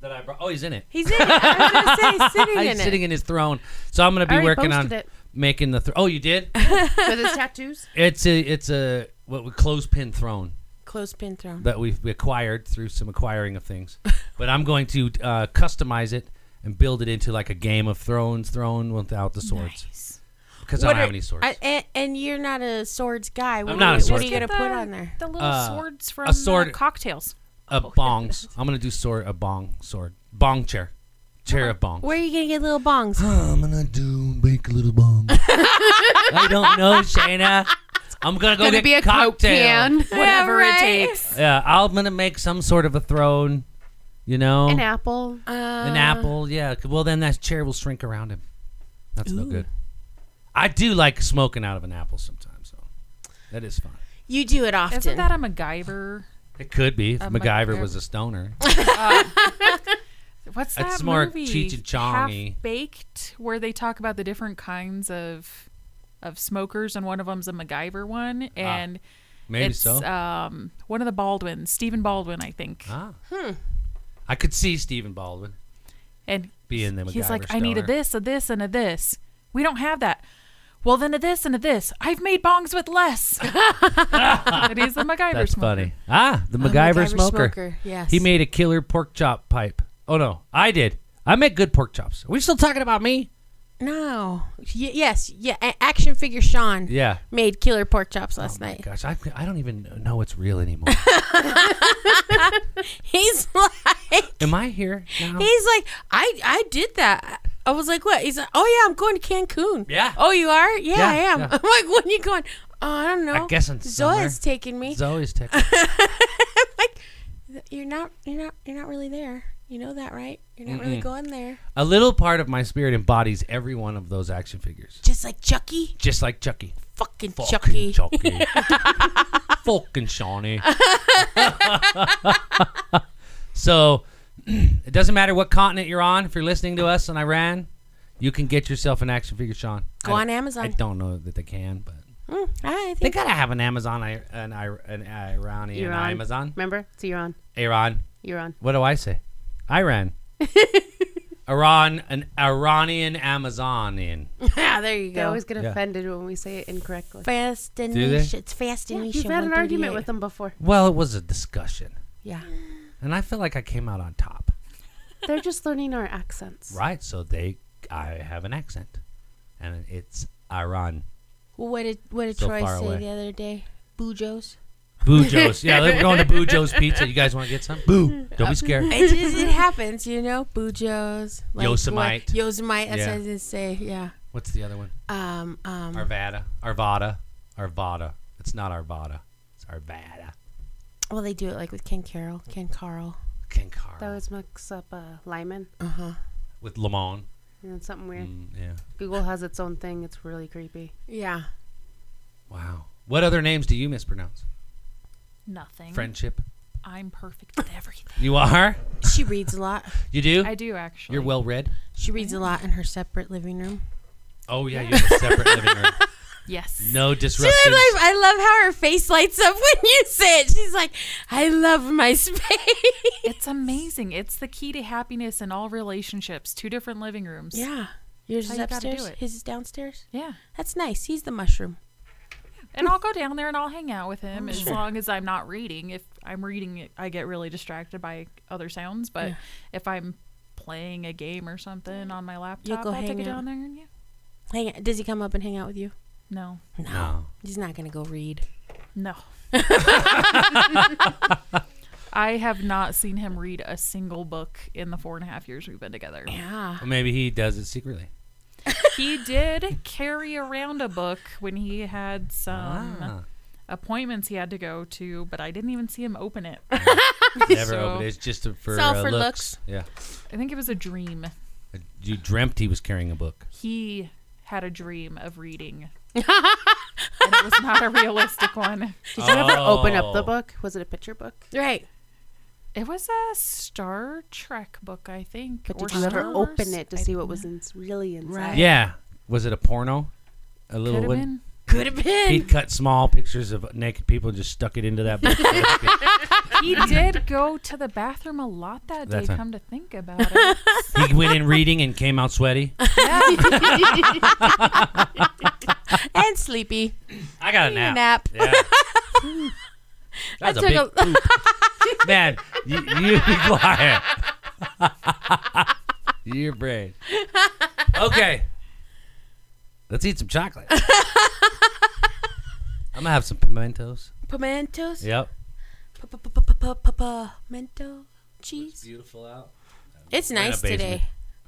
Speaker 2: that I brought. Oh, he's in it.
Speaker 1: He's in it. I was gonna
Speaker 2: [laughs]
Speaker 1: say he's sitting
Speaker 2: he's
Speaker 1: in
Speaker 2: sitting
Speaker 1: it.
Speaker 2: in his throne. So I'm gonna be
Speaker 5: already
Speaker 2: working on
Speaker 5: posted it.
Speaker 2: making the. Th- oh, you did?
Speaker 5: With his tattoos?
Speaker 2: it's a it's a what we clothespin throne
Speaker 1: Clothespin throne.
Speaker 2: that we've acquired through some acquiring of things. [laughs] but I'm going to uh, customize it and build it into like a Game of Thrones throne without the swords because I
Speaker 1: What
Speaker 2: don't
Speaker 1: are-
Speaker 2: have any swords.
Speaker 1: I- and, and you're not a swords guy. What,
Speaker 2: not
Speaker 1: are
Speaker 2: a
Speaker 1: you-
Speaker 2: swords
Speaker 1: what are you
Speaker 2: guy.
Speaker 1: gonna put on there?
Speaker 4: The little
Speaker 2: Uh,
Speaker 4: swords from
Speaker 2: a sword-
Speaker 4: the cocktails.
Speaker 5: [laughs]
Speaker 2: a bongs. I'm gonna do sword a bong sword bong chair chair of bongs.
Speaker 1: Where are you gonna get little bongs?
Speaker 2: [laughs] I'm gonna do make a little
Speaker 5: [laughs]
Speaker 2: bong. I don't know, Shayna. I'm gonna go
Speaker 5: Gonna
Speaker 2: get
Speaker 5: be a Coke
Speaker 2: cocktail.
Speaker 5: can.
Speaker 4: Whatever
Speaker 1: right.
Speaker 4: it takes.
Speaker 2: Yeah, I'm gonna make some sort of a throne. You know,
Speaker 5: An apple.
Speaker 2: An apple. Yeah. c- Well, then that chair will shrink around him. That's no good. I do like smoking out of an apple sometimes, though. That is fun.
Speaker 1: You do it often.
Speaker 4: Isn't that a MacGyver?
Speaker 2: It could be. If
Speaker 4: A
Speaker 2: MacGyver
Speaker 4: MacGyver.
Speaker 2: was a stoner.
Speaker 4: What's
Speaker 2: That's
Speaker 4: that
Speaker 2: more
Speaker 4: movie?
Speaker 2: Cheech and Chong-y.
Speaker 4: Half baked, where they talk about the different kinds of of smokers, and one of them's a MacGyver one, and
Speaker 2: Ah, Maybe
Speaker 4: it's
Speaker 2: so.
Speaker 4: um one of the Baldwins, Stephen Baldwin, I think,
Speaker 2: ah. I could see Stephen Baldwin
Speaker 4: and
Speaker 2: being the MacGyver
Speaker 4: he's like,
Speaker 2: stoner.
Speaker 4: I need a this, a this, and a this. We don't have that. Well, then a this and a this. I've made bongs with less. [laughs] but he's the MacGyver
Speaker 2: That's
Speaker 4: smoker.
Speaker 2: funny. Ah, the MacGyver, smoker.
Speaker 1: Yes.
Speaker 2: He made a killer pork chop pipe. Oh no, I did. I make good pork chops. Are we still talking about me?
Speaker 1: no. Y- yes. Yeah. a- action figure Sean
Speaker 2: Yeah.
Speaker 1: made killer pork chops last
Speaker 2: Oh my
Speaker 1: night.
Speaker 2: gosh, I, I don't even know what's real anymore.
Speaker 1: He's [laughs] like.
Speaker 2: Am I here now?
Speaker 1: Oh. He's like, I I did that. I was like, what? He's like, oh yeah, I'm going to Cancun.
Speaker 2: Yeah.
Speaker 1: Oh, you are? Yeah,
Speaker 2: Yeah,
Speaker 1: I am.
Speaker 2: yeah.
Speaker 1: [laughs] I'm like, when you going? Oh, I don't know.
Speaker 2: I guess in summer.
Speaker 1: Zoa's taking me.
Speaker 2: Zoe's tech.
Speaker 1: like, you're not, you're not, you're not really there. You know that, right? You're not really going there.
Speaker 2: A little part of my spirit embodies every one of those action figures,
Speaker 1: Just like Chucky,
Speaker 2: just like Chucky.
Speaker 1: fucking, Chucky.
Speaker 2: Fucking Chucky.
Speaker 1: [laughs]
Speaker 2: Fucking Shawnee. [laughs] so it doesn't matter what continent you're on. If you're listening to us in Iran, you can get yourself an action figure, Sean.
Speaker 1: Go
Speaker 2: I-
Speaker 1: on Amazon.
Speaker 2: I don't know that they can, but
Speaker 1: Mm, I
Speaker 2: they
Speaker 1: think
Speaker 2: gotta have an Amazon, I- an, I- an Iranian
Speaker 5: Iran.
Speaker 2: Amazon.
Speaker 5: Remember? It's Iran.
Speaker 2: Iran.
Speaker 5: Iran.
Speaker 2: What do I say?
Speaker 1: [laughs]
Speaker 2: Iran. Iran, an Iranian Amazonian.
Speaker 1: yeah. [laughs] There you
Speaker 5: They
Speaker 1: go.
Speaker 5: always get
Speaker 2: Yeah.
Speaker 5: offended when we say it incorrectly.
Speaker 1: Fast and
Speaker 2: Do they?
Speaker 1: niche. It's fast and niche.
Speaker 5: You've
Speaker 1: and
Speaker 5: had an argument
Speaker 1: 138.
Speaker 5: with them before.
Speaker 2: Well, it was a discussion,
Speaker 1: Yeah.
Speaker 2: and I feel like I came out on top.
Speaker 5: They're just learning our accents.
Speaker 2: Right, so they, I have an accent, and it's Iran.
Speaker 1: Well, what did what did
Speaker 2: So
Speaker 1: Troy
Speaker 2: far
Speaker 1: say
Speaker 2: away.
Speaker 1: the other day?
Speaker 2: [laughs]
Speaker 1: Bujo's.
Speaker 2: Bujo's, yeah, we're going to Bujo's Pizza. You guys want to get some? Boo! Don't be scared.
Speaker 1: it just it happens, you know. Bujo's,
Speaker 2: Yosemite.
Speaker 1: what- Yosemite. That's
Speaker 2: Yeah.
Speaker 1: what I was gonna say. Yeah.
Speaker 2: What's the other one?
Speaker 1: Um. Um.
Speaker 2: Arvada, Arvada, Arvada. It's not Arvada. It's Arvada.
Speaker 1: well, they do it like with Ken Carroll, Ken Carl.
Speaker 2: Kinkara
Speaker 5: That was mix up uh, Lyman
Speaker 1: Uh huh.
Speaker 2: with Lemon.
Speaker 5: and it's something weird.
Speaker 2: Mm, yeah.
Speaker 5: Google has its own thing. It's really creepy.
Speaker 1: Yeah.
Speaker 2: Wow. What other names do you mispronounce?
Speaker 1: Mm.
Speaker 4: Nothing.
Speaker 2: Friendship.
Speaker 4: I'm perfect at everything.
Speaker 2: You are.
Speaker 1: She reads a lot.
Speaker 2: You do.
Speaker 4: I do actually.
Speaker 2: You're well read.
Speaker 1: She reads a lot in her separate living room.
Speaker 2: Oh yeah, you have a separate living
Speaker 1: [laughs]
Speaker 2: room.
Speaker 4: Yes.
Speaker 2: No
Speaker 1: She was
Speaker 2: disruptions.
Speaker 1: like, I love how her face lights up [laughs] when you say it. She's like, I love my [laughs] space.
Speaker 4: It's amazing. It's the key to happiness in all relationships. Two different living rooms.
Speaker 1: Yeah. Yours
Speaker 4: That's
Speaker 1: is
Speaker 4: how you gotta do
Speaker 1: upstairs.
Speaker 4: it.
Speaker 1: His is downstairs.
Speaker 4: Yeah.
Speaker 1: That's nice. He's the mushroom.
Speaker 4: And I'll go down there and I'll hang out with
Speaker 1: Oh,
Speaker 4: him as long as I'm not reading. If I'm reading, it, I get really distracted by other sounds. But
Speaker 1: Yeah.
Speaker 4: if I'm playing a game or something on my laptop,
Speaker 1: go
Speaker 4: I'll take
Speaker 1: hang
Speaker 4: it
Speaker 1: out.
Speaker 4: down there and yeah.
Speaker 1: Hang. Does he come up and hang out with you?
Speaker 4: No.
Speaker 2: no.
Speaker 1: He's not gonna go read. [laughs]
Speaker 4: No. I have not seen him read a single book in the four and a half years we've been together.
Speaker 1: Yeah.
Speaker 2: Well, maybe he does it
Speaker 4: [laughs]
Speaker 2: secretly.
Speaker 4: He did carry around a book when he had some
Speaker 2: Ah.
Speaker 4: appointments he had to go to, but I didn't even see him open it.
Speaker 2: Never
Speaker 4: So-
Speaker 2: opened. it. It's just for,
Speaker 1: all
Speaker 2: uh,
Speaker 1: for
Speaker 2: looks. Yeah.
Speaker 4: I think it was a dream.
Speaker 2: You dreamt he was carrying a book.
Speaker 4: He had a dream of
Speaker 5: [laughs]
Speaker 4: reading. and it was not a realistic one.
Speaker 5: Did you ever open up the
Speaker 2: Oh.
Speaker 5: book? Was it a picture book?
Speaker 1: Right.
Speaker 4: It was a Star Trek book, I think.
Speaker 5: But
Speaker 4: or
Speaker 5: did you ever
Speaker 4: Star Wars.
Speaker 5: open it to
Speaker 4: I
Speaker 5: see
Speaker 4: don't
Speaker 5: what was
Speaker 4: know.
Speaker 5: in, really inside?
Speaker 1: Right.
Speaker 2: Yeah. Was it a porno? A little
Speaker 4: Could have
Speaker 2: one.
Speaker 4: been.
Speaker 1: Could have been.
Speaker 2: He'd cut small pictures of naked people and just stuck it into that
Speaker 4: [laughs]
Speaker 2: book.
Speaker 4: He did go to the bathroom a lot that
Speaker 2: That's
Speaker 4: day,
Speaker 2: fine.
Speaker 4: come to think about
Speaker 5: [laughs]
Speaker 4: it.
Speaker 2: he went in reading and came out
Speaker 4: [laughs]
Speaker 2: sweaty.
Speaker 1: and sleepy.
Speaker 2: I got a nap.
Speaker 1: Nap.
Speaker 2: [laughs] Yeah. That's a
Speaker 1: I
Speaker 2: big
Speaker 1: took
Speaker 2: poop. [laughs] Man, you, you be quiet. [laughs] Your brain. Okay. Let's eat some [laughs] chocolate. I'm gonna have some pimentos.
Speaker 1: Pimentos.
Speaker 2: Yep.
Speaker 1: Pimento cheese.
Speaker 2: Beautiful out.
Speaker 1: It's
Speaker 2: in a
Speaker 1: nice
Speaker 2: basement.
Speaker 1: today.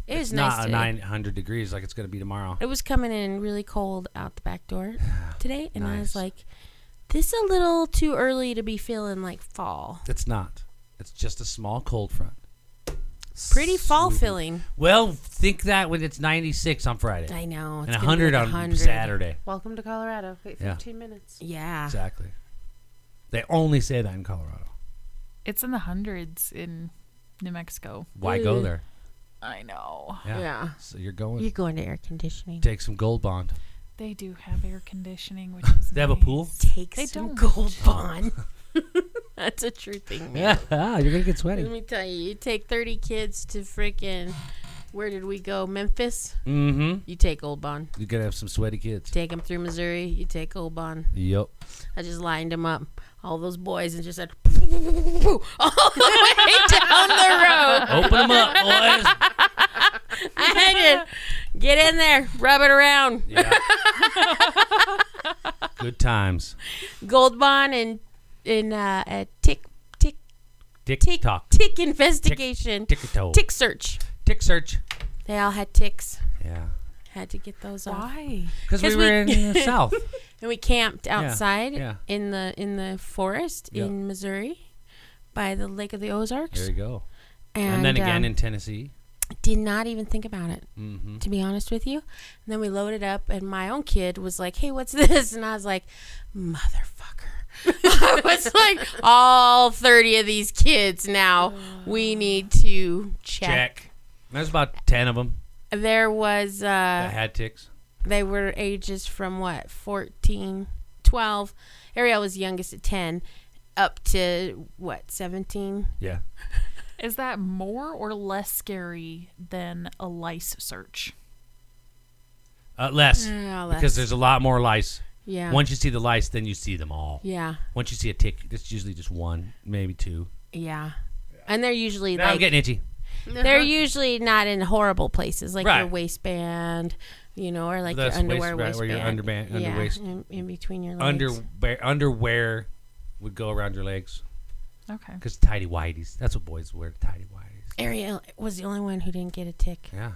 Speaker 1: It was
Speaker 2: It's
Speaker 1: nice
Speaker 2: not
Speaker 1: today.
Speaker 2: 900 degrees like it's gonna be tomorrow.
Speaker 1: It was coming in really cold out the back
Speaker 2: [sighs]
Speaker 1: door today, and I
Speaker 2: Nice.
Speaker 1: was like, "This a little too early to be feeling like fall.
Speaker 2: It's not. It's just a small cold front.
Speaker 1: Pretty fall
Speaker 2: Swooping.
Speaker 1: feeling."
Speaker 2: Well, think that when it's 96 on Friday
Speaker 1: I know.
Speaker 2: and
Speaker 1: gonna be
Speaker 2: 100
Speaker 1: like
Speaker 2: on
Speaker 1: 100.
Speaker 2: Saturday.
Speaker 5: Welcome to Colorado. Wait
Speaker 2: Yeah.
Speaker 5: 15 [laughs] minutes.
Speaker 1: Yeah.
Speaker 2: Exactly. They only say that in Colorado.
Speaker 4: It's in the hundreds in New Mexico.
Speaker 2: Why go
Speaker 1: Ugh.
Speaker 2: there?
Speaker 4: I know.
Speaker 2: Yeah.
Speaker 1: Mm-hmm. Yeah.
Speaker 2: So you're going.
Speaker 1: You're going to air conditioning.
Speaker 2: Take some gold bond.
Speaker 4: They do have air conditioning, which is
Speaker 2: They have a
Speaker 4: nice.
Speaker 2: pool?
Speaker 1: Take
Speaker 4: They
Speaker 1: some
Speaker 4: don't.
Speaker 1: gold bond. [laughs] That's a true thing, man.
Speaker 2: Yeah, Ah, you're gonna get
Speaker 1: Let
Speaker 2: sweaty.
Speaker 1: me tell you, you take 30 kids to freaking, where did we go? Memphis?
Speaker 2: Mm-hmm.
Speaker 1: You take Old Bond.
Speaker 2: You're gonna have some sweaty kids.
Speaker 1: Take them through Missouri. You take Old Bond.
Speaker 2: Yep.
Speaker 1: I just lined them up, all those boys, and just said, [laughs] all the way down the road.
Speaker 2: Open them up, boys.
Speaker 1: I had to get in there, rub it around.
Speaker 2: [laughs] Yeah. Good times.
Speaker 1: Gold Bond and, and uh, a tick, tick,
Speaker 2: Tick
Speaker 1: tick,
Speaker 2: tock.
Speaker 1: tick investigation.
Speaker 2: Tick toe.
Speaker 1: tick search.
Speaker 2: Tick search.
Speaker 1: They all had ticks.
Speaker 2: Yeah.
Speaker 1: Had to get those off.
Speaker 4: Why?
Speaker 2: Because we
Speaker 1: 'Cause
Speaker 2: were
Speaker 1: we- [laughs]
Speaker 2: in the south.
Speaker 1: And we camped outside
Speaker 2: yeah.
Speaker 1: in the in the forest
Speaker 2: Yeah.
Speaker 1: in Missouri by the Lake of the
Speaker 2: There
Speaker 1: Ozarks.
Speaker 2: you go.
Speaker 1: And,
Speaker 2: And, then again
Speaker 1: um,
Speaker 2: in Tennessee.
Speaker 1: did not even think about it,
Speaker 2: Mm-hmm.
Speaker 1: to be honest with you. And then we loaded up and my own kid was like, Hey, what's [laughs] this? And I was like, Motherfucker. [laughs] I was like, all thirty of these kids now
Speaker 2: [sighs]
Speaker 1: we need to check.
Speaker 2: Check. There's about ten of them
Speaker 1: There was
Speaker 2: that
Speaker 1: uh
Speaker 2: had ticks.
Speaker 1: they were ages from what 14 12 ariel was youngest at 10 up to what 17
Speaker 2: Yeah.
Speaker 4: Is that more or less scary than a lice search?
Speaker 2: Uh, less.
Speaker 1: Yeah,
Speaker 2: Because
Speaker 1: Mm, less.
Speaker 2: there's a lot more lice.
Speaker 1: yeah
Speaker 2: Once you see the lice, then you see them all.
Speaker 1: yeah
Speaker 2: Once you see a tick, it's usually just one, maybe two.
Speaker 1: yeah and they're usually
Speaker 2: Now I'm
Speaker 1: like
Speaker 2: getting itchy.
Speaker 1: they're usually not in horrible places like
Speaker 2: Uh-huh. Right.
Speaker 1: your waistband you know or like
Speaker 2: That's
Speaker 1: your underwear
Speaker 2: waist- right, where
Speaker 1: waistband
Speaker 2: your underband-
Speaker 1: yeah,
Speaker 2: underwaist-
Speaker 1: in, in between your legs
Speaker 2: Under underwear would go around your legs
Speaker 4: Okay.
Speaker 2: because tidy whities. That's what boys wear, tidy whities.
Speaker 1: ariel was the only one who didn't get a tick
Speaker 2: Yeah.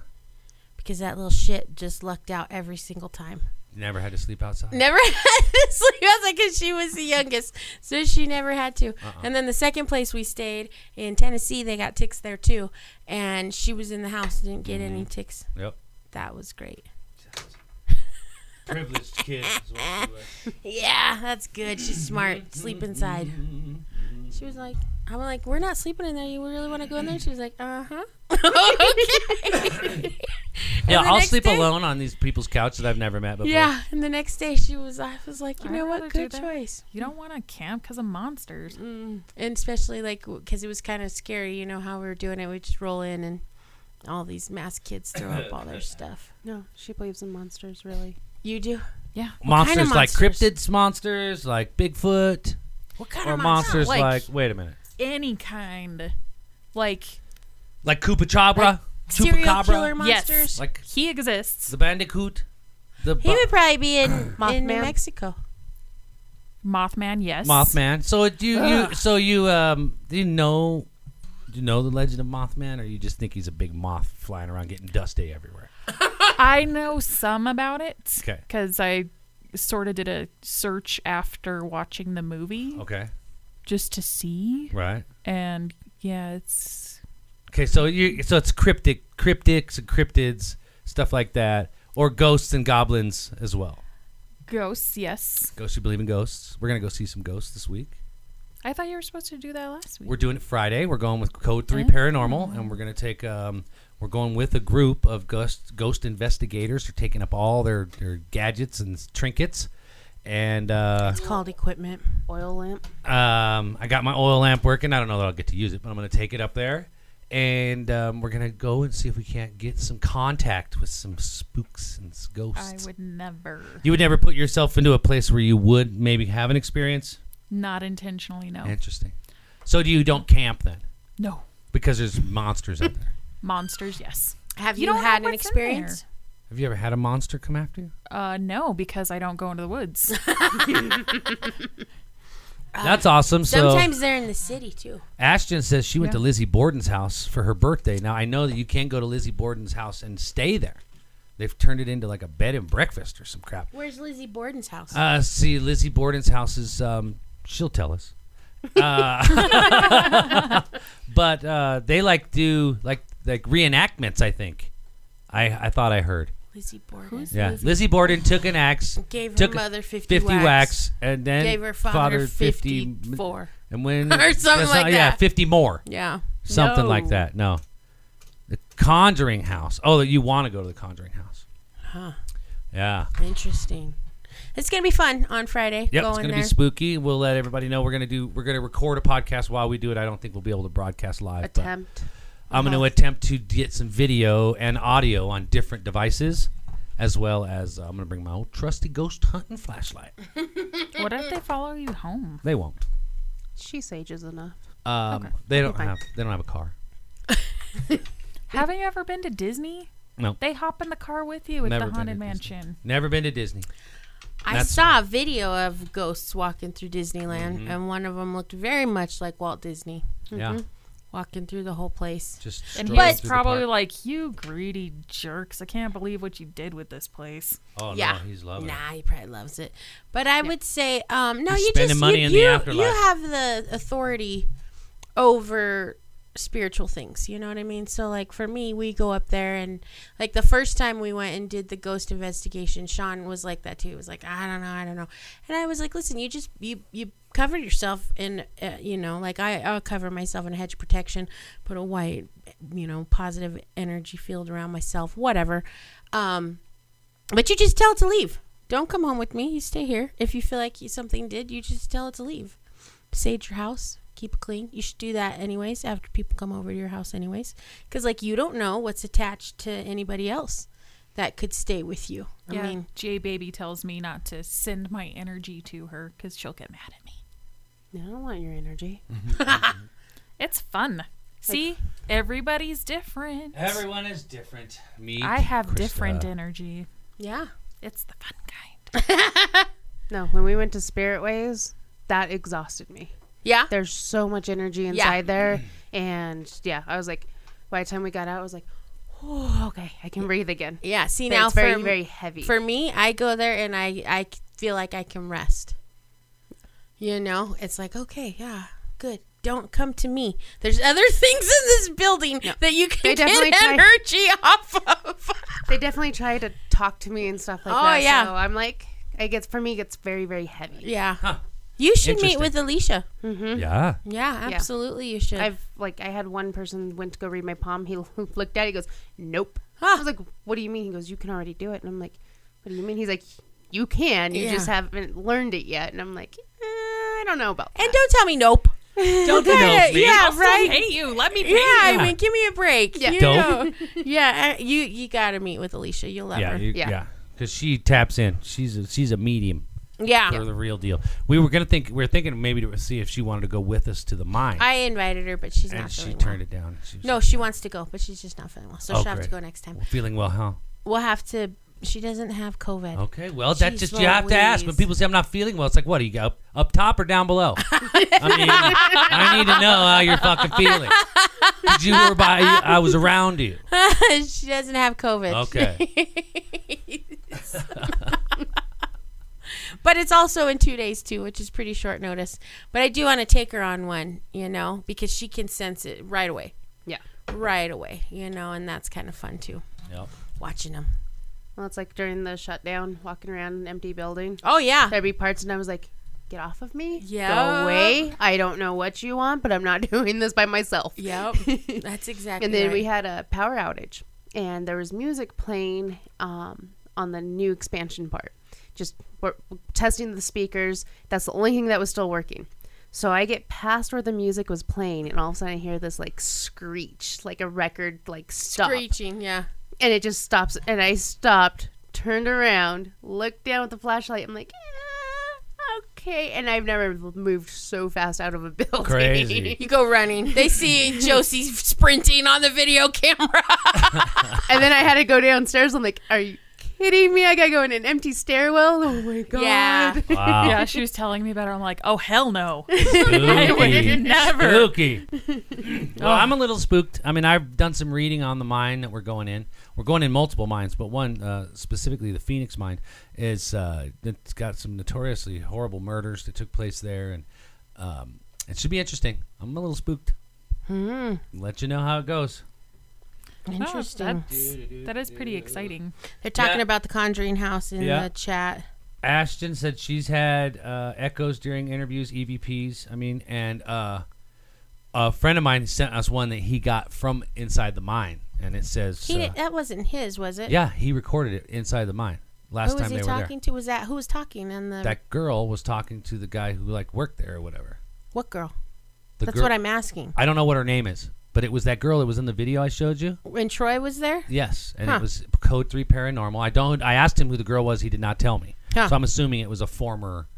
Speaker 1: because that little shit just lucked out every single time
Speaker 2: Never had to sleep
Speaker 1: [laughs]
Speaker 2: outside.
Speaker 1: never had to sleep outside because she was the youngest, so she never had to.
Speaker 2: Uh-uh.
Speaker 1: And then the second place we stayed in Tennessee, they got ticks there too, and she was in the house, didn't get any ticks.
Speaker 2: Mm-hmm. Yep.
Speaker 1: That was great.
Speaker 2: Privileged kid. is what she was.
Speaker 1: Eh, Yeah, that's good. She's smart. Sleep inside. She was like, I'm like, we're not sleeping in there. You really want to go in there? She was like, uh huh. okay. And
Speaker 2: Yeah,
Speaker 1: the
Speaker 2: I'll
Speaker 1: next
Speaker 2: sleep
Speaker 1: day-
Speaker 2: alone on these people's couch that I've never met before.
Speaker 1: [laughs] Yeah. And the next day, she was. I was like, you
Speaker 4: I'd
Speaker 1: know
Speaker 4: rather
Speaker 1: what?
Speaker 4: do
Speaker 1: Good
Speaker 4: that.
Speaker 1: choice.
Speaker 4: You don't want to camp because of monsters.
Speaker 1: Mm. And especially like because it was kind of scary, you know how we were doing it. We just roll in and all these masked kids throw up all their stuff.
Speaker 5: No, she believes in monsters, really.
Speaker 1: You do?
Speaker 4: Yeah.
Speaker 2: Monsters,
Speaker 1: kind of
Speaker 2: like
Speaker 1: monsters?
Speaker 2: cryptids monsters, like Bigfoot,
Speaker 1: What kind
Speaker 2: or
Speaker 1: of
Speaker 2: monsters
Speaker 1: monster?
Speaker 2: like, wait a minute,
Speaker 4: Any kind. Like,
Speaker 2: like Chupacabra,
Speaker 1: serial killer
Speaker 2: Chupacabra,
Speaker 4: Yes.
Speaker 1: monsters?
Speaker 2: like
Speaker 4: he exists.
Speaker 2: the Bandicoot, the
Speaker 1: He
Speaker 2: bu-
Speaker 1: would probably be in, in New
Speaker 5: Mothman.
Speaker 1: Mexico.
Speaker 4: Mothman, yes.
Speaker 2: Mothman. So it- you you so you um do you know do you know the legend of Mothman or you just think he's a big moth flying around getting dusty everywhere?
Speaker 4: I know some about it.
Speaker 2: 'Kay.
Speaker 4: Because I sort of did a search after watching the movie
Speaker 2: Okay.
Speaker 4: just to see.
Speaker 2: Right.
Speaker 4: And yeah, it's.
Speaker 2: Okay, so you so it's cryptic cryptics and cryptids, stuff like that. Or ghosts and goblins as well.
Speaker 4: Ghosts, yes.
Speaker 2: Ghosts you believe in ghosts. We're gonna go see some ghosts this week.
Speaker 4: I thought you were supposed to do that last week.
Speaker 2: We're doing it Friday. We're going with Code Three Paranormal, and we're
Speaker 4: Mm-hmm.
Speaker 2: gonna take. Um, we're going with a group of ghost ghost investigators who are taking up all their their gadgets and s- trinkets, and uh,
Speaker 1: It's called equipment.
Speaker 5: Oil lamp.
Speaker 2: um, I got my oil lamp working. I don't know that I'll get to use it, but I'm going to take it up there, and um, we're going to go and see if we can't get some contact with some spooks and s-
Speaker 4: I
Speaker 2: ghosts.
Speaker 4: would never,
Speaker 2: You would never put yourself into a place where you would maybe have an experience.
Speaker 4: not intentionally, no,
Speaker 2: Interesting. So do you don't camp then?
Speaker 4: no
Speaker 2: Because there's monsters out there.
Speaker 4: monsters. Yes,
Speaker 1: Have
Speaker 4: You
Speaker 1: you,
Speaker 4: don't know
Speaker 1: had an
Speaker 4: what's in there.
Speaker 1: experience?
Speaker 2: Have you ever had a monster come after you?
Speaker 4: uh, no, because I don't go into the woods.
Speaker 1: [laughs]
Speaker 2: That's awesome. So
Speaker 1: Uh, Sometimes they're in the city too.
Speaker 2: Ashton says she went to
Speaker 4: Yeah.
Speaker 2: Lizzie Borden's house for her birthday. Now I know that you can't go to Lizzie Borden's house and stay there. They've turned it into like a bed and breakfast or some crap.
Speaker 1: Where's Lizzie Borden's house?
Speaker 2: Uh, see, Lizzie Borden's house is. Um, she'll tell us. Uh, [laughs] but uh, they like do like like reenactments. I think. I I thought I heard.
Speaker 1: Lizzie Borden.
Speaker 2: Yeah, Lizzie, Borden took an axe,
Speaker 1: Gave her
Speaker 2: took
Speaker 1: mother 50
Speaker 2: 50
Speaker 1: whacks.
Speaker 2: and then
Speaker 1: Gave her father,
Speaker 2: fathered 50
Speaker 1: 54.
Speaker 2: and
Speaker 1: [laughs]
Speaker 2: when
Speaker 1: Or something
Speaker 2: that's not-
Speaker 1: like
Speaker 2: Yeah,
Speaker 1: that.
Speaker 2: fifty more,
Speaker 1: Yeah.
Speaker 2: something
Speaker 5: No.
Speaker 2: like that. No, the Conjuring House. Oh, you want to go to the Conjuring House?
Speaker 1: Huh.
Speaker 2: Yeah.
Speaker 1: Interesting. It's gonna be fun on Friday.
Speaker 2: Yep,
Speaker 1: going
Speaker 2: it's gonna
Speaker 1: there.
Speaker 2: be spooky. We'll let everybody know. We're gonna do. We're gonna record a podcast while we do it. I don't think we'll be able to broadcast live. but
Speaker 5: Attempt.
Speaker 2: I'm gonna attempt to get some video and audio on different devices, as well as uh, I'm gonna bring my old trusty ghost hunting flashlight.
Speaker 4: what if they follow you home?
Speaker 2: They won't.
Speaker 5: She sages enough.
Speaker 2: Um, They don't
Speaker 5: fine.
Speaker 2: have. They don't have a car.
Speaker 4: Haven't you ever been to Disney?
Speaker 2: No.
Speaker 4: They hop in the car with you at
Speaker 2: Never
Speaker 4: the
Speaker 2: been to
Speaker 4: haunted
Speaker 2: Disney.
Speaker 4: mansion.
Speaker 2: Never been to Disney.
Speaker 1: I
Speaker 2: That's-
Speaker 1: saw a video of ghosts walking through Disneyland, and one of them looked very much like Walt Disney
Speaker 2: Yeah.
Speaker 1: Mm-hmm. walking through the whole place.
Speaker 2: Just.
Speaker 4: And he
Speaker 2: strolling
Speaker 4: was
Speaker 2: through the
Speaker 4: probably
Speaker 2: park.
Speaker 4: like, "You greedy jerks! I can't believe what you did with this place."
Speaker 2: Oh
Speaker 1: yeah,
Speaker 2: no, he's loving. it.
Speaker 1: Nah, he probably loves it. But I would say, um, no,
Speaker 2: He's
Speaker 1: you
Speaker 2: spending
Speaker 1: just
Speaker 2: money
Speaker 1: you,
Speaker 2: in the
Speaker 1: you,
Speaker 2: afterlife.
Speaker 1: you have the authority over spiritual things. You know what I mean? So, like for me, we go up there and like the first time we went and did the ghost investigation, Sean was like that too. He was like, I don't know, I don't know, and I was like, listen, you just you you cover yourself in uh, you know like I, i'll cover myself in a hedge protection put a white you know positive energy field around myself whatever um but you just tell it to leave. Don't come home with me. You stay here. If you feel like you, something did, you just tell it to leave. Sage your house. Keep it clean. You should do that anyways after people come over to your house anyways, because like you don't know what's attached to anybody else that could stay with you. I mean,
Speaker 4: Jay Baby tells me not to send my energy to her because she'll get mad at me.
Speaker 5: No, I don't want your energy.
Speaker 4: It's fun. See, everybody's different.
Speaker 2: Everyone is different. Me.
Speaker 4: I have
Speaker 2: Krista.
Speaker 4: different energy.
Speaker 1: yeah.
Speaker 4: It's the fun kind.
Speaker 5: No, when we went to Spirit Ways, that exhausted me.
Speaker 1: Yeah.
Speaker 5: There's so much energy inside there. And yeah, I was like, by the time we got out, I was like, oh, okay, I can breathe again.
Speaker 1: Yeah. See
Speaker 5: But
Speaker 1: now
Speaker 5: it's very,
Speaker 1: for,
Speaker 5: very heavy.
Speaker 1: for me, I go there and I, I c- feel like I can rest. You know, it's like, okay, yeah, good. Don't come to me. There's other [laughs] things in this building that you
Speaker 5: They
Speaker 1: can
Speaker 5: definitely
Speaker 1: get
Speaker 5: try-
Speaker 1: energy off of.
Speaker 5: [laughs] they definitely try to talk to me and stuff like
Speaker 1: Oh,
Speaker 5: that.
Speaker 1: yeah.
Speaker 5: So I'm like, it gets, for me, it gets very, very heavy.
Speaker 1: yeah. You should meet
Speaker 2: Interesting.
Speaker 1: with Alicia.
Speaker 2: Yeah.
Speaker 1: Yeah,
Speaker 5: Yeah.
Speaker 1: absolutely you should.
Speaker 5: I've like I had one person went to go read my palm. He [laughs] looked at it. He goes, "Nope."
Speaker 1: Huh.
Speaker 5: I was like, "What do you mean?" He goes, "You can already do it." And I'm like, "What do you mean?" He's like, "You can. You
Speaker 1: Yeah.
Speaker 5: just haven't learned it yet." And I'm like, eh, "I don't know about."
Speaker 1: and don't tell me
Speaker 5: [laughs]
Speaker 1: nope.
Speaker 2: Don't do
Speaker 1: Yeah,
Speaker 2: those, me.
Speaker 1: yeah,
Speaker 4: I
Speaker 1: right.
Speaker 4: hate you. Let me
Speaker 1: Yeah,
Speaker 2: [laughs]
Speaker 1: I
Speaker 2: Yeah.
Speaker 1: mean, give me a break.
Speaker 5: Yeah.
Speaker 1: You know. [laughs]
Speaker 2: Dope.
Speaker 1: yeah, I- you you got to meet with Alicia. You'll love
Speaker 2: Yeah.
Speaker 1: her.
Speaker 2: you-
Speaker 5: Yeah.
Speaker 2: yeah. Because she taps in. She's a, she's a medium.
Speaker 1: yeah.
Speaker 2: They're the real deal. We were gonna think. We were thinking maybe to see if she wanted to go with us to the mine.
Speaker 1: I invited her, but she's
Speaker 2: and
Speaker 1: not
Speaker 2: she
Speaker 1: feeling
Speaker 2: turned it down. She was
Speaker 1: well. No, she wants to go, but she's just not feeling well. So
Speaker 2: Oh,
Speaker 1: she'll have to go
Speaker 2: great.
Speaker 1: next time.
Speaker 2: feeling well, huh?
Speaker 1: We'll have to she doesn't have COVID.
Speaker 2: Okay, well, that's
Speaker 1: Jeez
Speaker 2: just you have to ask. When
Speaker 1: Louise.
Speaker 2: people say I'm not feeling well, it's like, what are you go up, up top or down below? I mean, I need to know how you're fucking feeling. 'Cause you were by, I was around you.
Speaker 1: [laughs] she doesn't have COVID.
Speaker 2: Okay.
Speaker 1: [laughs] but it's also in two days too, which is pretty short notice. But I do want to take her on one, you know, because she can sense it right away,
Speaker 5: Yeah.
Speaker 1: right away, you know, and that's kind of fun too,
Speaker 2: Yep.
Speaker 1: watching them.
Speaker 5: Well, it's like during the shutdown, walking around an empty building.
Speaker 1: Oh yeah,
Speaker 5: There'd be parts, and I was like, "Get off of me!
Speaker 1: Yeah.
Speaker 5: Go away! I don't know what you want, but I'm not [laughs] doing this by myself."
Speaker 1: yep, [laughs] that's exactly.
Speaker 5: and then
Speaker 1: right.
Speaker 5: we had a power outage and there was music playing um, on the new expansion part just we're testing the speakers. That's the only thing that was still working. So I get past where the music was playing, and all of a sudden I hear this like screech, like a record like stop,
Speaker 1: Screeching, yeah.
Speaker 5: and it just stops. And I stopped, turned around, looked down with the flashlight. I'm like, "Ah, okay. And I've never moved so fast out of a [laughs] building.
Speaker 2: Crazy.
Speaker 1: You go running. They see Josie sprinting on the video camera.
Speaker 5: and then I had to go downstairs. I'm like, are you kidding me? I gotta go in an empty stairwell. Oh my god.
Speaker 1: Yeah.
Speaker 2: Wow.
Speaker 4: Yeah, she was telling me about it. I'm like, oh
Speaker 2: [laughs]
Speaker 4: hell no.
Speaker 2: Spooky.
Speaker 4: Never.
Speaker 2: Spooky. well, I'm a little spooked. I mean, I've done some reading on the mine that we're going in. We're going in multiple mines, but one uh, specifically, the Phoenix mine, is uh, it's got some notoriously horrible murders that took place there, and um, it should be interesting. I'm a little spooked. Let you know how it goes.
Speaker 1: Interesting.
Speaker 4: that's, that is pretty exciting.
Speaker 1: [laughs] They're talking
Speaker 2: Yeah.
Speaker 1: about the Conjuring House in
Speaker 2: Yeah.
Speaker 1: the chat.
Speaker 2: Ashton said she's had uh, echoes during interviews, EVPs. I mean, and uh, a friend of mine sent us one that he got from inside the mine, and it says,
Speaker 1: He
Speaker 2: uh,
Speaker 1: did, that wasn't his, was it?
Speaker 2: "Yeah, he recorded it inside the mine
Speaker 1: Who
Speaker 2: last
Speaker 1: was
Speaker 2: time
Speaker 1: he
Speaker 2: they were
Speaker 1: talking
Speaker 2: there."
Speaker 1: to? Was that who was talking? And the
Speaker 2: That girl was talking to the guy who like worked there or whatever.
Speaker 1: what girl?
Speaker 2: The
Speaker 1: That's
Speaker 2: girl,
Speaker 1: what I'm asking.
Speaker 2: I don't know what her name is, but it was that girl that was in the video I showed you.
Speaker 1: When Troy was there,
Speaker 2: Yes, and
Speaker 1: Huh.
Speaker 2: it was Code Three Paranormal. I don't. I asked him who the girl was. He did not tell me.
Speaker 1: Huh.
Speaker 2: So I'm assuming it was a former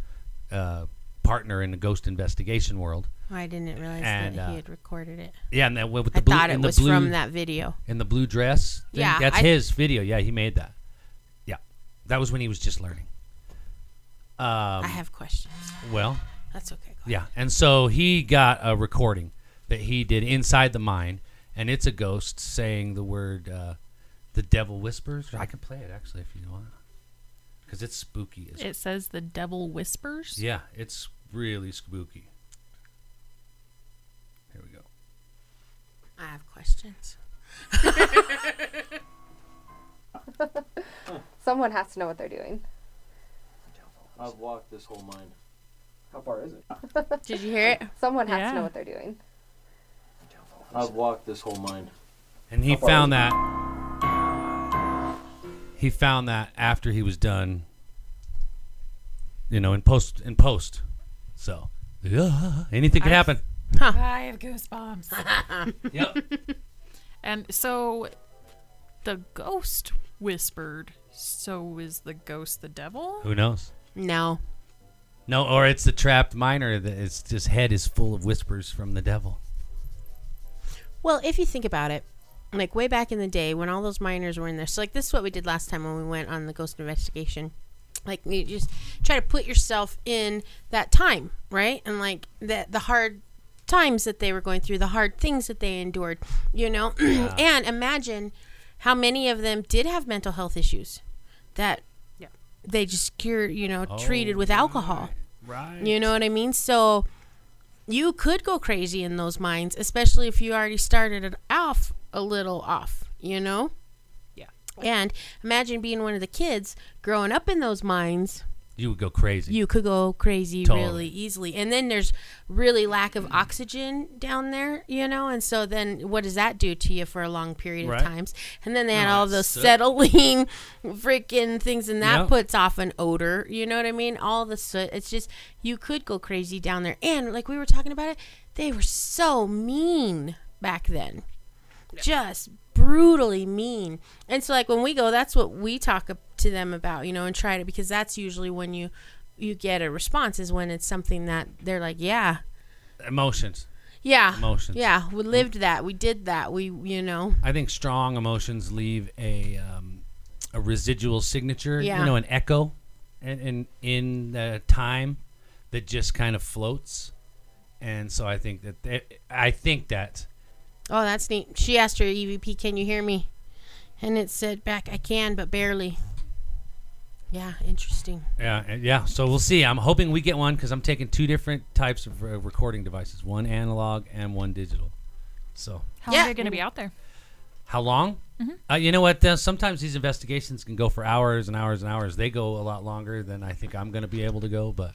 Speaker 2: uh, partner in the ghost investigation world.
Speaker 1: Oh, I didn't realize
Speaker 2: And,
Speaker 1: that
Speaker 2: uh,
Speaker 1: he had recorded it.
Speaker 2: Yeah, and that with the
Speaker 1: I
Speaker 2: blue,
Speaker 1: thought it
Speaker 2: in the
Speaker 1: was
Speaker 2: blue,
Speaker 1: from that video.
Speaker 2: in the blue dress. thing.
Speaker 1: Yeah,
Speaker 2: that's
Speaker 1: I-
Speaker 2: his video. Yeah, he made that. Yeah, that was when he was just learning. Um,
Speaker 1: I have questions.
Speaker 2: well,
Speaker 1: That's okay. go
Speaker 2: yeah, and so he got a recording that he did inside the mine, and it's a ghost saying the word uh, "the devil whispers." I can play it actually if you want, because it's spooky. As
Speaker 4: It says the devil whispers.
Speaker 2: Yeah, it's really spooky. Here we go.
Speaker 1: ahead. I have questions.
Speaker 6: Someone has to know what they're doing.
Speaker 7: I've walked this whole mine. How far is it?
Speaker 1: Did you hear it?
Speaker 6: Someone has to
Speaker 4: Yeah.
Speaker 6: know what they're doing.
Speaker 7: I've walked this whole mine.
Speaker 2: And he found that. He found that after he was done. You know, in post in post, so yeah, anything could happen.
Speaker 4: I have goosebumps.
Speaker 2: [laughs] yep.
Speaker 4: And so the ghost whispered, so is the ghost the devil?
Speaker 2: Who knows?
Speaker 1: No.
Speaker 2: No, or it's the trapped miner that it's his head is full of whispers from the devil.
Speaker 1: Well, if you think about it, like way back in the day when all those miners were in there. So like this is what we did last time when we went on the ghost investigation. Like you just try to put yourself in that time, right? And like the the hard times that they were going through, the hard things that they endured, you know. [clears throat] and imagine how many of them did have mental health issues that they just cured, you know, treated with alcohol.
Speaker 2: Right.
Speaker 1: You know what I mean? So you could go crazy in those mines, especially if you already started it off a little off, you know?
Speaker 4: Yeah.
Speaker 1: And imagine being one of the kids growing up in those mines,
Speaker 2: You would go crazy.
Speaker 1: you could go crazy
Speaker 2: Totally.
Speaker 1: really easily. And then there's really lack of oxygen down there, you know? And so then what does that do to you for a long period
Speaker 2: Right.
Speaker 1: of times? And then they had all
Speaker 2: it
Speaker 1: those
Speaker 2: sucks.
Speaker 1: settling [laughs] freaking things and that
Speaker 2: Yep.
Speaker 1: puts off an odor, you know what I mean? All the soot. It's just you could go crazy down there. And like we were talking about it, they were so mean back then just brutally mean. And so like when we go, that's what we talk up to them about, you know, and try to because that's usually when you you get a response is when it's something that they're like, yeah,
Speaker 2: Emotions.
Speaker 1: yeah,
Speaker 2: Emotions.
Speaker 1: yeah, we lived that, we did that, we you know,
Speaker 2: I think strong emotions leave a um, a residual signature,
Speaker 1: Yeah.
Speaker 2: you know, an echo, and in, in the time that just kind of floats. And so I think that they, I think that
Speaker 1: oh that's neat. She asked her EVP, can you hear me? And it said back, I can, but barely. Yeah, interesting.
Speaker 2: yeah uh, yeah. So we'll see. I'm hoping we get one because I'm taking two different types of uh, recording devices, one analog and one digital. So
Speaker 4: How
Speaker 1: Yeah.
Speaker 4: are they going to be out there?
Speaker 2: how long? Uh, you know what? Uh, sometimes these investigations can go for hours and hours and hours. They go a lot longer than I think I'm going to be able to go, but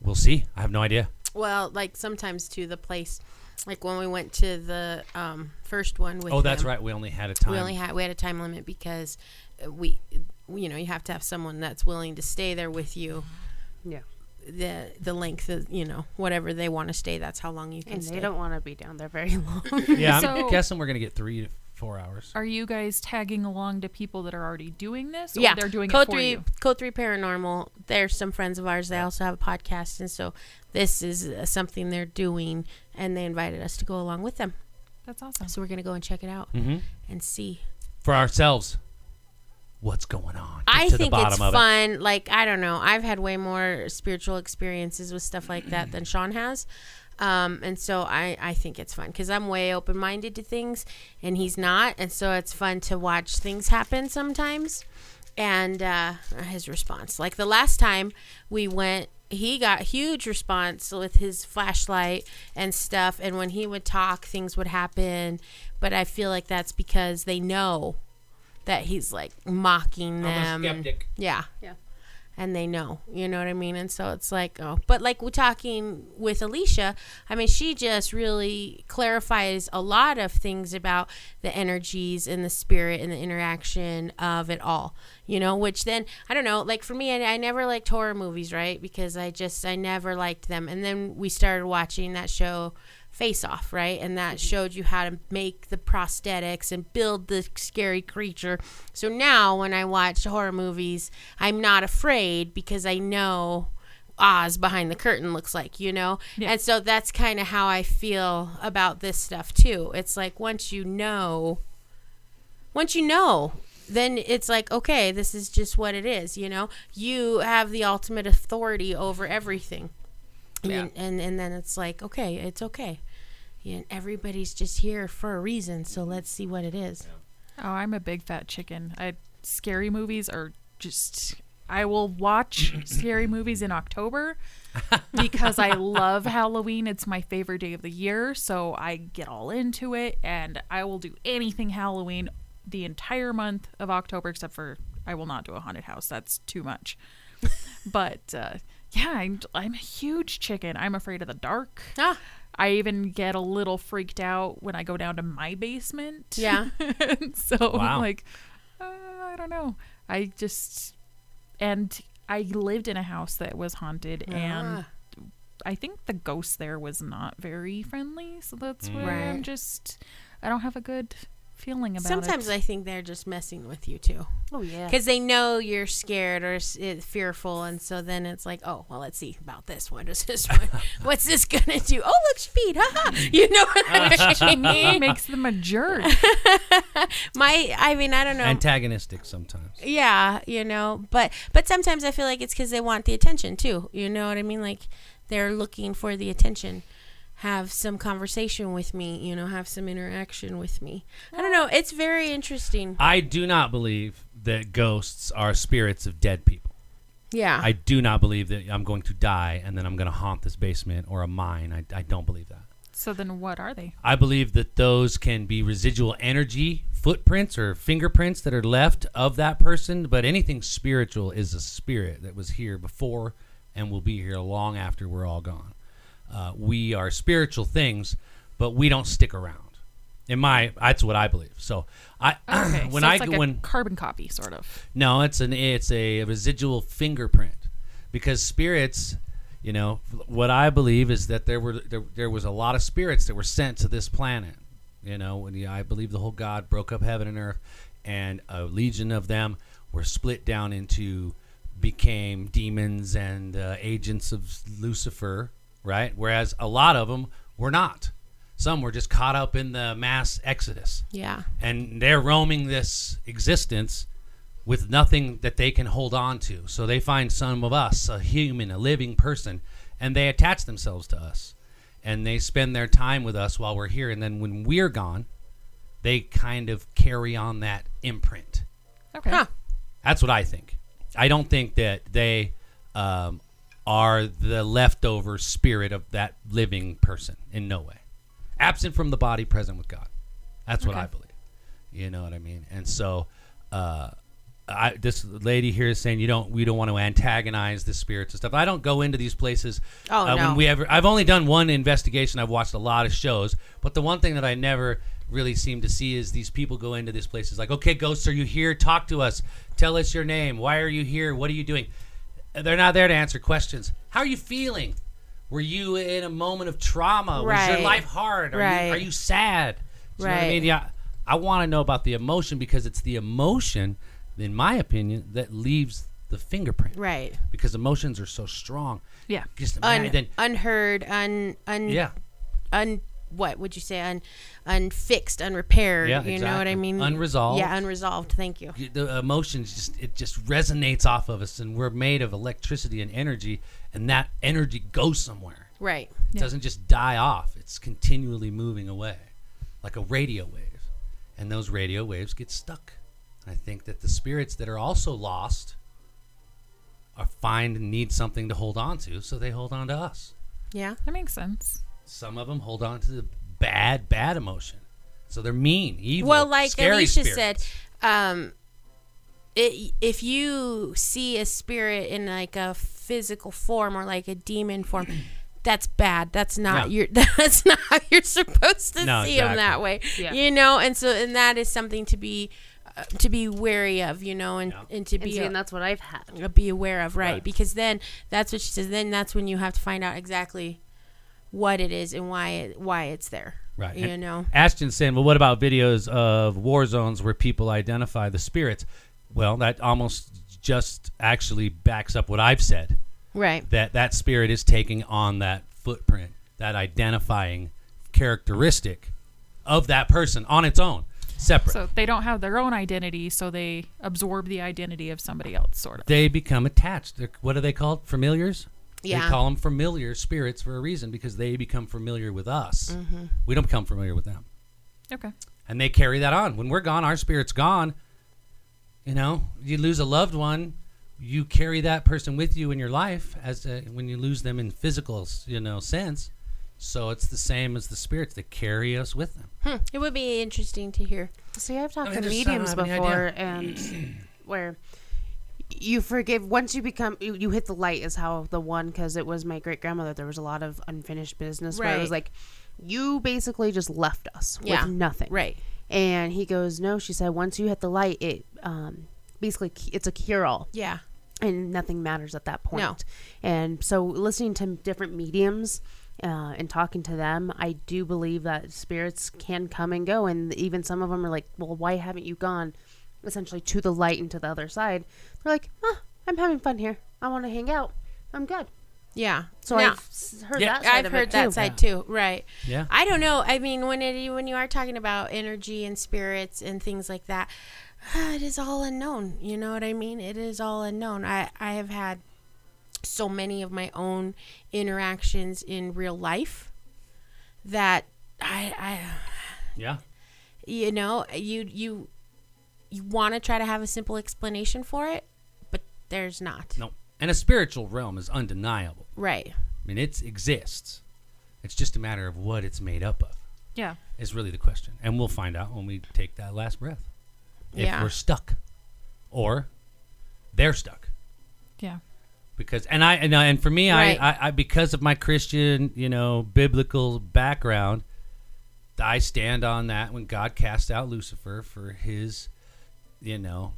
Speaker 2: we'll see. I have no idea.
Speaker 1: Well, like sometimes to the place, like when we went to the um, first one with
Speaker 2: Oh, that's
Speaker 1: him.
Speaker 2: right. We only had a time.
Speaker 1: We only had we had a time limit because uh, we you know, you have to have someone that's willing to stay there with you.
Speaker 5: Yeah.
Speaker 1: The the length of you know whatever they want to stay, that's how long you can
Speaker 5: [laughs] And
Speaker 1: stay.
Speaker 5: they don't want to be down there very long.
Speaker 2: Yeah, I'm
Speaker 4: So-
Speaker 2: guessing we're gonna get three to four hours.
Speaker 4: Are you guys tagging along to people that are already doing this? Or
Speaker 1: yeah,
Speaker 4: they're doing
Speaker 1: Code
Speaker 4: it for
Speaker 1: Three
Speaker 4: you.
Speaker 1: Code Three Paranormal. They're some friends of ours. They also have a podcast, and so this is uh, something they're doing, and they invited us to go along with them.
Speaker 4: That's awesome.
Speaker 1: So we're gonna go and check it out
Speaker 2: Mm-hmm.
Speaker 1: and see.
Speaker 2: For ourselves, what's going on? Get
Speaker 1: I
Speaker 2: to the
Speaker 1: think
Speaker 2: bottom
Speaker 1: it's
Speaker 2: of It.
Speaker 1: fun. Like I don't know, I've had way more spiritual experiences with stuff like that than Sean has, um, and so I I think it's fun because I'm way open minded to things, and he's not, and so it's fun to watch things happen sometimes, and uh, his response. Like the last time we went. He got huge response with his flashlight and stuff, and when he would talk, things would happen. But I feel like that's because they know that he's like mocking them. and- yeah.
Speaker 5: Yeah.
Speaker 1: And they know, you know what I mean? And so it's like, oh, but like we're talking with Alicia, I mean, she just really clarifies a lot of things about the energies and the spirit and the interaction of it all, you know, which then, I don't know, like for me, I, I never liked horror movies, right? Because I just, I never liked them. And then we started watching that show, Face Off, right? And that showed you how to make the prosthetics and build the scary creature. So now when I watch horror movies, I'm not afraid because I know Oz behind the curtain looks like, you know? And so that's kind of how I feel about this stuff too. It's like once you know, once you know, then it's like, okay, this is just what it is, you know? You have the ultimate authority over everything. And, you- and and then it's like, okay, it's okay. You everybody's just here for a reason, so let's see what it is.
Speaker 4: Oh, I'm a big fat chicken. I scary movies are just I will watch
Speaker 1: [laughs]
Speaker 4: scary movies in October because I love Halloween. It's my favorite day of the year, so I get all into it and I will do anything Halloween the entire month of October except for I will not do a haunted house. That's
Speaker 1: [laughs]
Speaker 4: too much. but uh, yeah, I'm I'm a huge chicken. I'm afraid of the dark.
Speaker 1: Ah,
Speaker 4: I even get a little freaked out when I go down to my
Speaker 1: [laughs]
Speaker 4: basement.
Speaker 1: Yeah.
Speaker 4: [laughs] And so
Speaker 2: Wow.
Speaker 4: like uh, I don't know. I just and I lived in a house that was haunted and
Speaker 1: Ah.
Speaker 4: I think the ghost there was not very friendly, so
Speaker 2: Mm.
Speaker 4: that's where I'm
Speaker 1: Right.
Speaker 4: just I don't have a good feeling about
Speaker 1: sometimes
Speaker 4: it.
Speaker 1: I think they're just messing with you too,
Speaker 5: Oh yeah.
Speaker 1: because they know you're scared or s- eh, fearful, and so then it's like, oh, well, let's see about this. What is this one? [laughs] What's this gonna do? Oh, look, speed! Ha [laughs] ha! You know what
Speaker 4: [laughs]
Speaker 1: I
Speaker 4: It
Speaker 1: mean?
Speaker 4: makes them a jerk.
Speaker 1: [laughs] My, I mean, I don't know.
Speaker 2: Antagonistic sometimes.
Speaker 1: yeah you know but but sometimes i feel like it's because they want the attention too you know what i mean like they're looking for the attention have some conversation with me you know have some interaction with me i don't know it's very interesting
Speaker 2: I do not believe that ghosts are spirits of dead people.
Speaker 1: yeah
Speaker 2: I do not believe that I'm going to die and then I'm going to haunt this basement or a mine. I, I don't believe that.
Speaker 4: so then what are they?
Speaker 2: I believe that those can be residual energy footprints or fingerprints that are left of that person, but anything spiritual is a spirit that was here before and will be here long after we're all gone. Uh, we are spiritual things, but we don't stick around. In my, that's what I believe. So I, [clears throat]
Speaker 4: Okay.
Speaker 2: when
Speaker 4: so
Speaker 2: I
Speaker 4: it's like
Speaker 2: go
Speaker 4: a
Speaker 2: when
Speaker 4: carbon copy sort of.
Speaker 2: no, it's an it's a residual fingerprint because spirits, you know, what I believe is that there were there, there was a lot of spirits that were sent to this planet. You know, when the, I believe the whole God broke up heaven and earth, and a legion of them were split down into became demons and uh, agents of Lucifer, right? Whereas a lot of them were not. Some were just caught up in the mass exodus
Speaker 1: yeah
Speaker 2: and they're roaming this existence with nothing that they can hold on to. So they find some of us, a human, a living person, and they attach themselves to us. And they spend their time with us while we're here. And then when we're gone, they kind of carry on that imprint.
Speaker 4: Okay.
Speaker 1: Huh.
Speaker 2: That's what I think. I don't think that they um, are the leftover spirit of that living person in no way. Absent from the body, present with God. That's what I believe. You know what I mean? And so, uh, I, this lady here is saying you don't we don't want to antagonize the spirits and stuff. I don't go into these places.
Speaker 1: Oh,
Speaker 2: uh,
Speaker 1: no.
Speaker 2: When we ever, I've only done one investigation. I've watched a lot of shows, but the one thing that I never really seem to see is these people go into these places like, okay, ghosts, are you here? Talk to us. Tell us your name. Why are you here? What are you doing? Uh, They're not there to answer questions. How are you feeling? Were you in a moment of trauma? Was your
Speaker 1: Right.
Speaker 2: life hard? Are,
Speaker 1: Right.
Speaker 2: you, are you sad? Do you know what I
Speaker 1: Right.
Speaker 2: mean? Yeah, I want to know about the emotion because it's the emotion, in my opinion, that leaves the fingerprint.
Speaker 1: Right.
Speaker 2: Because emotions are so strong.
Speaker 4: Yeah.
Speaker 2: Just imagine.
Speaker 1: Un, unheard, un, un,
Speaker 2: yeah.
Speaker 1: un, what would you say? Un, unfixed, unrepaired.
Speaker 2: Yeah,
Speaker 1: you know what
Speaker 2: exactly.
Speaker 1: I mean?
Speaker 2: Unresolved.
Speaker 1: Yeah, unresolved. Thank you.
Speaker 2: y- the emotions just it just resonates off of us and we're made of electricity and energy and that energy goes somewhere
Speaker 1: Right.
Speaker 2: it doesn't just die off it's continually moving away like a radio wave and those radio waves get stuck and i think that the spirits that are also lost are find and need something to hold on to so they hold on to us
Speaker 1: Yeah.
Speaker 4: That makes sense.
Speaker 2: some of them hold on to the bad bad emotion so they're mean evil
Speaker 1: well like
Speaker 2: scary
Speaker 1: alicia
Speaker 2: spirits.
Speaker 1: said um it, if you see a spirit in like a physical form or like a demon form [clears throat] that's bad that's not
Speaker 2: No.
Speaker 1: your [laughs] that's not how you're supposed to
Speaker 2: No,
Speaker 1: see them that
Speaker 2: exactly.
Speaker 1: way
Speaker 5: Yeah.
Speaker 1: you know and so and that is something to be uh, to be wary of you know and,
Speaker 2: Yeah.
Speaker 1: and to
Speaker 5: And
Speaker 1: be
Speaker 5: see, and that's what I've had.
Speaker 1: uh, be aware of, right?
Speaker 2: Right.
Speaker 1: Because then that's what she says. Then that's when you have to find out exactly what it is and why it why it's there.
Speaker 2: Right.
Speaker 1: You
Speaker 2: And
Speaker 1: know.
Speaker 2: Ashton saying, well, what about videos of war zones where people identify the spirits? Well, that almost just actually backs up what I've said
Speaker 1: Right.
Speaker 2: that that spirit is taking on that footprint, that identifying characteristic of that person on its own, separate.
Speaker 4: So they don't have their own identity, so they absorb the identity of somebody else, sort of.
Speaker 2: they become attached. They're, what are they called? Familiars? They
Speaker 1: Yeah.
Speaker 2: call them familiar spirits for a reason because they become familiar with us. We don't become familiar with them.
Speaker 4: Okay.
Speaker 2: and they carry that on. When we're gone, our spirit's gone. You know, you lose a loved one, you carry that person with you in your life as a, when you lose them in physical, you know, sense. So it's the same as the spirits that carry us with them.
Speaker 1: Hmm. It would be interesting to hear.
Speaker 5: See, I've talked
Speaker 2: I mean,
Speaker 5: to
Speaker 2: there's- I don't
Speaker 5: mediums
Speaker 2: have any
Speaker 5: before, and [clears throat] where you forgive once you become you, you hit the light is how the one because it was my great grandmother. There was a lot of unfinished business where it was like you basically just left us
Speaker 1: Yeah.
Speaker 5: with nothing,
Speaker 1: Right.
Speaker 5: And he goes, "No," she said. Once you hit the light, it um, basically c- it's a cure all,
Speaker 1: Yeah.
Speaker 5: and nothing matters at that point. And so, listening to different mediums uh, and talking to them, I do believe that spirits can come and go. And even some of them are like, "Well, why haven't you gone essentially to the light and to the other side?" They're like, huh, "I'm having fun here. I want to hang out. I'm good."
Speaker 1: Yeah.
Speaker 5: So
Speaker 1: Now,
Speaker 5: I've s- heard
Speaker 2: Yeah.
Speaker 5: that. Side
Speaker 1: I've
Speaker 5: of
Speaker 1: heard
Speaker 5: it
Speaker 1: that
Speaker 5: too.
Speaker 1: side too. Right.
Speaker 2: Yeah.
Speaker 1: I don't know. I mean, when it when you are talking about energy and spirits and things like that, [sighs] it is all unknown. You know what I mean? It is all unknown. I I have had so many of my own interactions in real life that I I
Speaker 2: Yeah.
Speaker 1: you know you you you want to try to have a simple explanation for it, but there's not.
Speaker 2: No. And a spiritual realm is undeniable.
Speaker 1: Right.
Speaker 2: I mean, it exists. It's just a matter of what it's made up of.
Speaker 4: Yeah.
Speaker 2: is really the question. And we'll find out when we take that last breath. If
Speaker 1: Yeah.
Speaker 2: we're stuck or they're stuck.
Speaker 4: Yeah.
Speaker 2: because and I and, I- and for me
Speaker 1: Right.
Speaker 2: I, I I because of my Christian you know biblical background I stand on that when God cast out Lucifer for his you know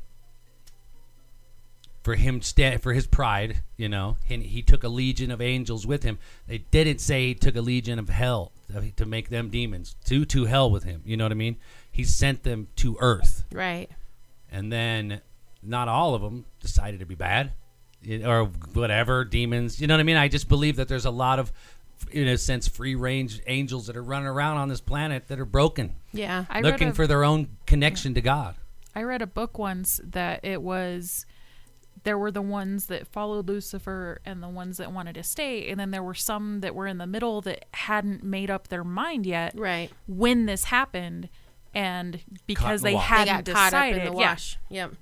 Speaker 2: for him stand for his pride you know and he took a legion of angels with him they didn't say he took a legion of hell uh, to make them demons to to hell with him you know what I mean he sent them to earth
Speaker 1: Right.
Speaker 2: and then not all of them decided to be bad you- or whatever demons you know what i mean i just believe that there's a lot of in a sense free range angels that are running around on this planet that are broken
Speaker 1: Yeah.
Speaker 4: I
Speaker 2: looking
Speaker 4: read a,
Speaker 2: for their own connection to god
Speaker 4: I read a book once that it was there were the ones that followed Lucifer and the ones that wanted to stay, and then there were some that were in the middle that hadn't made up their mind yet
Speaker 1: Right.
Speaker 4: when this happened, and because
Speaker 2: in the
Speaker 4: they
Speaker 2: wash.
Speaker 1: They
Speaker 4: hadn't
Speaker 1: got caught up
Speaker 4: decided,
Speaker 1: in the
Speaker 4: yeah.
Speaker 1: wash. Yep.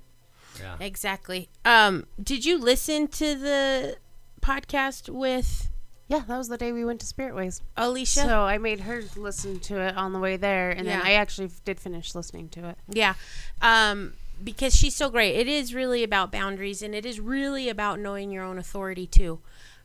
Speaker 2: yeah
Speaker 1: Exactly. Um, did you listen to the podcast with
Speaker 5: Yeah, that was the day we went to Spirit Ways.
Speaker 1: Alicia?
Speaker 5: So I made her listen to it on the way there, and then
Speaker 1: Yeah.
Speaker 5: I actually f- did finish listening to it.
Speaker 1: yeah. Um, because she's so great. It is really about boundaries and it is really about knowing your own authority too,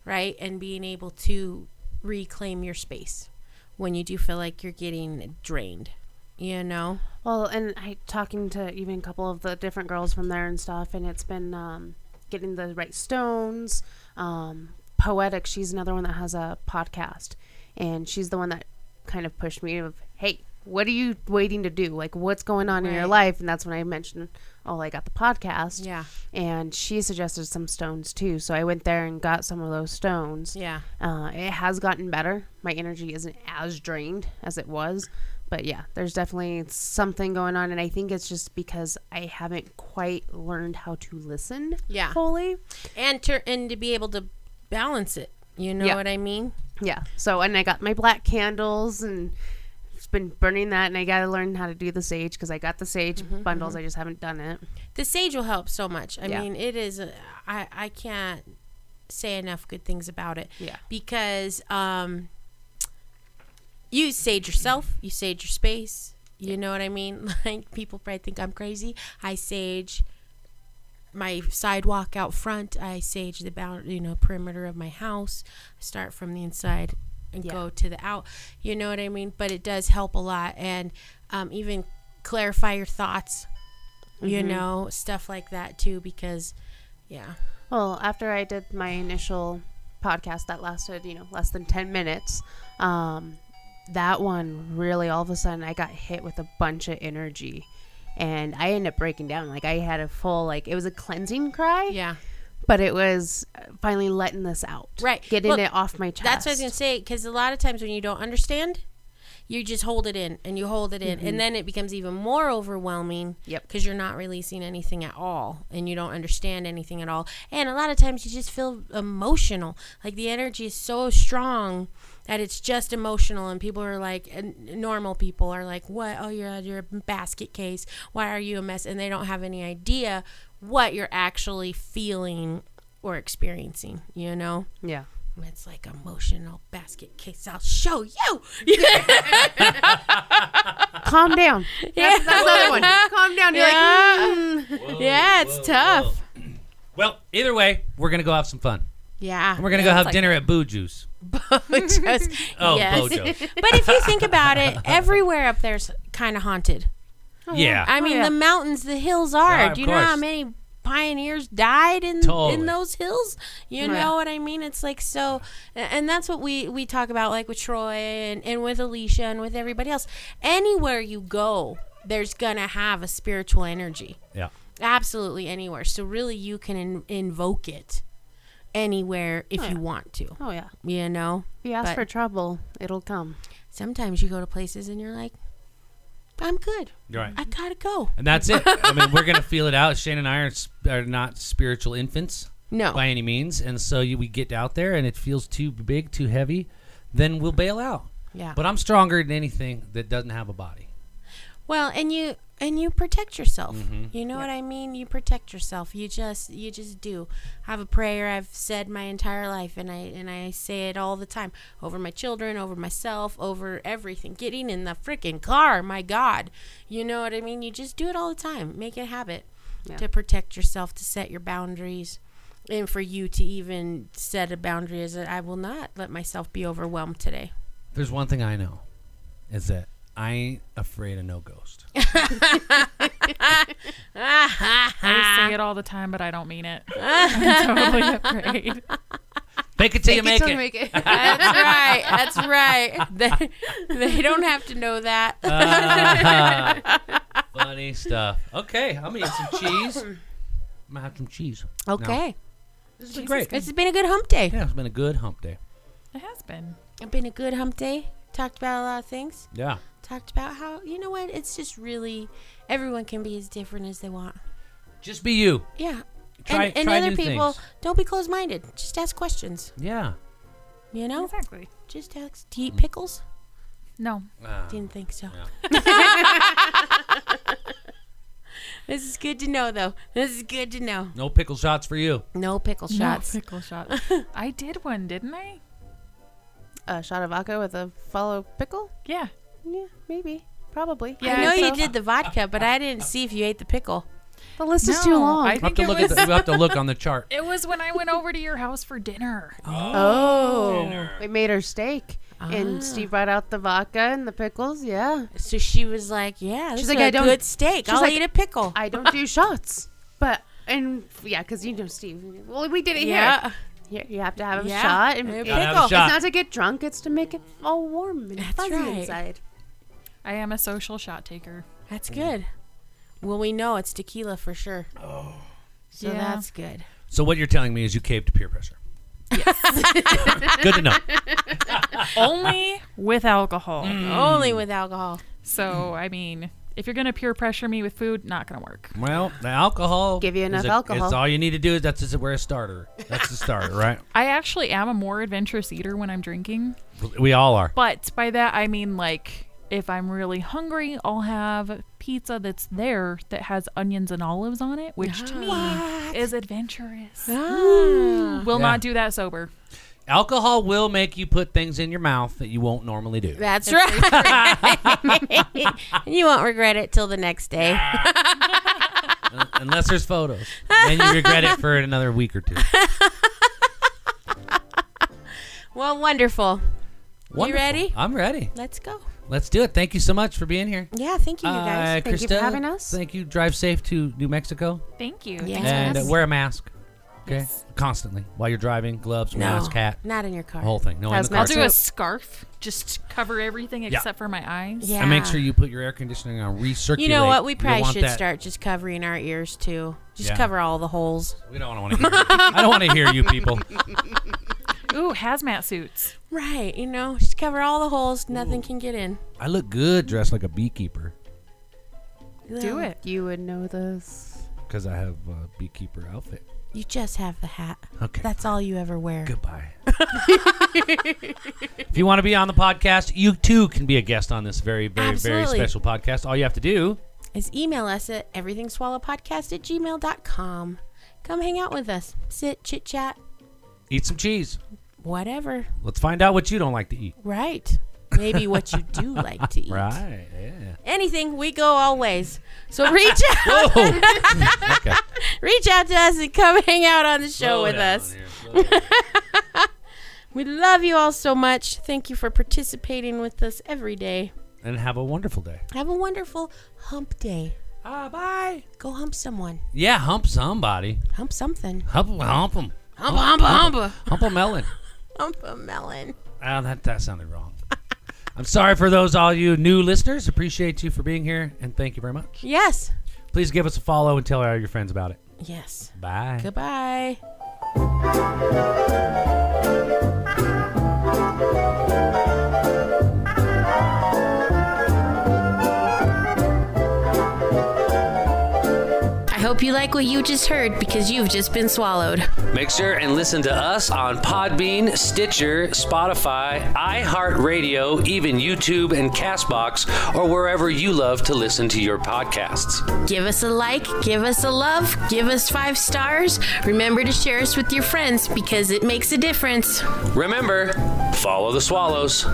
Speaker 1: right? And being able to reclaim your space when you do feel like you're getting drained. you know.
Speaker 5: Well, and I talking to even a couple of the different girls from there and stuff, and it's been um, getting the right stones. Um, Poetic, she's another one that has a podcast, and she's the one that kind of pushed me of, hey, what are you waiting to do? Like, what's going on in your
Speaker 1: Right.
Speaker 5: life? And that's when I mentioned, oh, I got the podcast.
Speaker 1: Yeah.
Speaker 5: And she suggested some stones too, so I went there and got some of those stones.
Speaker 1: Yeah.
Speaker 5: Uh, it has gotten better. My energy isn't as drained as it was. But yeah, there's definitely something going on. And I think it's just because I haven't quite learned how to listen
Speaker 1: Yeah.
Speaker 5: fully.
Speaker 1: And to and to be able to balance it. You know
Speaker 5: Yeah.
Speaker 1: what I mean?
Speaker 5: Yeah. So, and I got my black candles and it's been burning that. And I got to learn how to do the sage because I got the sage bundles. I just haven't done it.
Speaker 1: The sage will help so much. I
Speaker 5: Yeah.
Speaker 1: mean, it is. A, I I can't say enough good things about it.
Speaker 5: Yeah.
Speaker 1: Because um, you sage yourself. You sage your space. You know what I mean? [laughs] Like people probably think I'm crazy. I sage my sidewalk out front. I sage the bound, you know, perimeter of my house. I start from the inside and go to the out. You know what I mean? But it does help a lot, and um, even clarify your thoughts. You know, stuff like that too, because yeah,
Speaker 5: Well, after I did my initial podcast that lasted, you know, less than 10 minutes, um, that one really all of a sudden I got hit with a bunch of energy and I ended up breaking down. Like I had a full, like, it was a cleansing cry,
Speaker 1: yeah.
Speaker 5: but it was uh, finally letting this out.
Speaker 1: Right.
Speaker 5: Getting
Speaker 1: Well,
Speaker 5: it off my chest.
Speaker 1: That's what I was gonna say. Because a lot of times when you don't understand, you just hold it in and you hold it in, and then it becomes even more overwhelming.
Speaker 5: Yep.
Speaker 1: Because you're not releasing anything at all, and you don't understand anything at all. And a lot of times you just feel emotional. Like the energy is so strong that it's just emotional, and people are like, and normal people are like, "What? Oh, you're you're a basket case. Why are you a mess?" And they don't have any idea what you're actually feeling or experiencing. You know.
Speaker 5: Yeah.
Speaker 1: It's like emotional basket case. I'll show you. [laughs] [laughs]
Speaker 5: Calm down. That's, that's another one. Calm down. You're like, mm.
Speaker 1: yeah, it's tough.
Speaker 2: Well, either way, we're gonna go have some fun.
Speaker 1: Yeah.
Speaker 2: We're gonna go have dinner at Boo Juice.
Speaker 1: [laughs] Just-
Speaker 2: [laughs] Oh,
Speaker 1: yes.
Speaker 2: Bojo.
Speaker 1: But if you think about it, everywhere up there's kind of haunted.
Speaker 2: yeah.
Speaker 1: I mean,
Speaker 5: Oh, yeah.
Speaker 1: the mountains, the hills are.
Speaker 2: Yeah, of
Speaker 1: Do you know how
Speaker 2: course.
Speaker 1: many pioneers died in
Speaker 2: Totally.
Speaker 1: in those hills? You
Speaker 5: Right.
Speaker 1: know what I mean? It's like so, and that's what we we talk about, like with Troy and and with Alicia and with everybody else. Anywhere you go, there's gonna have a spiritual energy.
Speaker 2: yeah.
Speaker 1: Absolutely anywhere. So really, you can in- invoke it anywhere if you want to.
Speaker 5: oh, yeah.
Speaker 1: You know,
Speaker 5: If you ask
Speaker 1: But-
Speaker 5: for trouble, it'll come.
Speaker 1: sometimes you go to places and you're like, "I'm good.
Speaker 2: You're right.
Speaker 1: I gotta go."
Speaker 2: And that's it. I mean, we're gonna feel it out. Shane and I are, s- are not spiritual infants
Speaker 1: No,
Speaker 2: by any means, and so you, we get out there, and it feels too big, too heavy, then we'll bail out.
Speaker 1: yeah.
Speaker 2: But I'm stronger than anything that doesn't have a body.
Speaker 1: well, and you and you protect yourself. You know what I mean? You protect yourself. You just you just do. I have a prayer I've said my entire life, and I and I say it all the time over my children, over myself, over everything. Getting in the freaking car, my God. You know what I mean? You just do it all the time. Make it a habit to protect yourself, to set your boundaries. And for you to even set a boundary is that I will not let myself be overwhelmed today.
Speaker 2: There's one thing I know, is that I ain't afraid of no ghost.
Speaker 1: Ah.
Speaker 4: I say it all the time, but I don't
Speaker 1: [laughs]
Speaker 4: mean it. [laughs] I'm totally afraid.
Speaker 2: Fake it till you make
Speaker 5: Till
Speaker 1: [laughs]
Speaker 2: it. [laughs]
Speaker 1: That's right. That's right. [laughs] They, they don't have to know that.
Speaker 2: Uh, Ah, funny stuff. Okay, I'm gonna eat some cheese. I'm gonna have some cheese. No.
Speaker 1: okay.
Speaker 2: this has been great.
Speaker 1: It's been a good hump day.
Speaker 2: Yeah, it's been a good hump day.
Speaker 4: It has been.
Speaker 1: It's been a good hump day. Talked about a lot of things.
Speaker 2: Yeah.
Speaker 1: Talked about how, you know what? It's just really, everyone can be as different as they want.
Speaker 2: Just be you.
Speaker 1: Yeah.
Speaker 2: Try-
Speaker 1: and and
Speaker 2: try
Speaker 1: other
Speaker 2: new
Speaker 1: people,
Speaker 2: things.
Speaker 1: don't be closed minded. Just ask questions.
Speaker 2: Yeah.
Speaker 1: You know?
Speaker 4: Exactly.
Speaker 1: Just ask. Do you
Speaker 2: Mm.
Speaker 1: eat pickles?
Speaker 4: No.
Speaker 2: Ah.
Speaker 1: Didn't think so.
Speaker 2: Yeah.
Speaker 1: [laughs] This is good to know, though. This is good to know.
Speaker 2: no pickle shots for you.
Speaker 1: No pickle
Speaker 4: No
Speaker 1: shots.
Speaker 4: pickle shots.
Speaker 1: [laughs]
Speaker 4: I did one, didn't I?
Speaker 5: A shot of vodka with a follow pickle?
Speaker 4: Yeah.
Speaker 5: Yeah, maybe. Probably.
Speaker 4: Yeah,
Speaker 1: I know you
Speaker 4: so-
Speaker 1: did the vodka, but I didn't see if you ate the pickle.
Speaker 5: The list is
Speaker 4: No,
Speaker 5: too long.
Speaker 2: We'll
Speaker 4: I
Speaker 2: have
Speaker 4: think
Speaker 2: to
Speaker 4: it
Speaker 2: look
Speaker 4: was,
Speaker 2: at the, we'll have to look on the
Speaker 4: [laughs]
Speaker 2: chart. Oh.
Speaker 4: it was when I went over to your house for dinner.
Speaker 5: Oh, we made her steak. And
Speaker 1: Ah.
Speaker 5: Steve brought out the vodka and the pickles. Yeah.
Speaker 1: So she was like, "Yeah, this
Speaker 5: She's
Speaker 1: is
Speaker 5: like,
Speaker 1: a
Speaker 5: "I don't-
Speaker 1: good steak.
Speaker 5: she's
Speaker 1: I'll
Speaker 5: like,
Speaker 1: eat a pickle." [laughs]
Speaker 5: I don't do shots, but and yeah, because you know Steve. Well, we did it
Speaker 1: yeah,
Speaker 5: here. You, you have to have a
Speaker 1: Yeah. Uh,
Speaker 5: shot, and
Speaker 1: A
Speaker 5: it-
Speaker 2: Gotta have a
Speaker 1: pickle.
Speaker 2: shot.
Speaker 5: it's not to get drunk; it's to make it all warm and
Speaker 1: That's
Speaker 5: fuzzy
Speaker 1: right.
Speaker 5: inside.
Speaker 4: I am a social shot taker.
Speaker 1: That's good. Well, we know it's tequila for sure. Oh, so
Speaker 4: Yeah.
Speaker 1: that's good.
Speaker 2: So what you're telling me is you caved to peer pressure. Yes. [laughs] Good to know.
Speaker 4: Only with alcohol.
Speaker 1: Mm. Only with alcohol.
Speaker 4: So, I mean, if you're going to peer pressure me with food, not going to work.
Speaker 2: Well, the alcohol
Speaker 5: Give you
Speaker 2: is
Speaker 5: enough
Speaker 2: a-
Speaker 5: alcohol.
Speaker 2: It's all you need to do is that's just we're a starter. That's the starter,
Speaker 5: [laughs]
Speaker 2: right?
Speaker 4: I actually am a more adventurous eater when I'm drinking.
Speaker 2: We all are.
Speaker 4: But by that, I mean, like, if I'm really hungry, I'll have pizza that's there that has onions and olives on it, which to me is adventurous.
Speaker 1: Ah.
Speaker 4: Will
Speaker 2: Yeah.
Speaker 4: not do that sober.
Speaker 2: Alcohol will make you put things in your mouth that you won't normally do.
Speaker 1: That's right. [laughs] and you won't regret it till the next day.
Speaker 2: Un- Unless there's photos. Then you regret it for another week or
Speaker 5: [laughs]
Speaker 2: two.
Speaker 1: Well, wonderful.
Speaker 2: Wonderful.
Speaker 1: ready?
Speaker 2: I'm ready.
Speaker 1: Let's go.
Speaker 2: Let's do it. Thank you so much for being here.
Speaker 1: Yeah, thank you,
Speaker 2: Uh,
Speaker 1: you guys.
Speaker 5: Thank you for having us.
Speaker 2: Thank you. Drive safe to New Mexico.
Speaker 4: Thank you.
Speaker 1: Yeah.
Speaker 4: Thanks for
Speaker 2: and uh,
Speaker 4: having me.
Speaker 2: wear a mask. Okay? Constantly. While you're driving, gloves,
Speaker 1: no,
Speaker 2: mask, hat,
Speaker 1: not in your car.
Speaker 2: the whole thing. No, in the
Speaker 5: Hazmat
Speaker 2: car.
Speaker 4: I'll do a scarf, just cover everything
Speaker 2: Yeah.
Speaker 4: except for my eyes.
Speaker 1: Yeah.
Speaker 2: And make sure you put your air conditioning on recirculate.
Speaker 1: You know what? We
Speaker 2: You'll
Speaker 1: probably
Speaker 2: want
Speaker 1: should
Speaker 2: that-
Speaker 1: start just covering our ears too. Just
Speaker 2: Yeah.
Speaker 1: cover all the holes.
Speaker 2: We don't want to hear. I don't want to hear
Speaker 1: [laughs]
Speaker 2: you people.
Speaker 4: Ooh, hazmat suits.
Speaker 1: Right. You know, just cover all the holes. Nothing can get in.
Speaker 2: I look good dressed like a beekeeper
Speaker 1: No,
Speaker 4: Do it.
Speaker 5: You would know this.
Speaker 2: because I have a beekeeper outfit.
Speaker 1: You just have the hat.
Speaker 2: Okay.
Speaker 1: That's all you ever wear.
Speaker 2: Goodbye.
Speaker 1: [laughs]
Speaker 2: if you want to be on the podcast, you too can be a guest on this very, very, very
Speaker 1: Absolutely.
Speaker 2: special podcast. All you have to do
Speaker 1: Is email us at everythingswallowpodcast at gmail.com. Come hang out with us. Sit, chit chat,
Speaker 2: eat some cheese.
Speaker 1: whatever.
Speaker 2: Let's find out what you don't like to eat.
Speaker 1: Right. Maybe what you do like to eat.
Speaker 2: Right. Yeah.
Speaker 1: Anything, we go always. So reach out,
Speaker 2: Oh.
Speaker 1: [laughs]
Speaker 2: okay.
Speaker 1: reach out to us and come hang out on the show with us. We love you all so much. Thank you for participating with us every day.
Speaker 2: and have a
Speaker 1: [laughs]
Speaker 2: wonderful day.
Speaker 1: Have a wonderful hump day.
Speaker 2: Ah, bye.
Speaker 1: Go hump someone.
Speaker 2: Yeah, hump somebody.
Speaker 1: Hump something.
Speaker 2: Hump, hump them.
Speaker 1: Hump, hump, hump, hump,
Speaker 2: Hump a melon.
Speaker 1: a melon.
Speaker 2: Ah, that, that sounded wrong. [laughs] I'm sorry for those all you new listeners. Appreciate you for being here and thank you very much.
Speaker 1: Yes.
Speaker 2: Please give us a follow and tell all your friends about it.
Speaker 1: Yes.
Speaker 2: Bye.
Speaker 1: Goodbye. I hope you like what you just heard because you've just been swallowed.
Speaker 2: Make sure and listen to us on Podbean, Stitcher, Spotify, iHeartRadio, even YouTube and Castbox, or wherever you love to listen to your podcasts.
Speaker 1: Give us a like, give us a love, give us five stars. Remember to share us with your friends because it makes a difference.
Speaker 2: Remember, follow the swallows.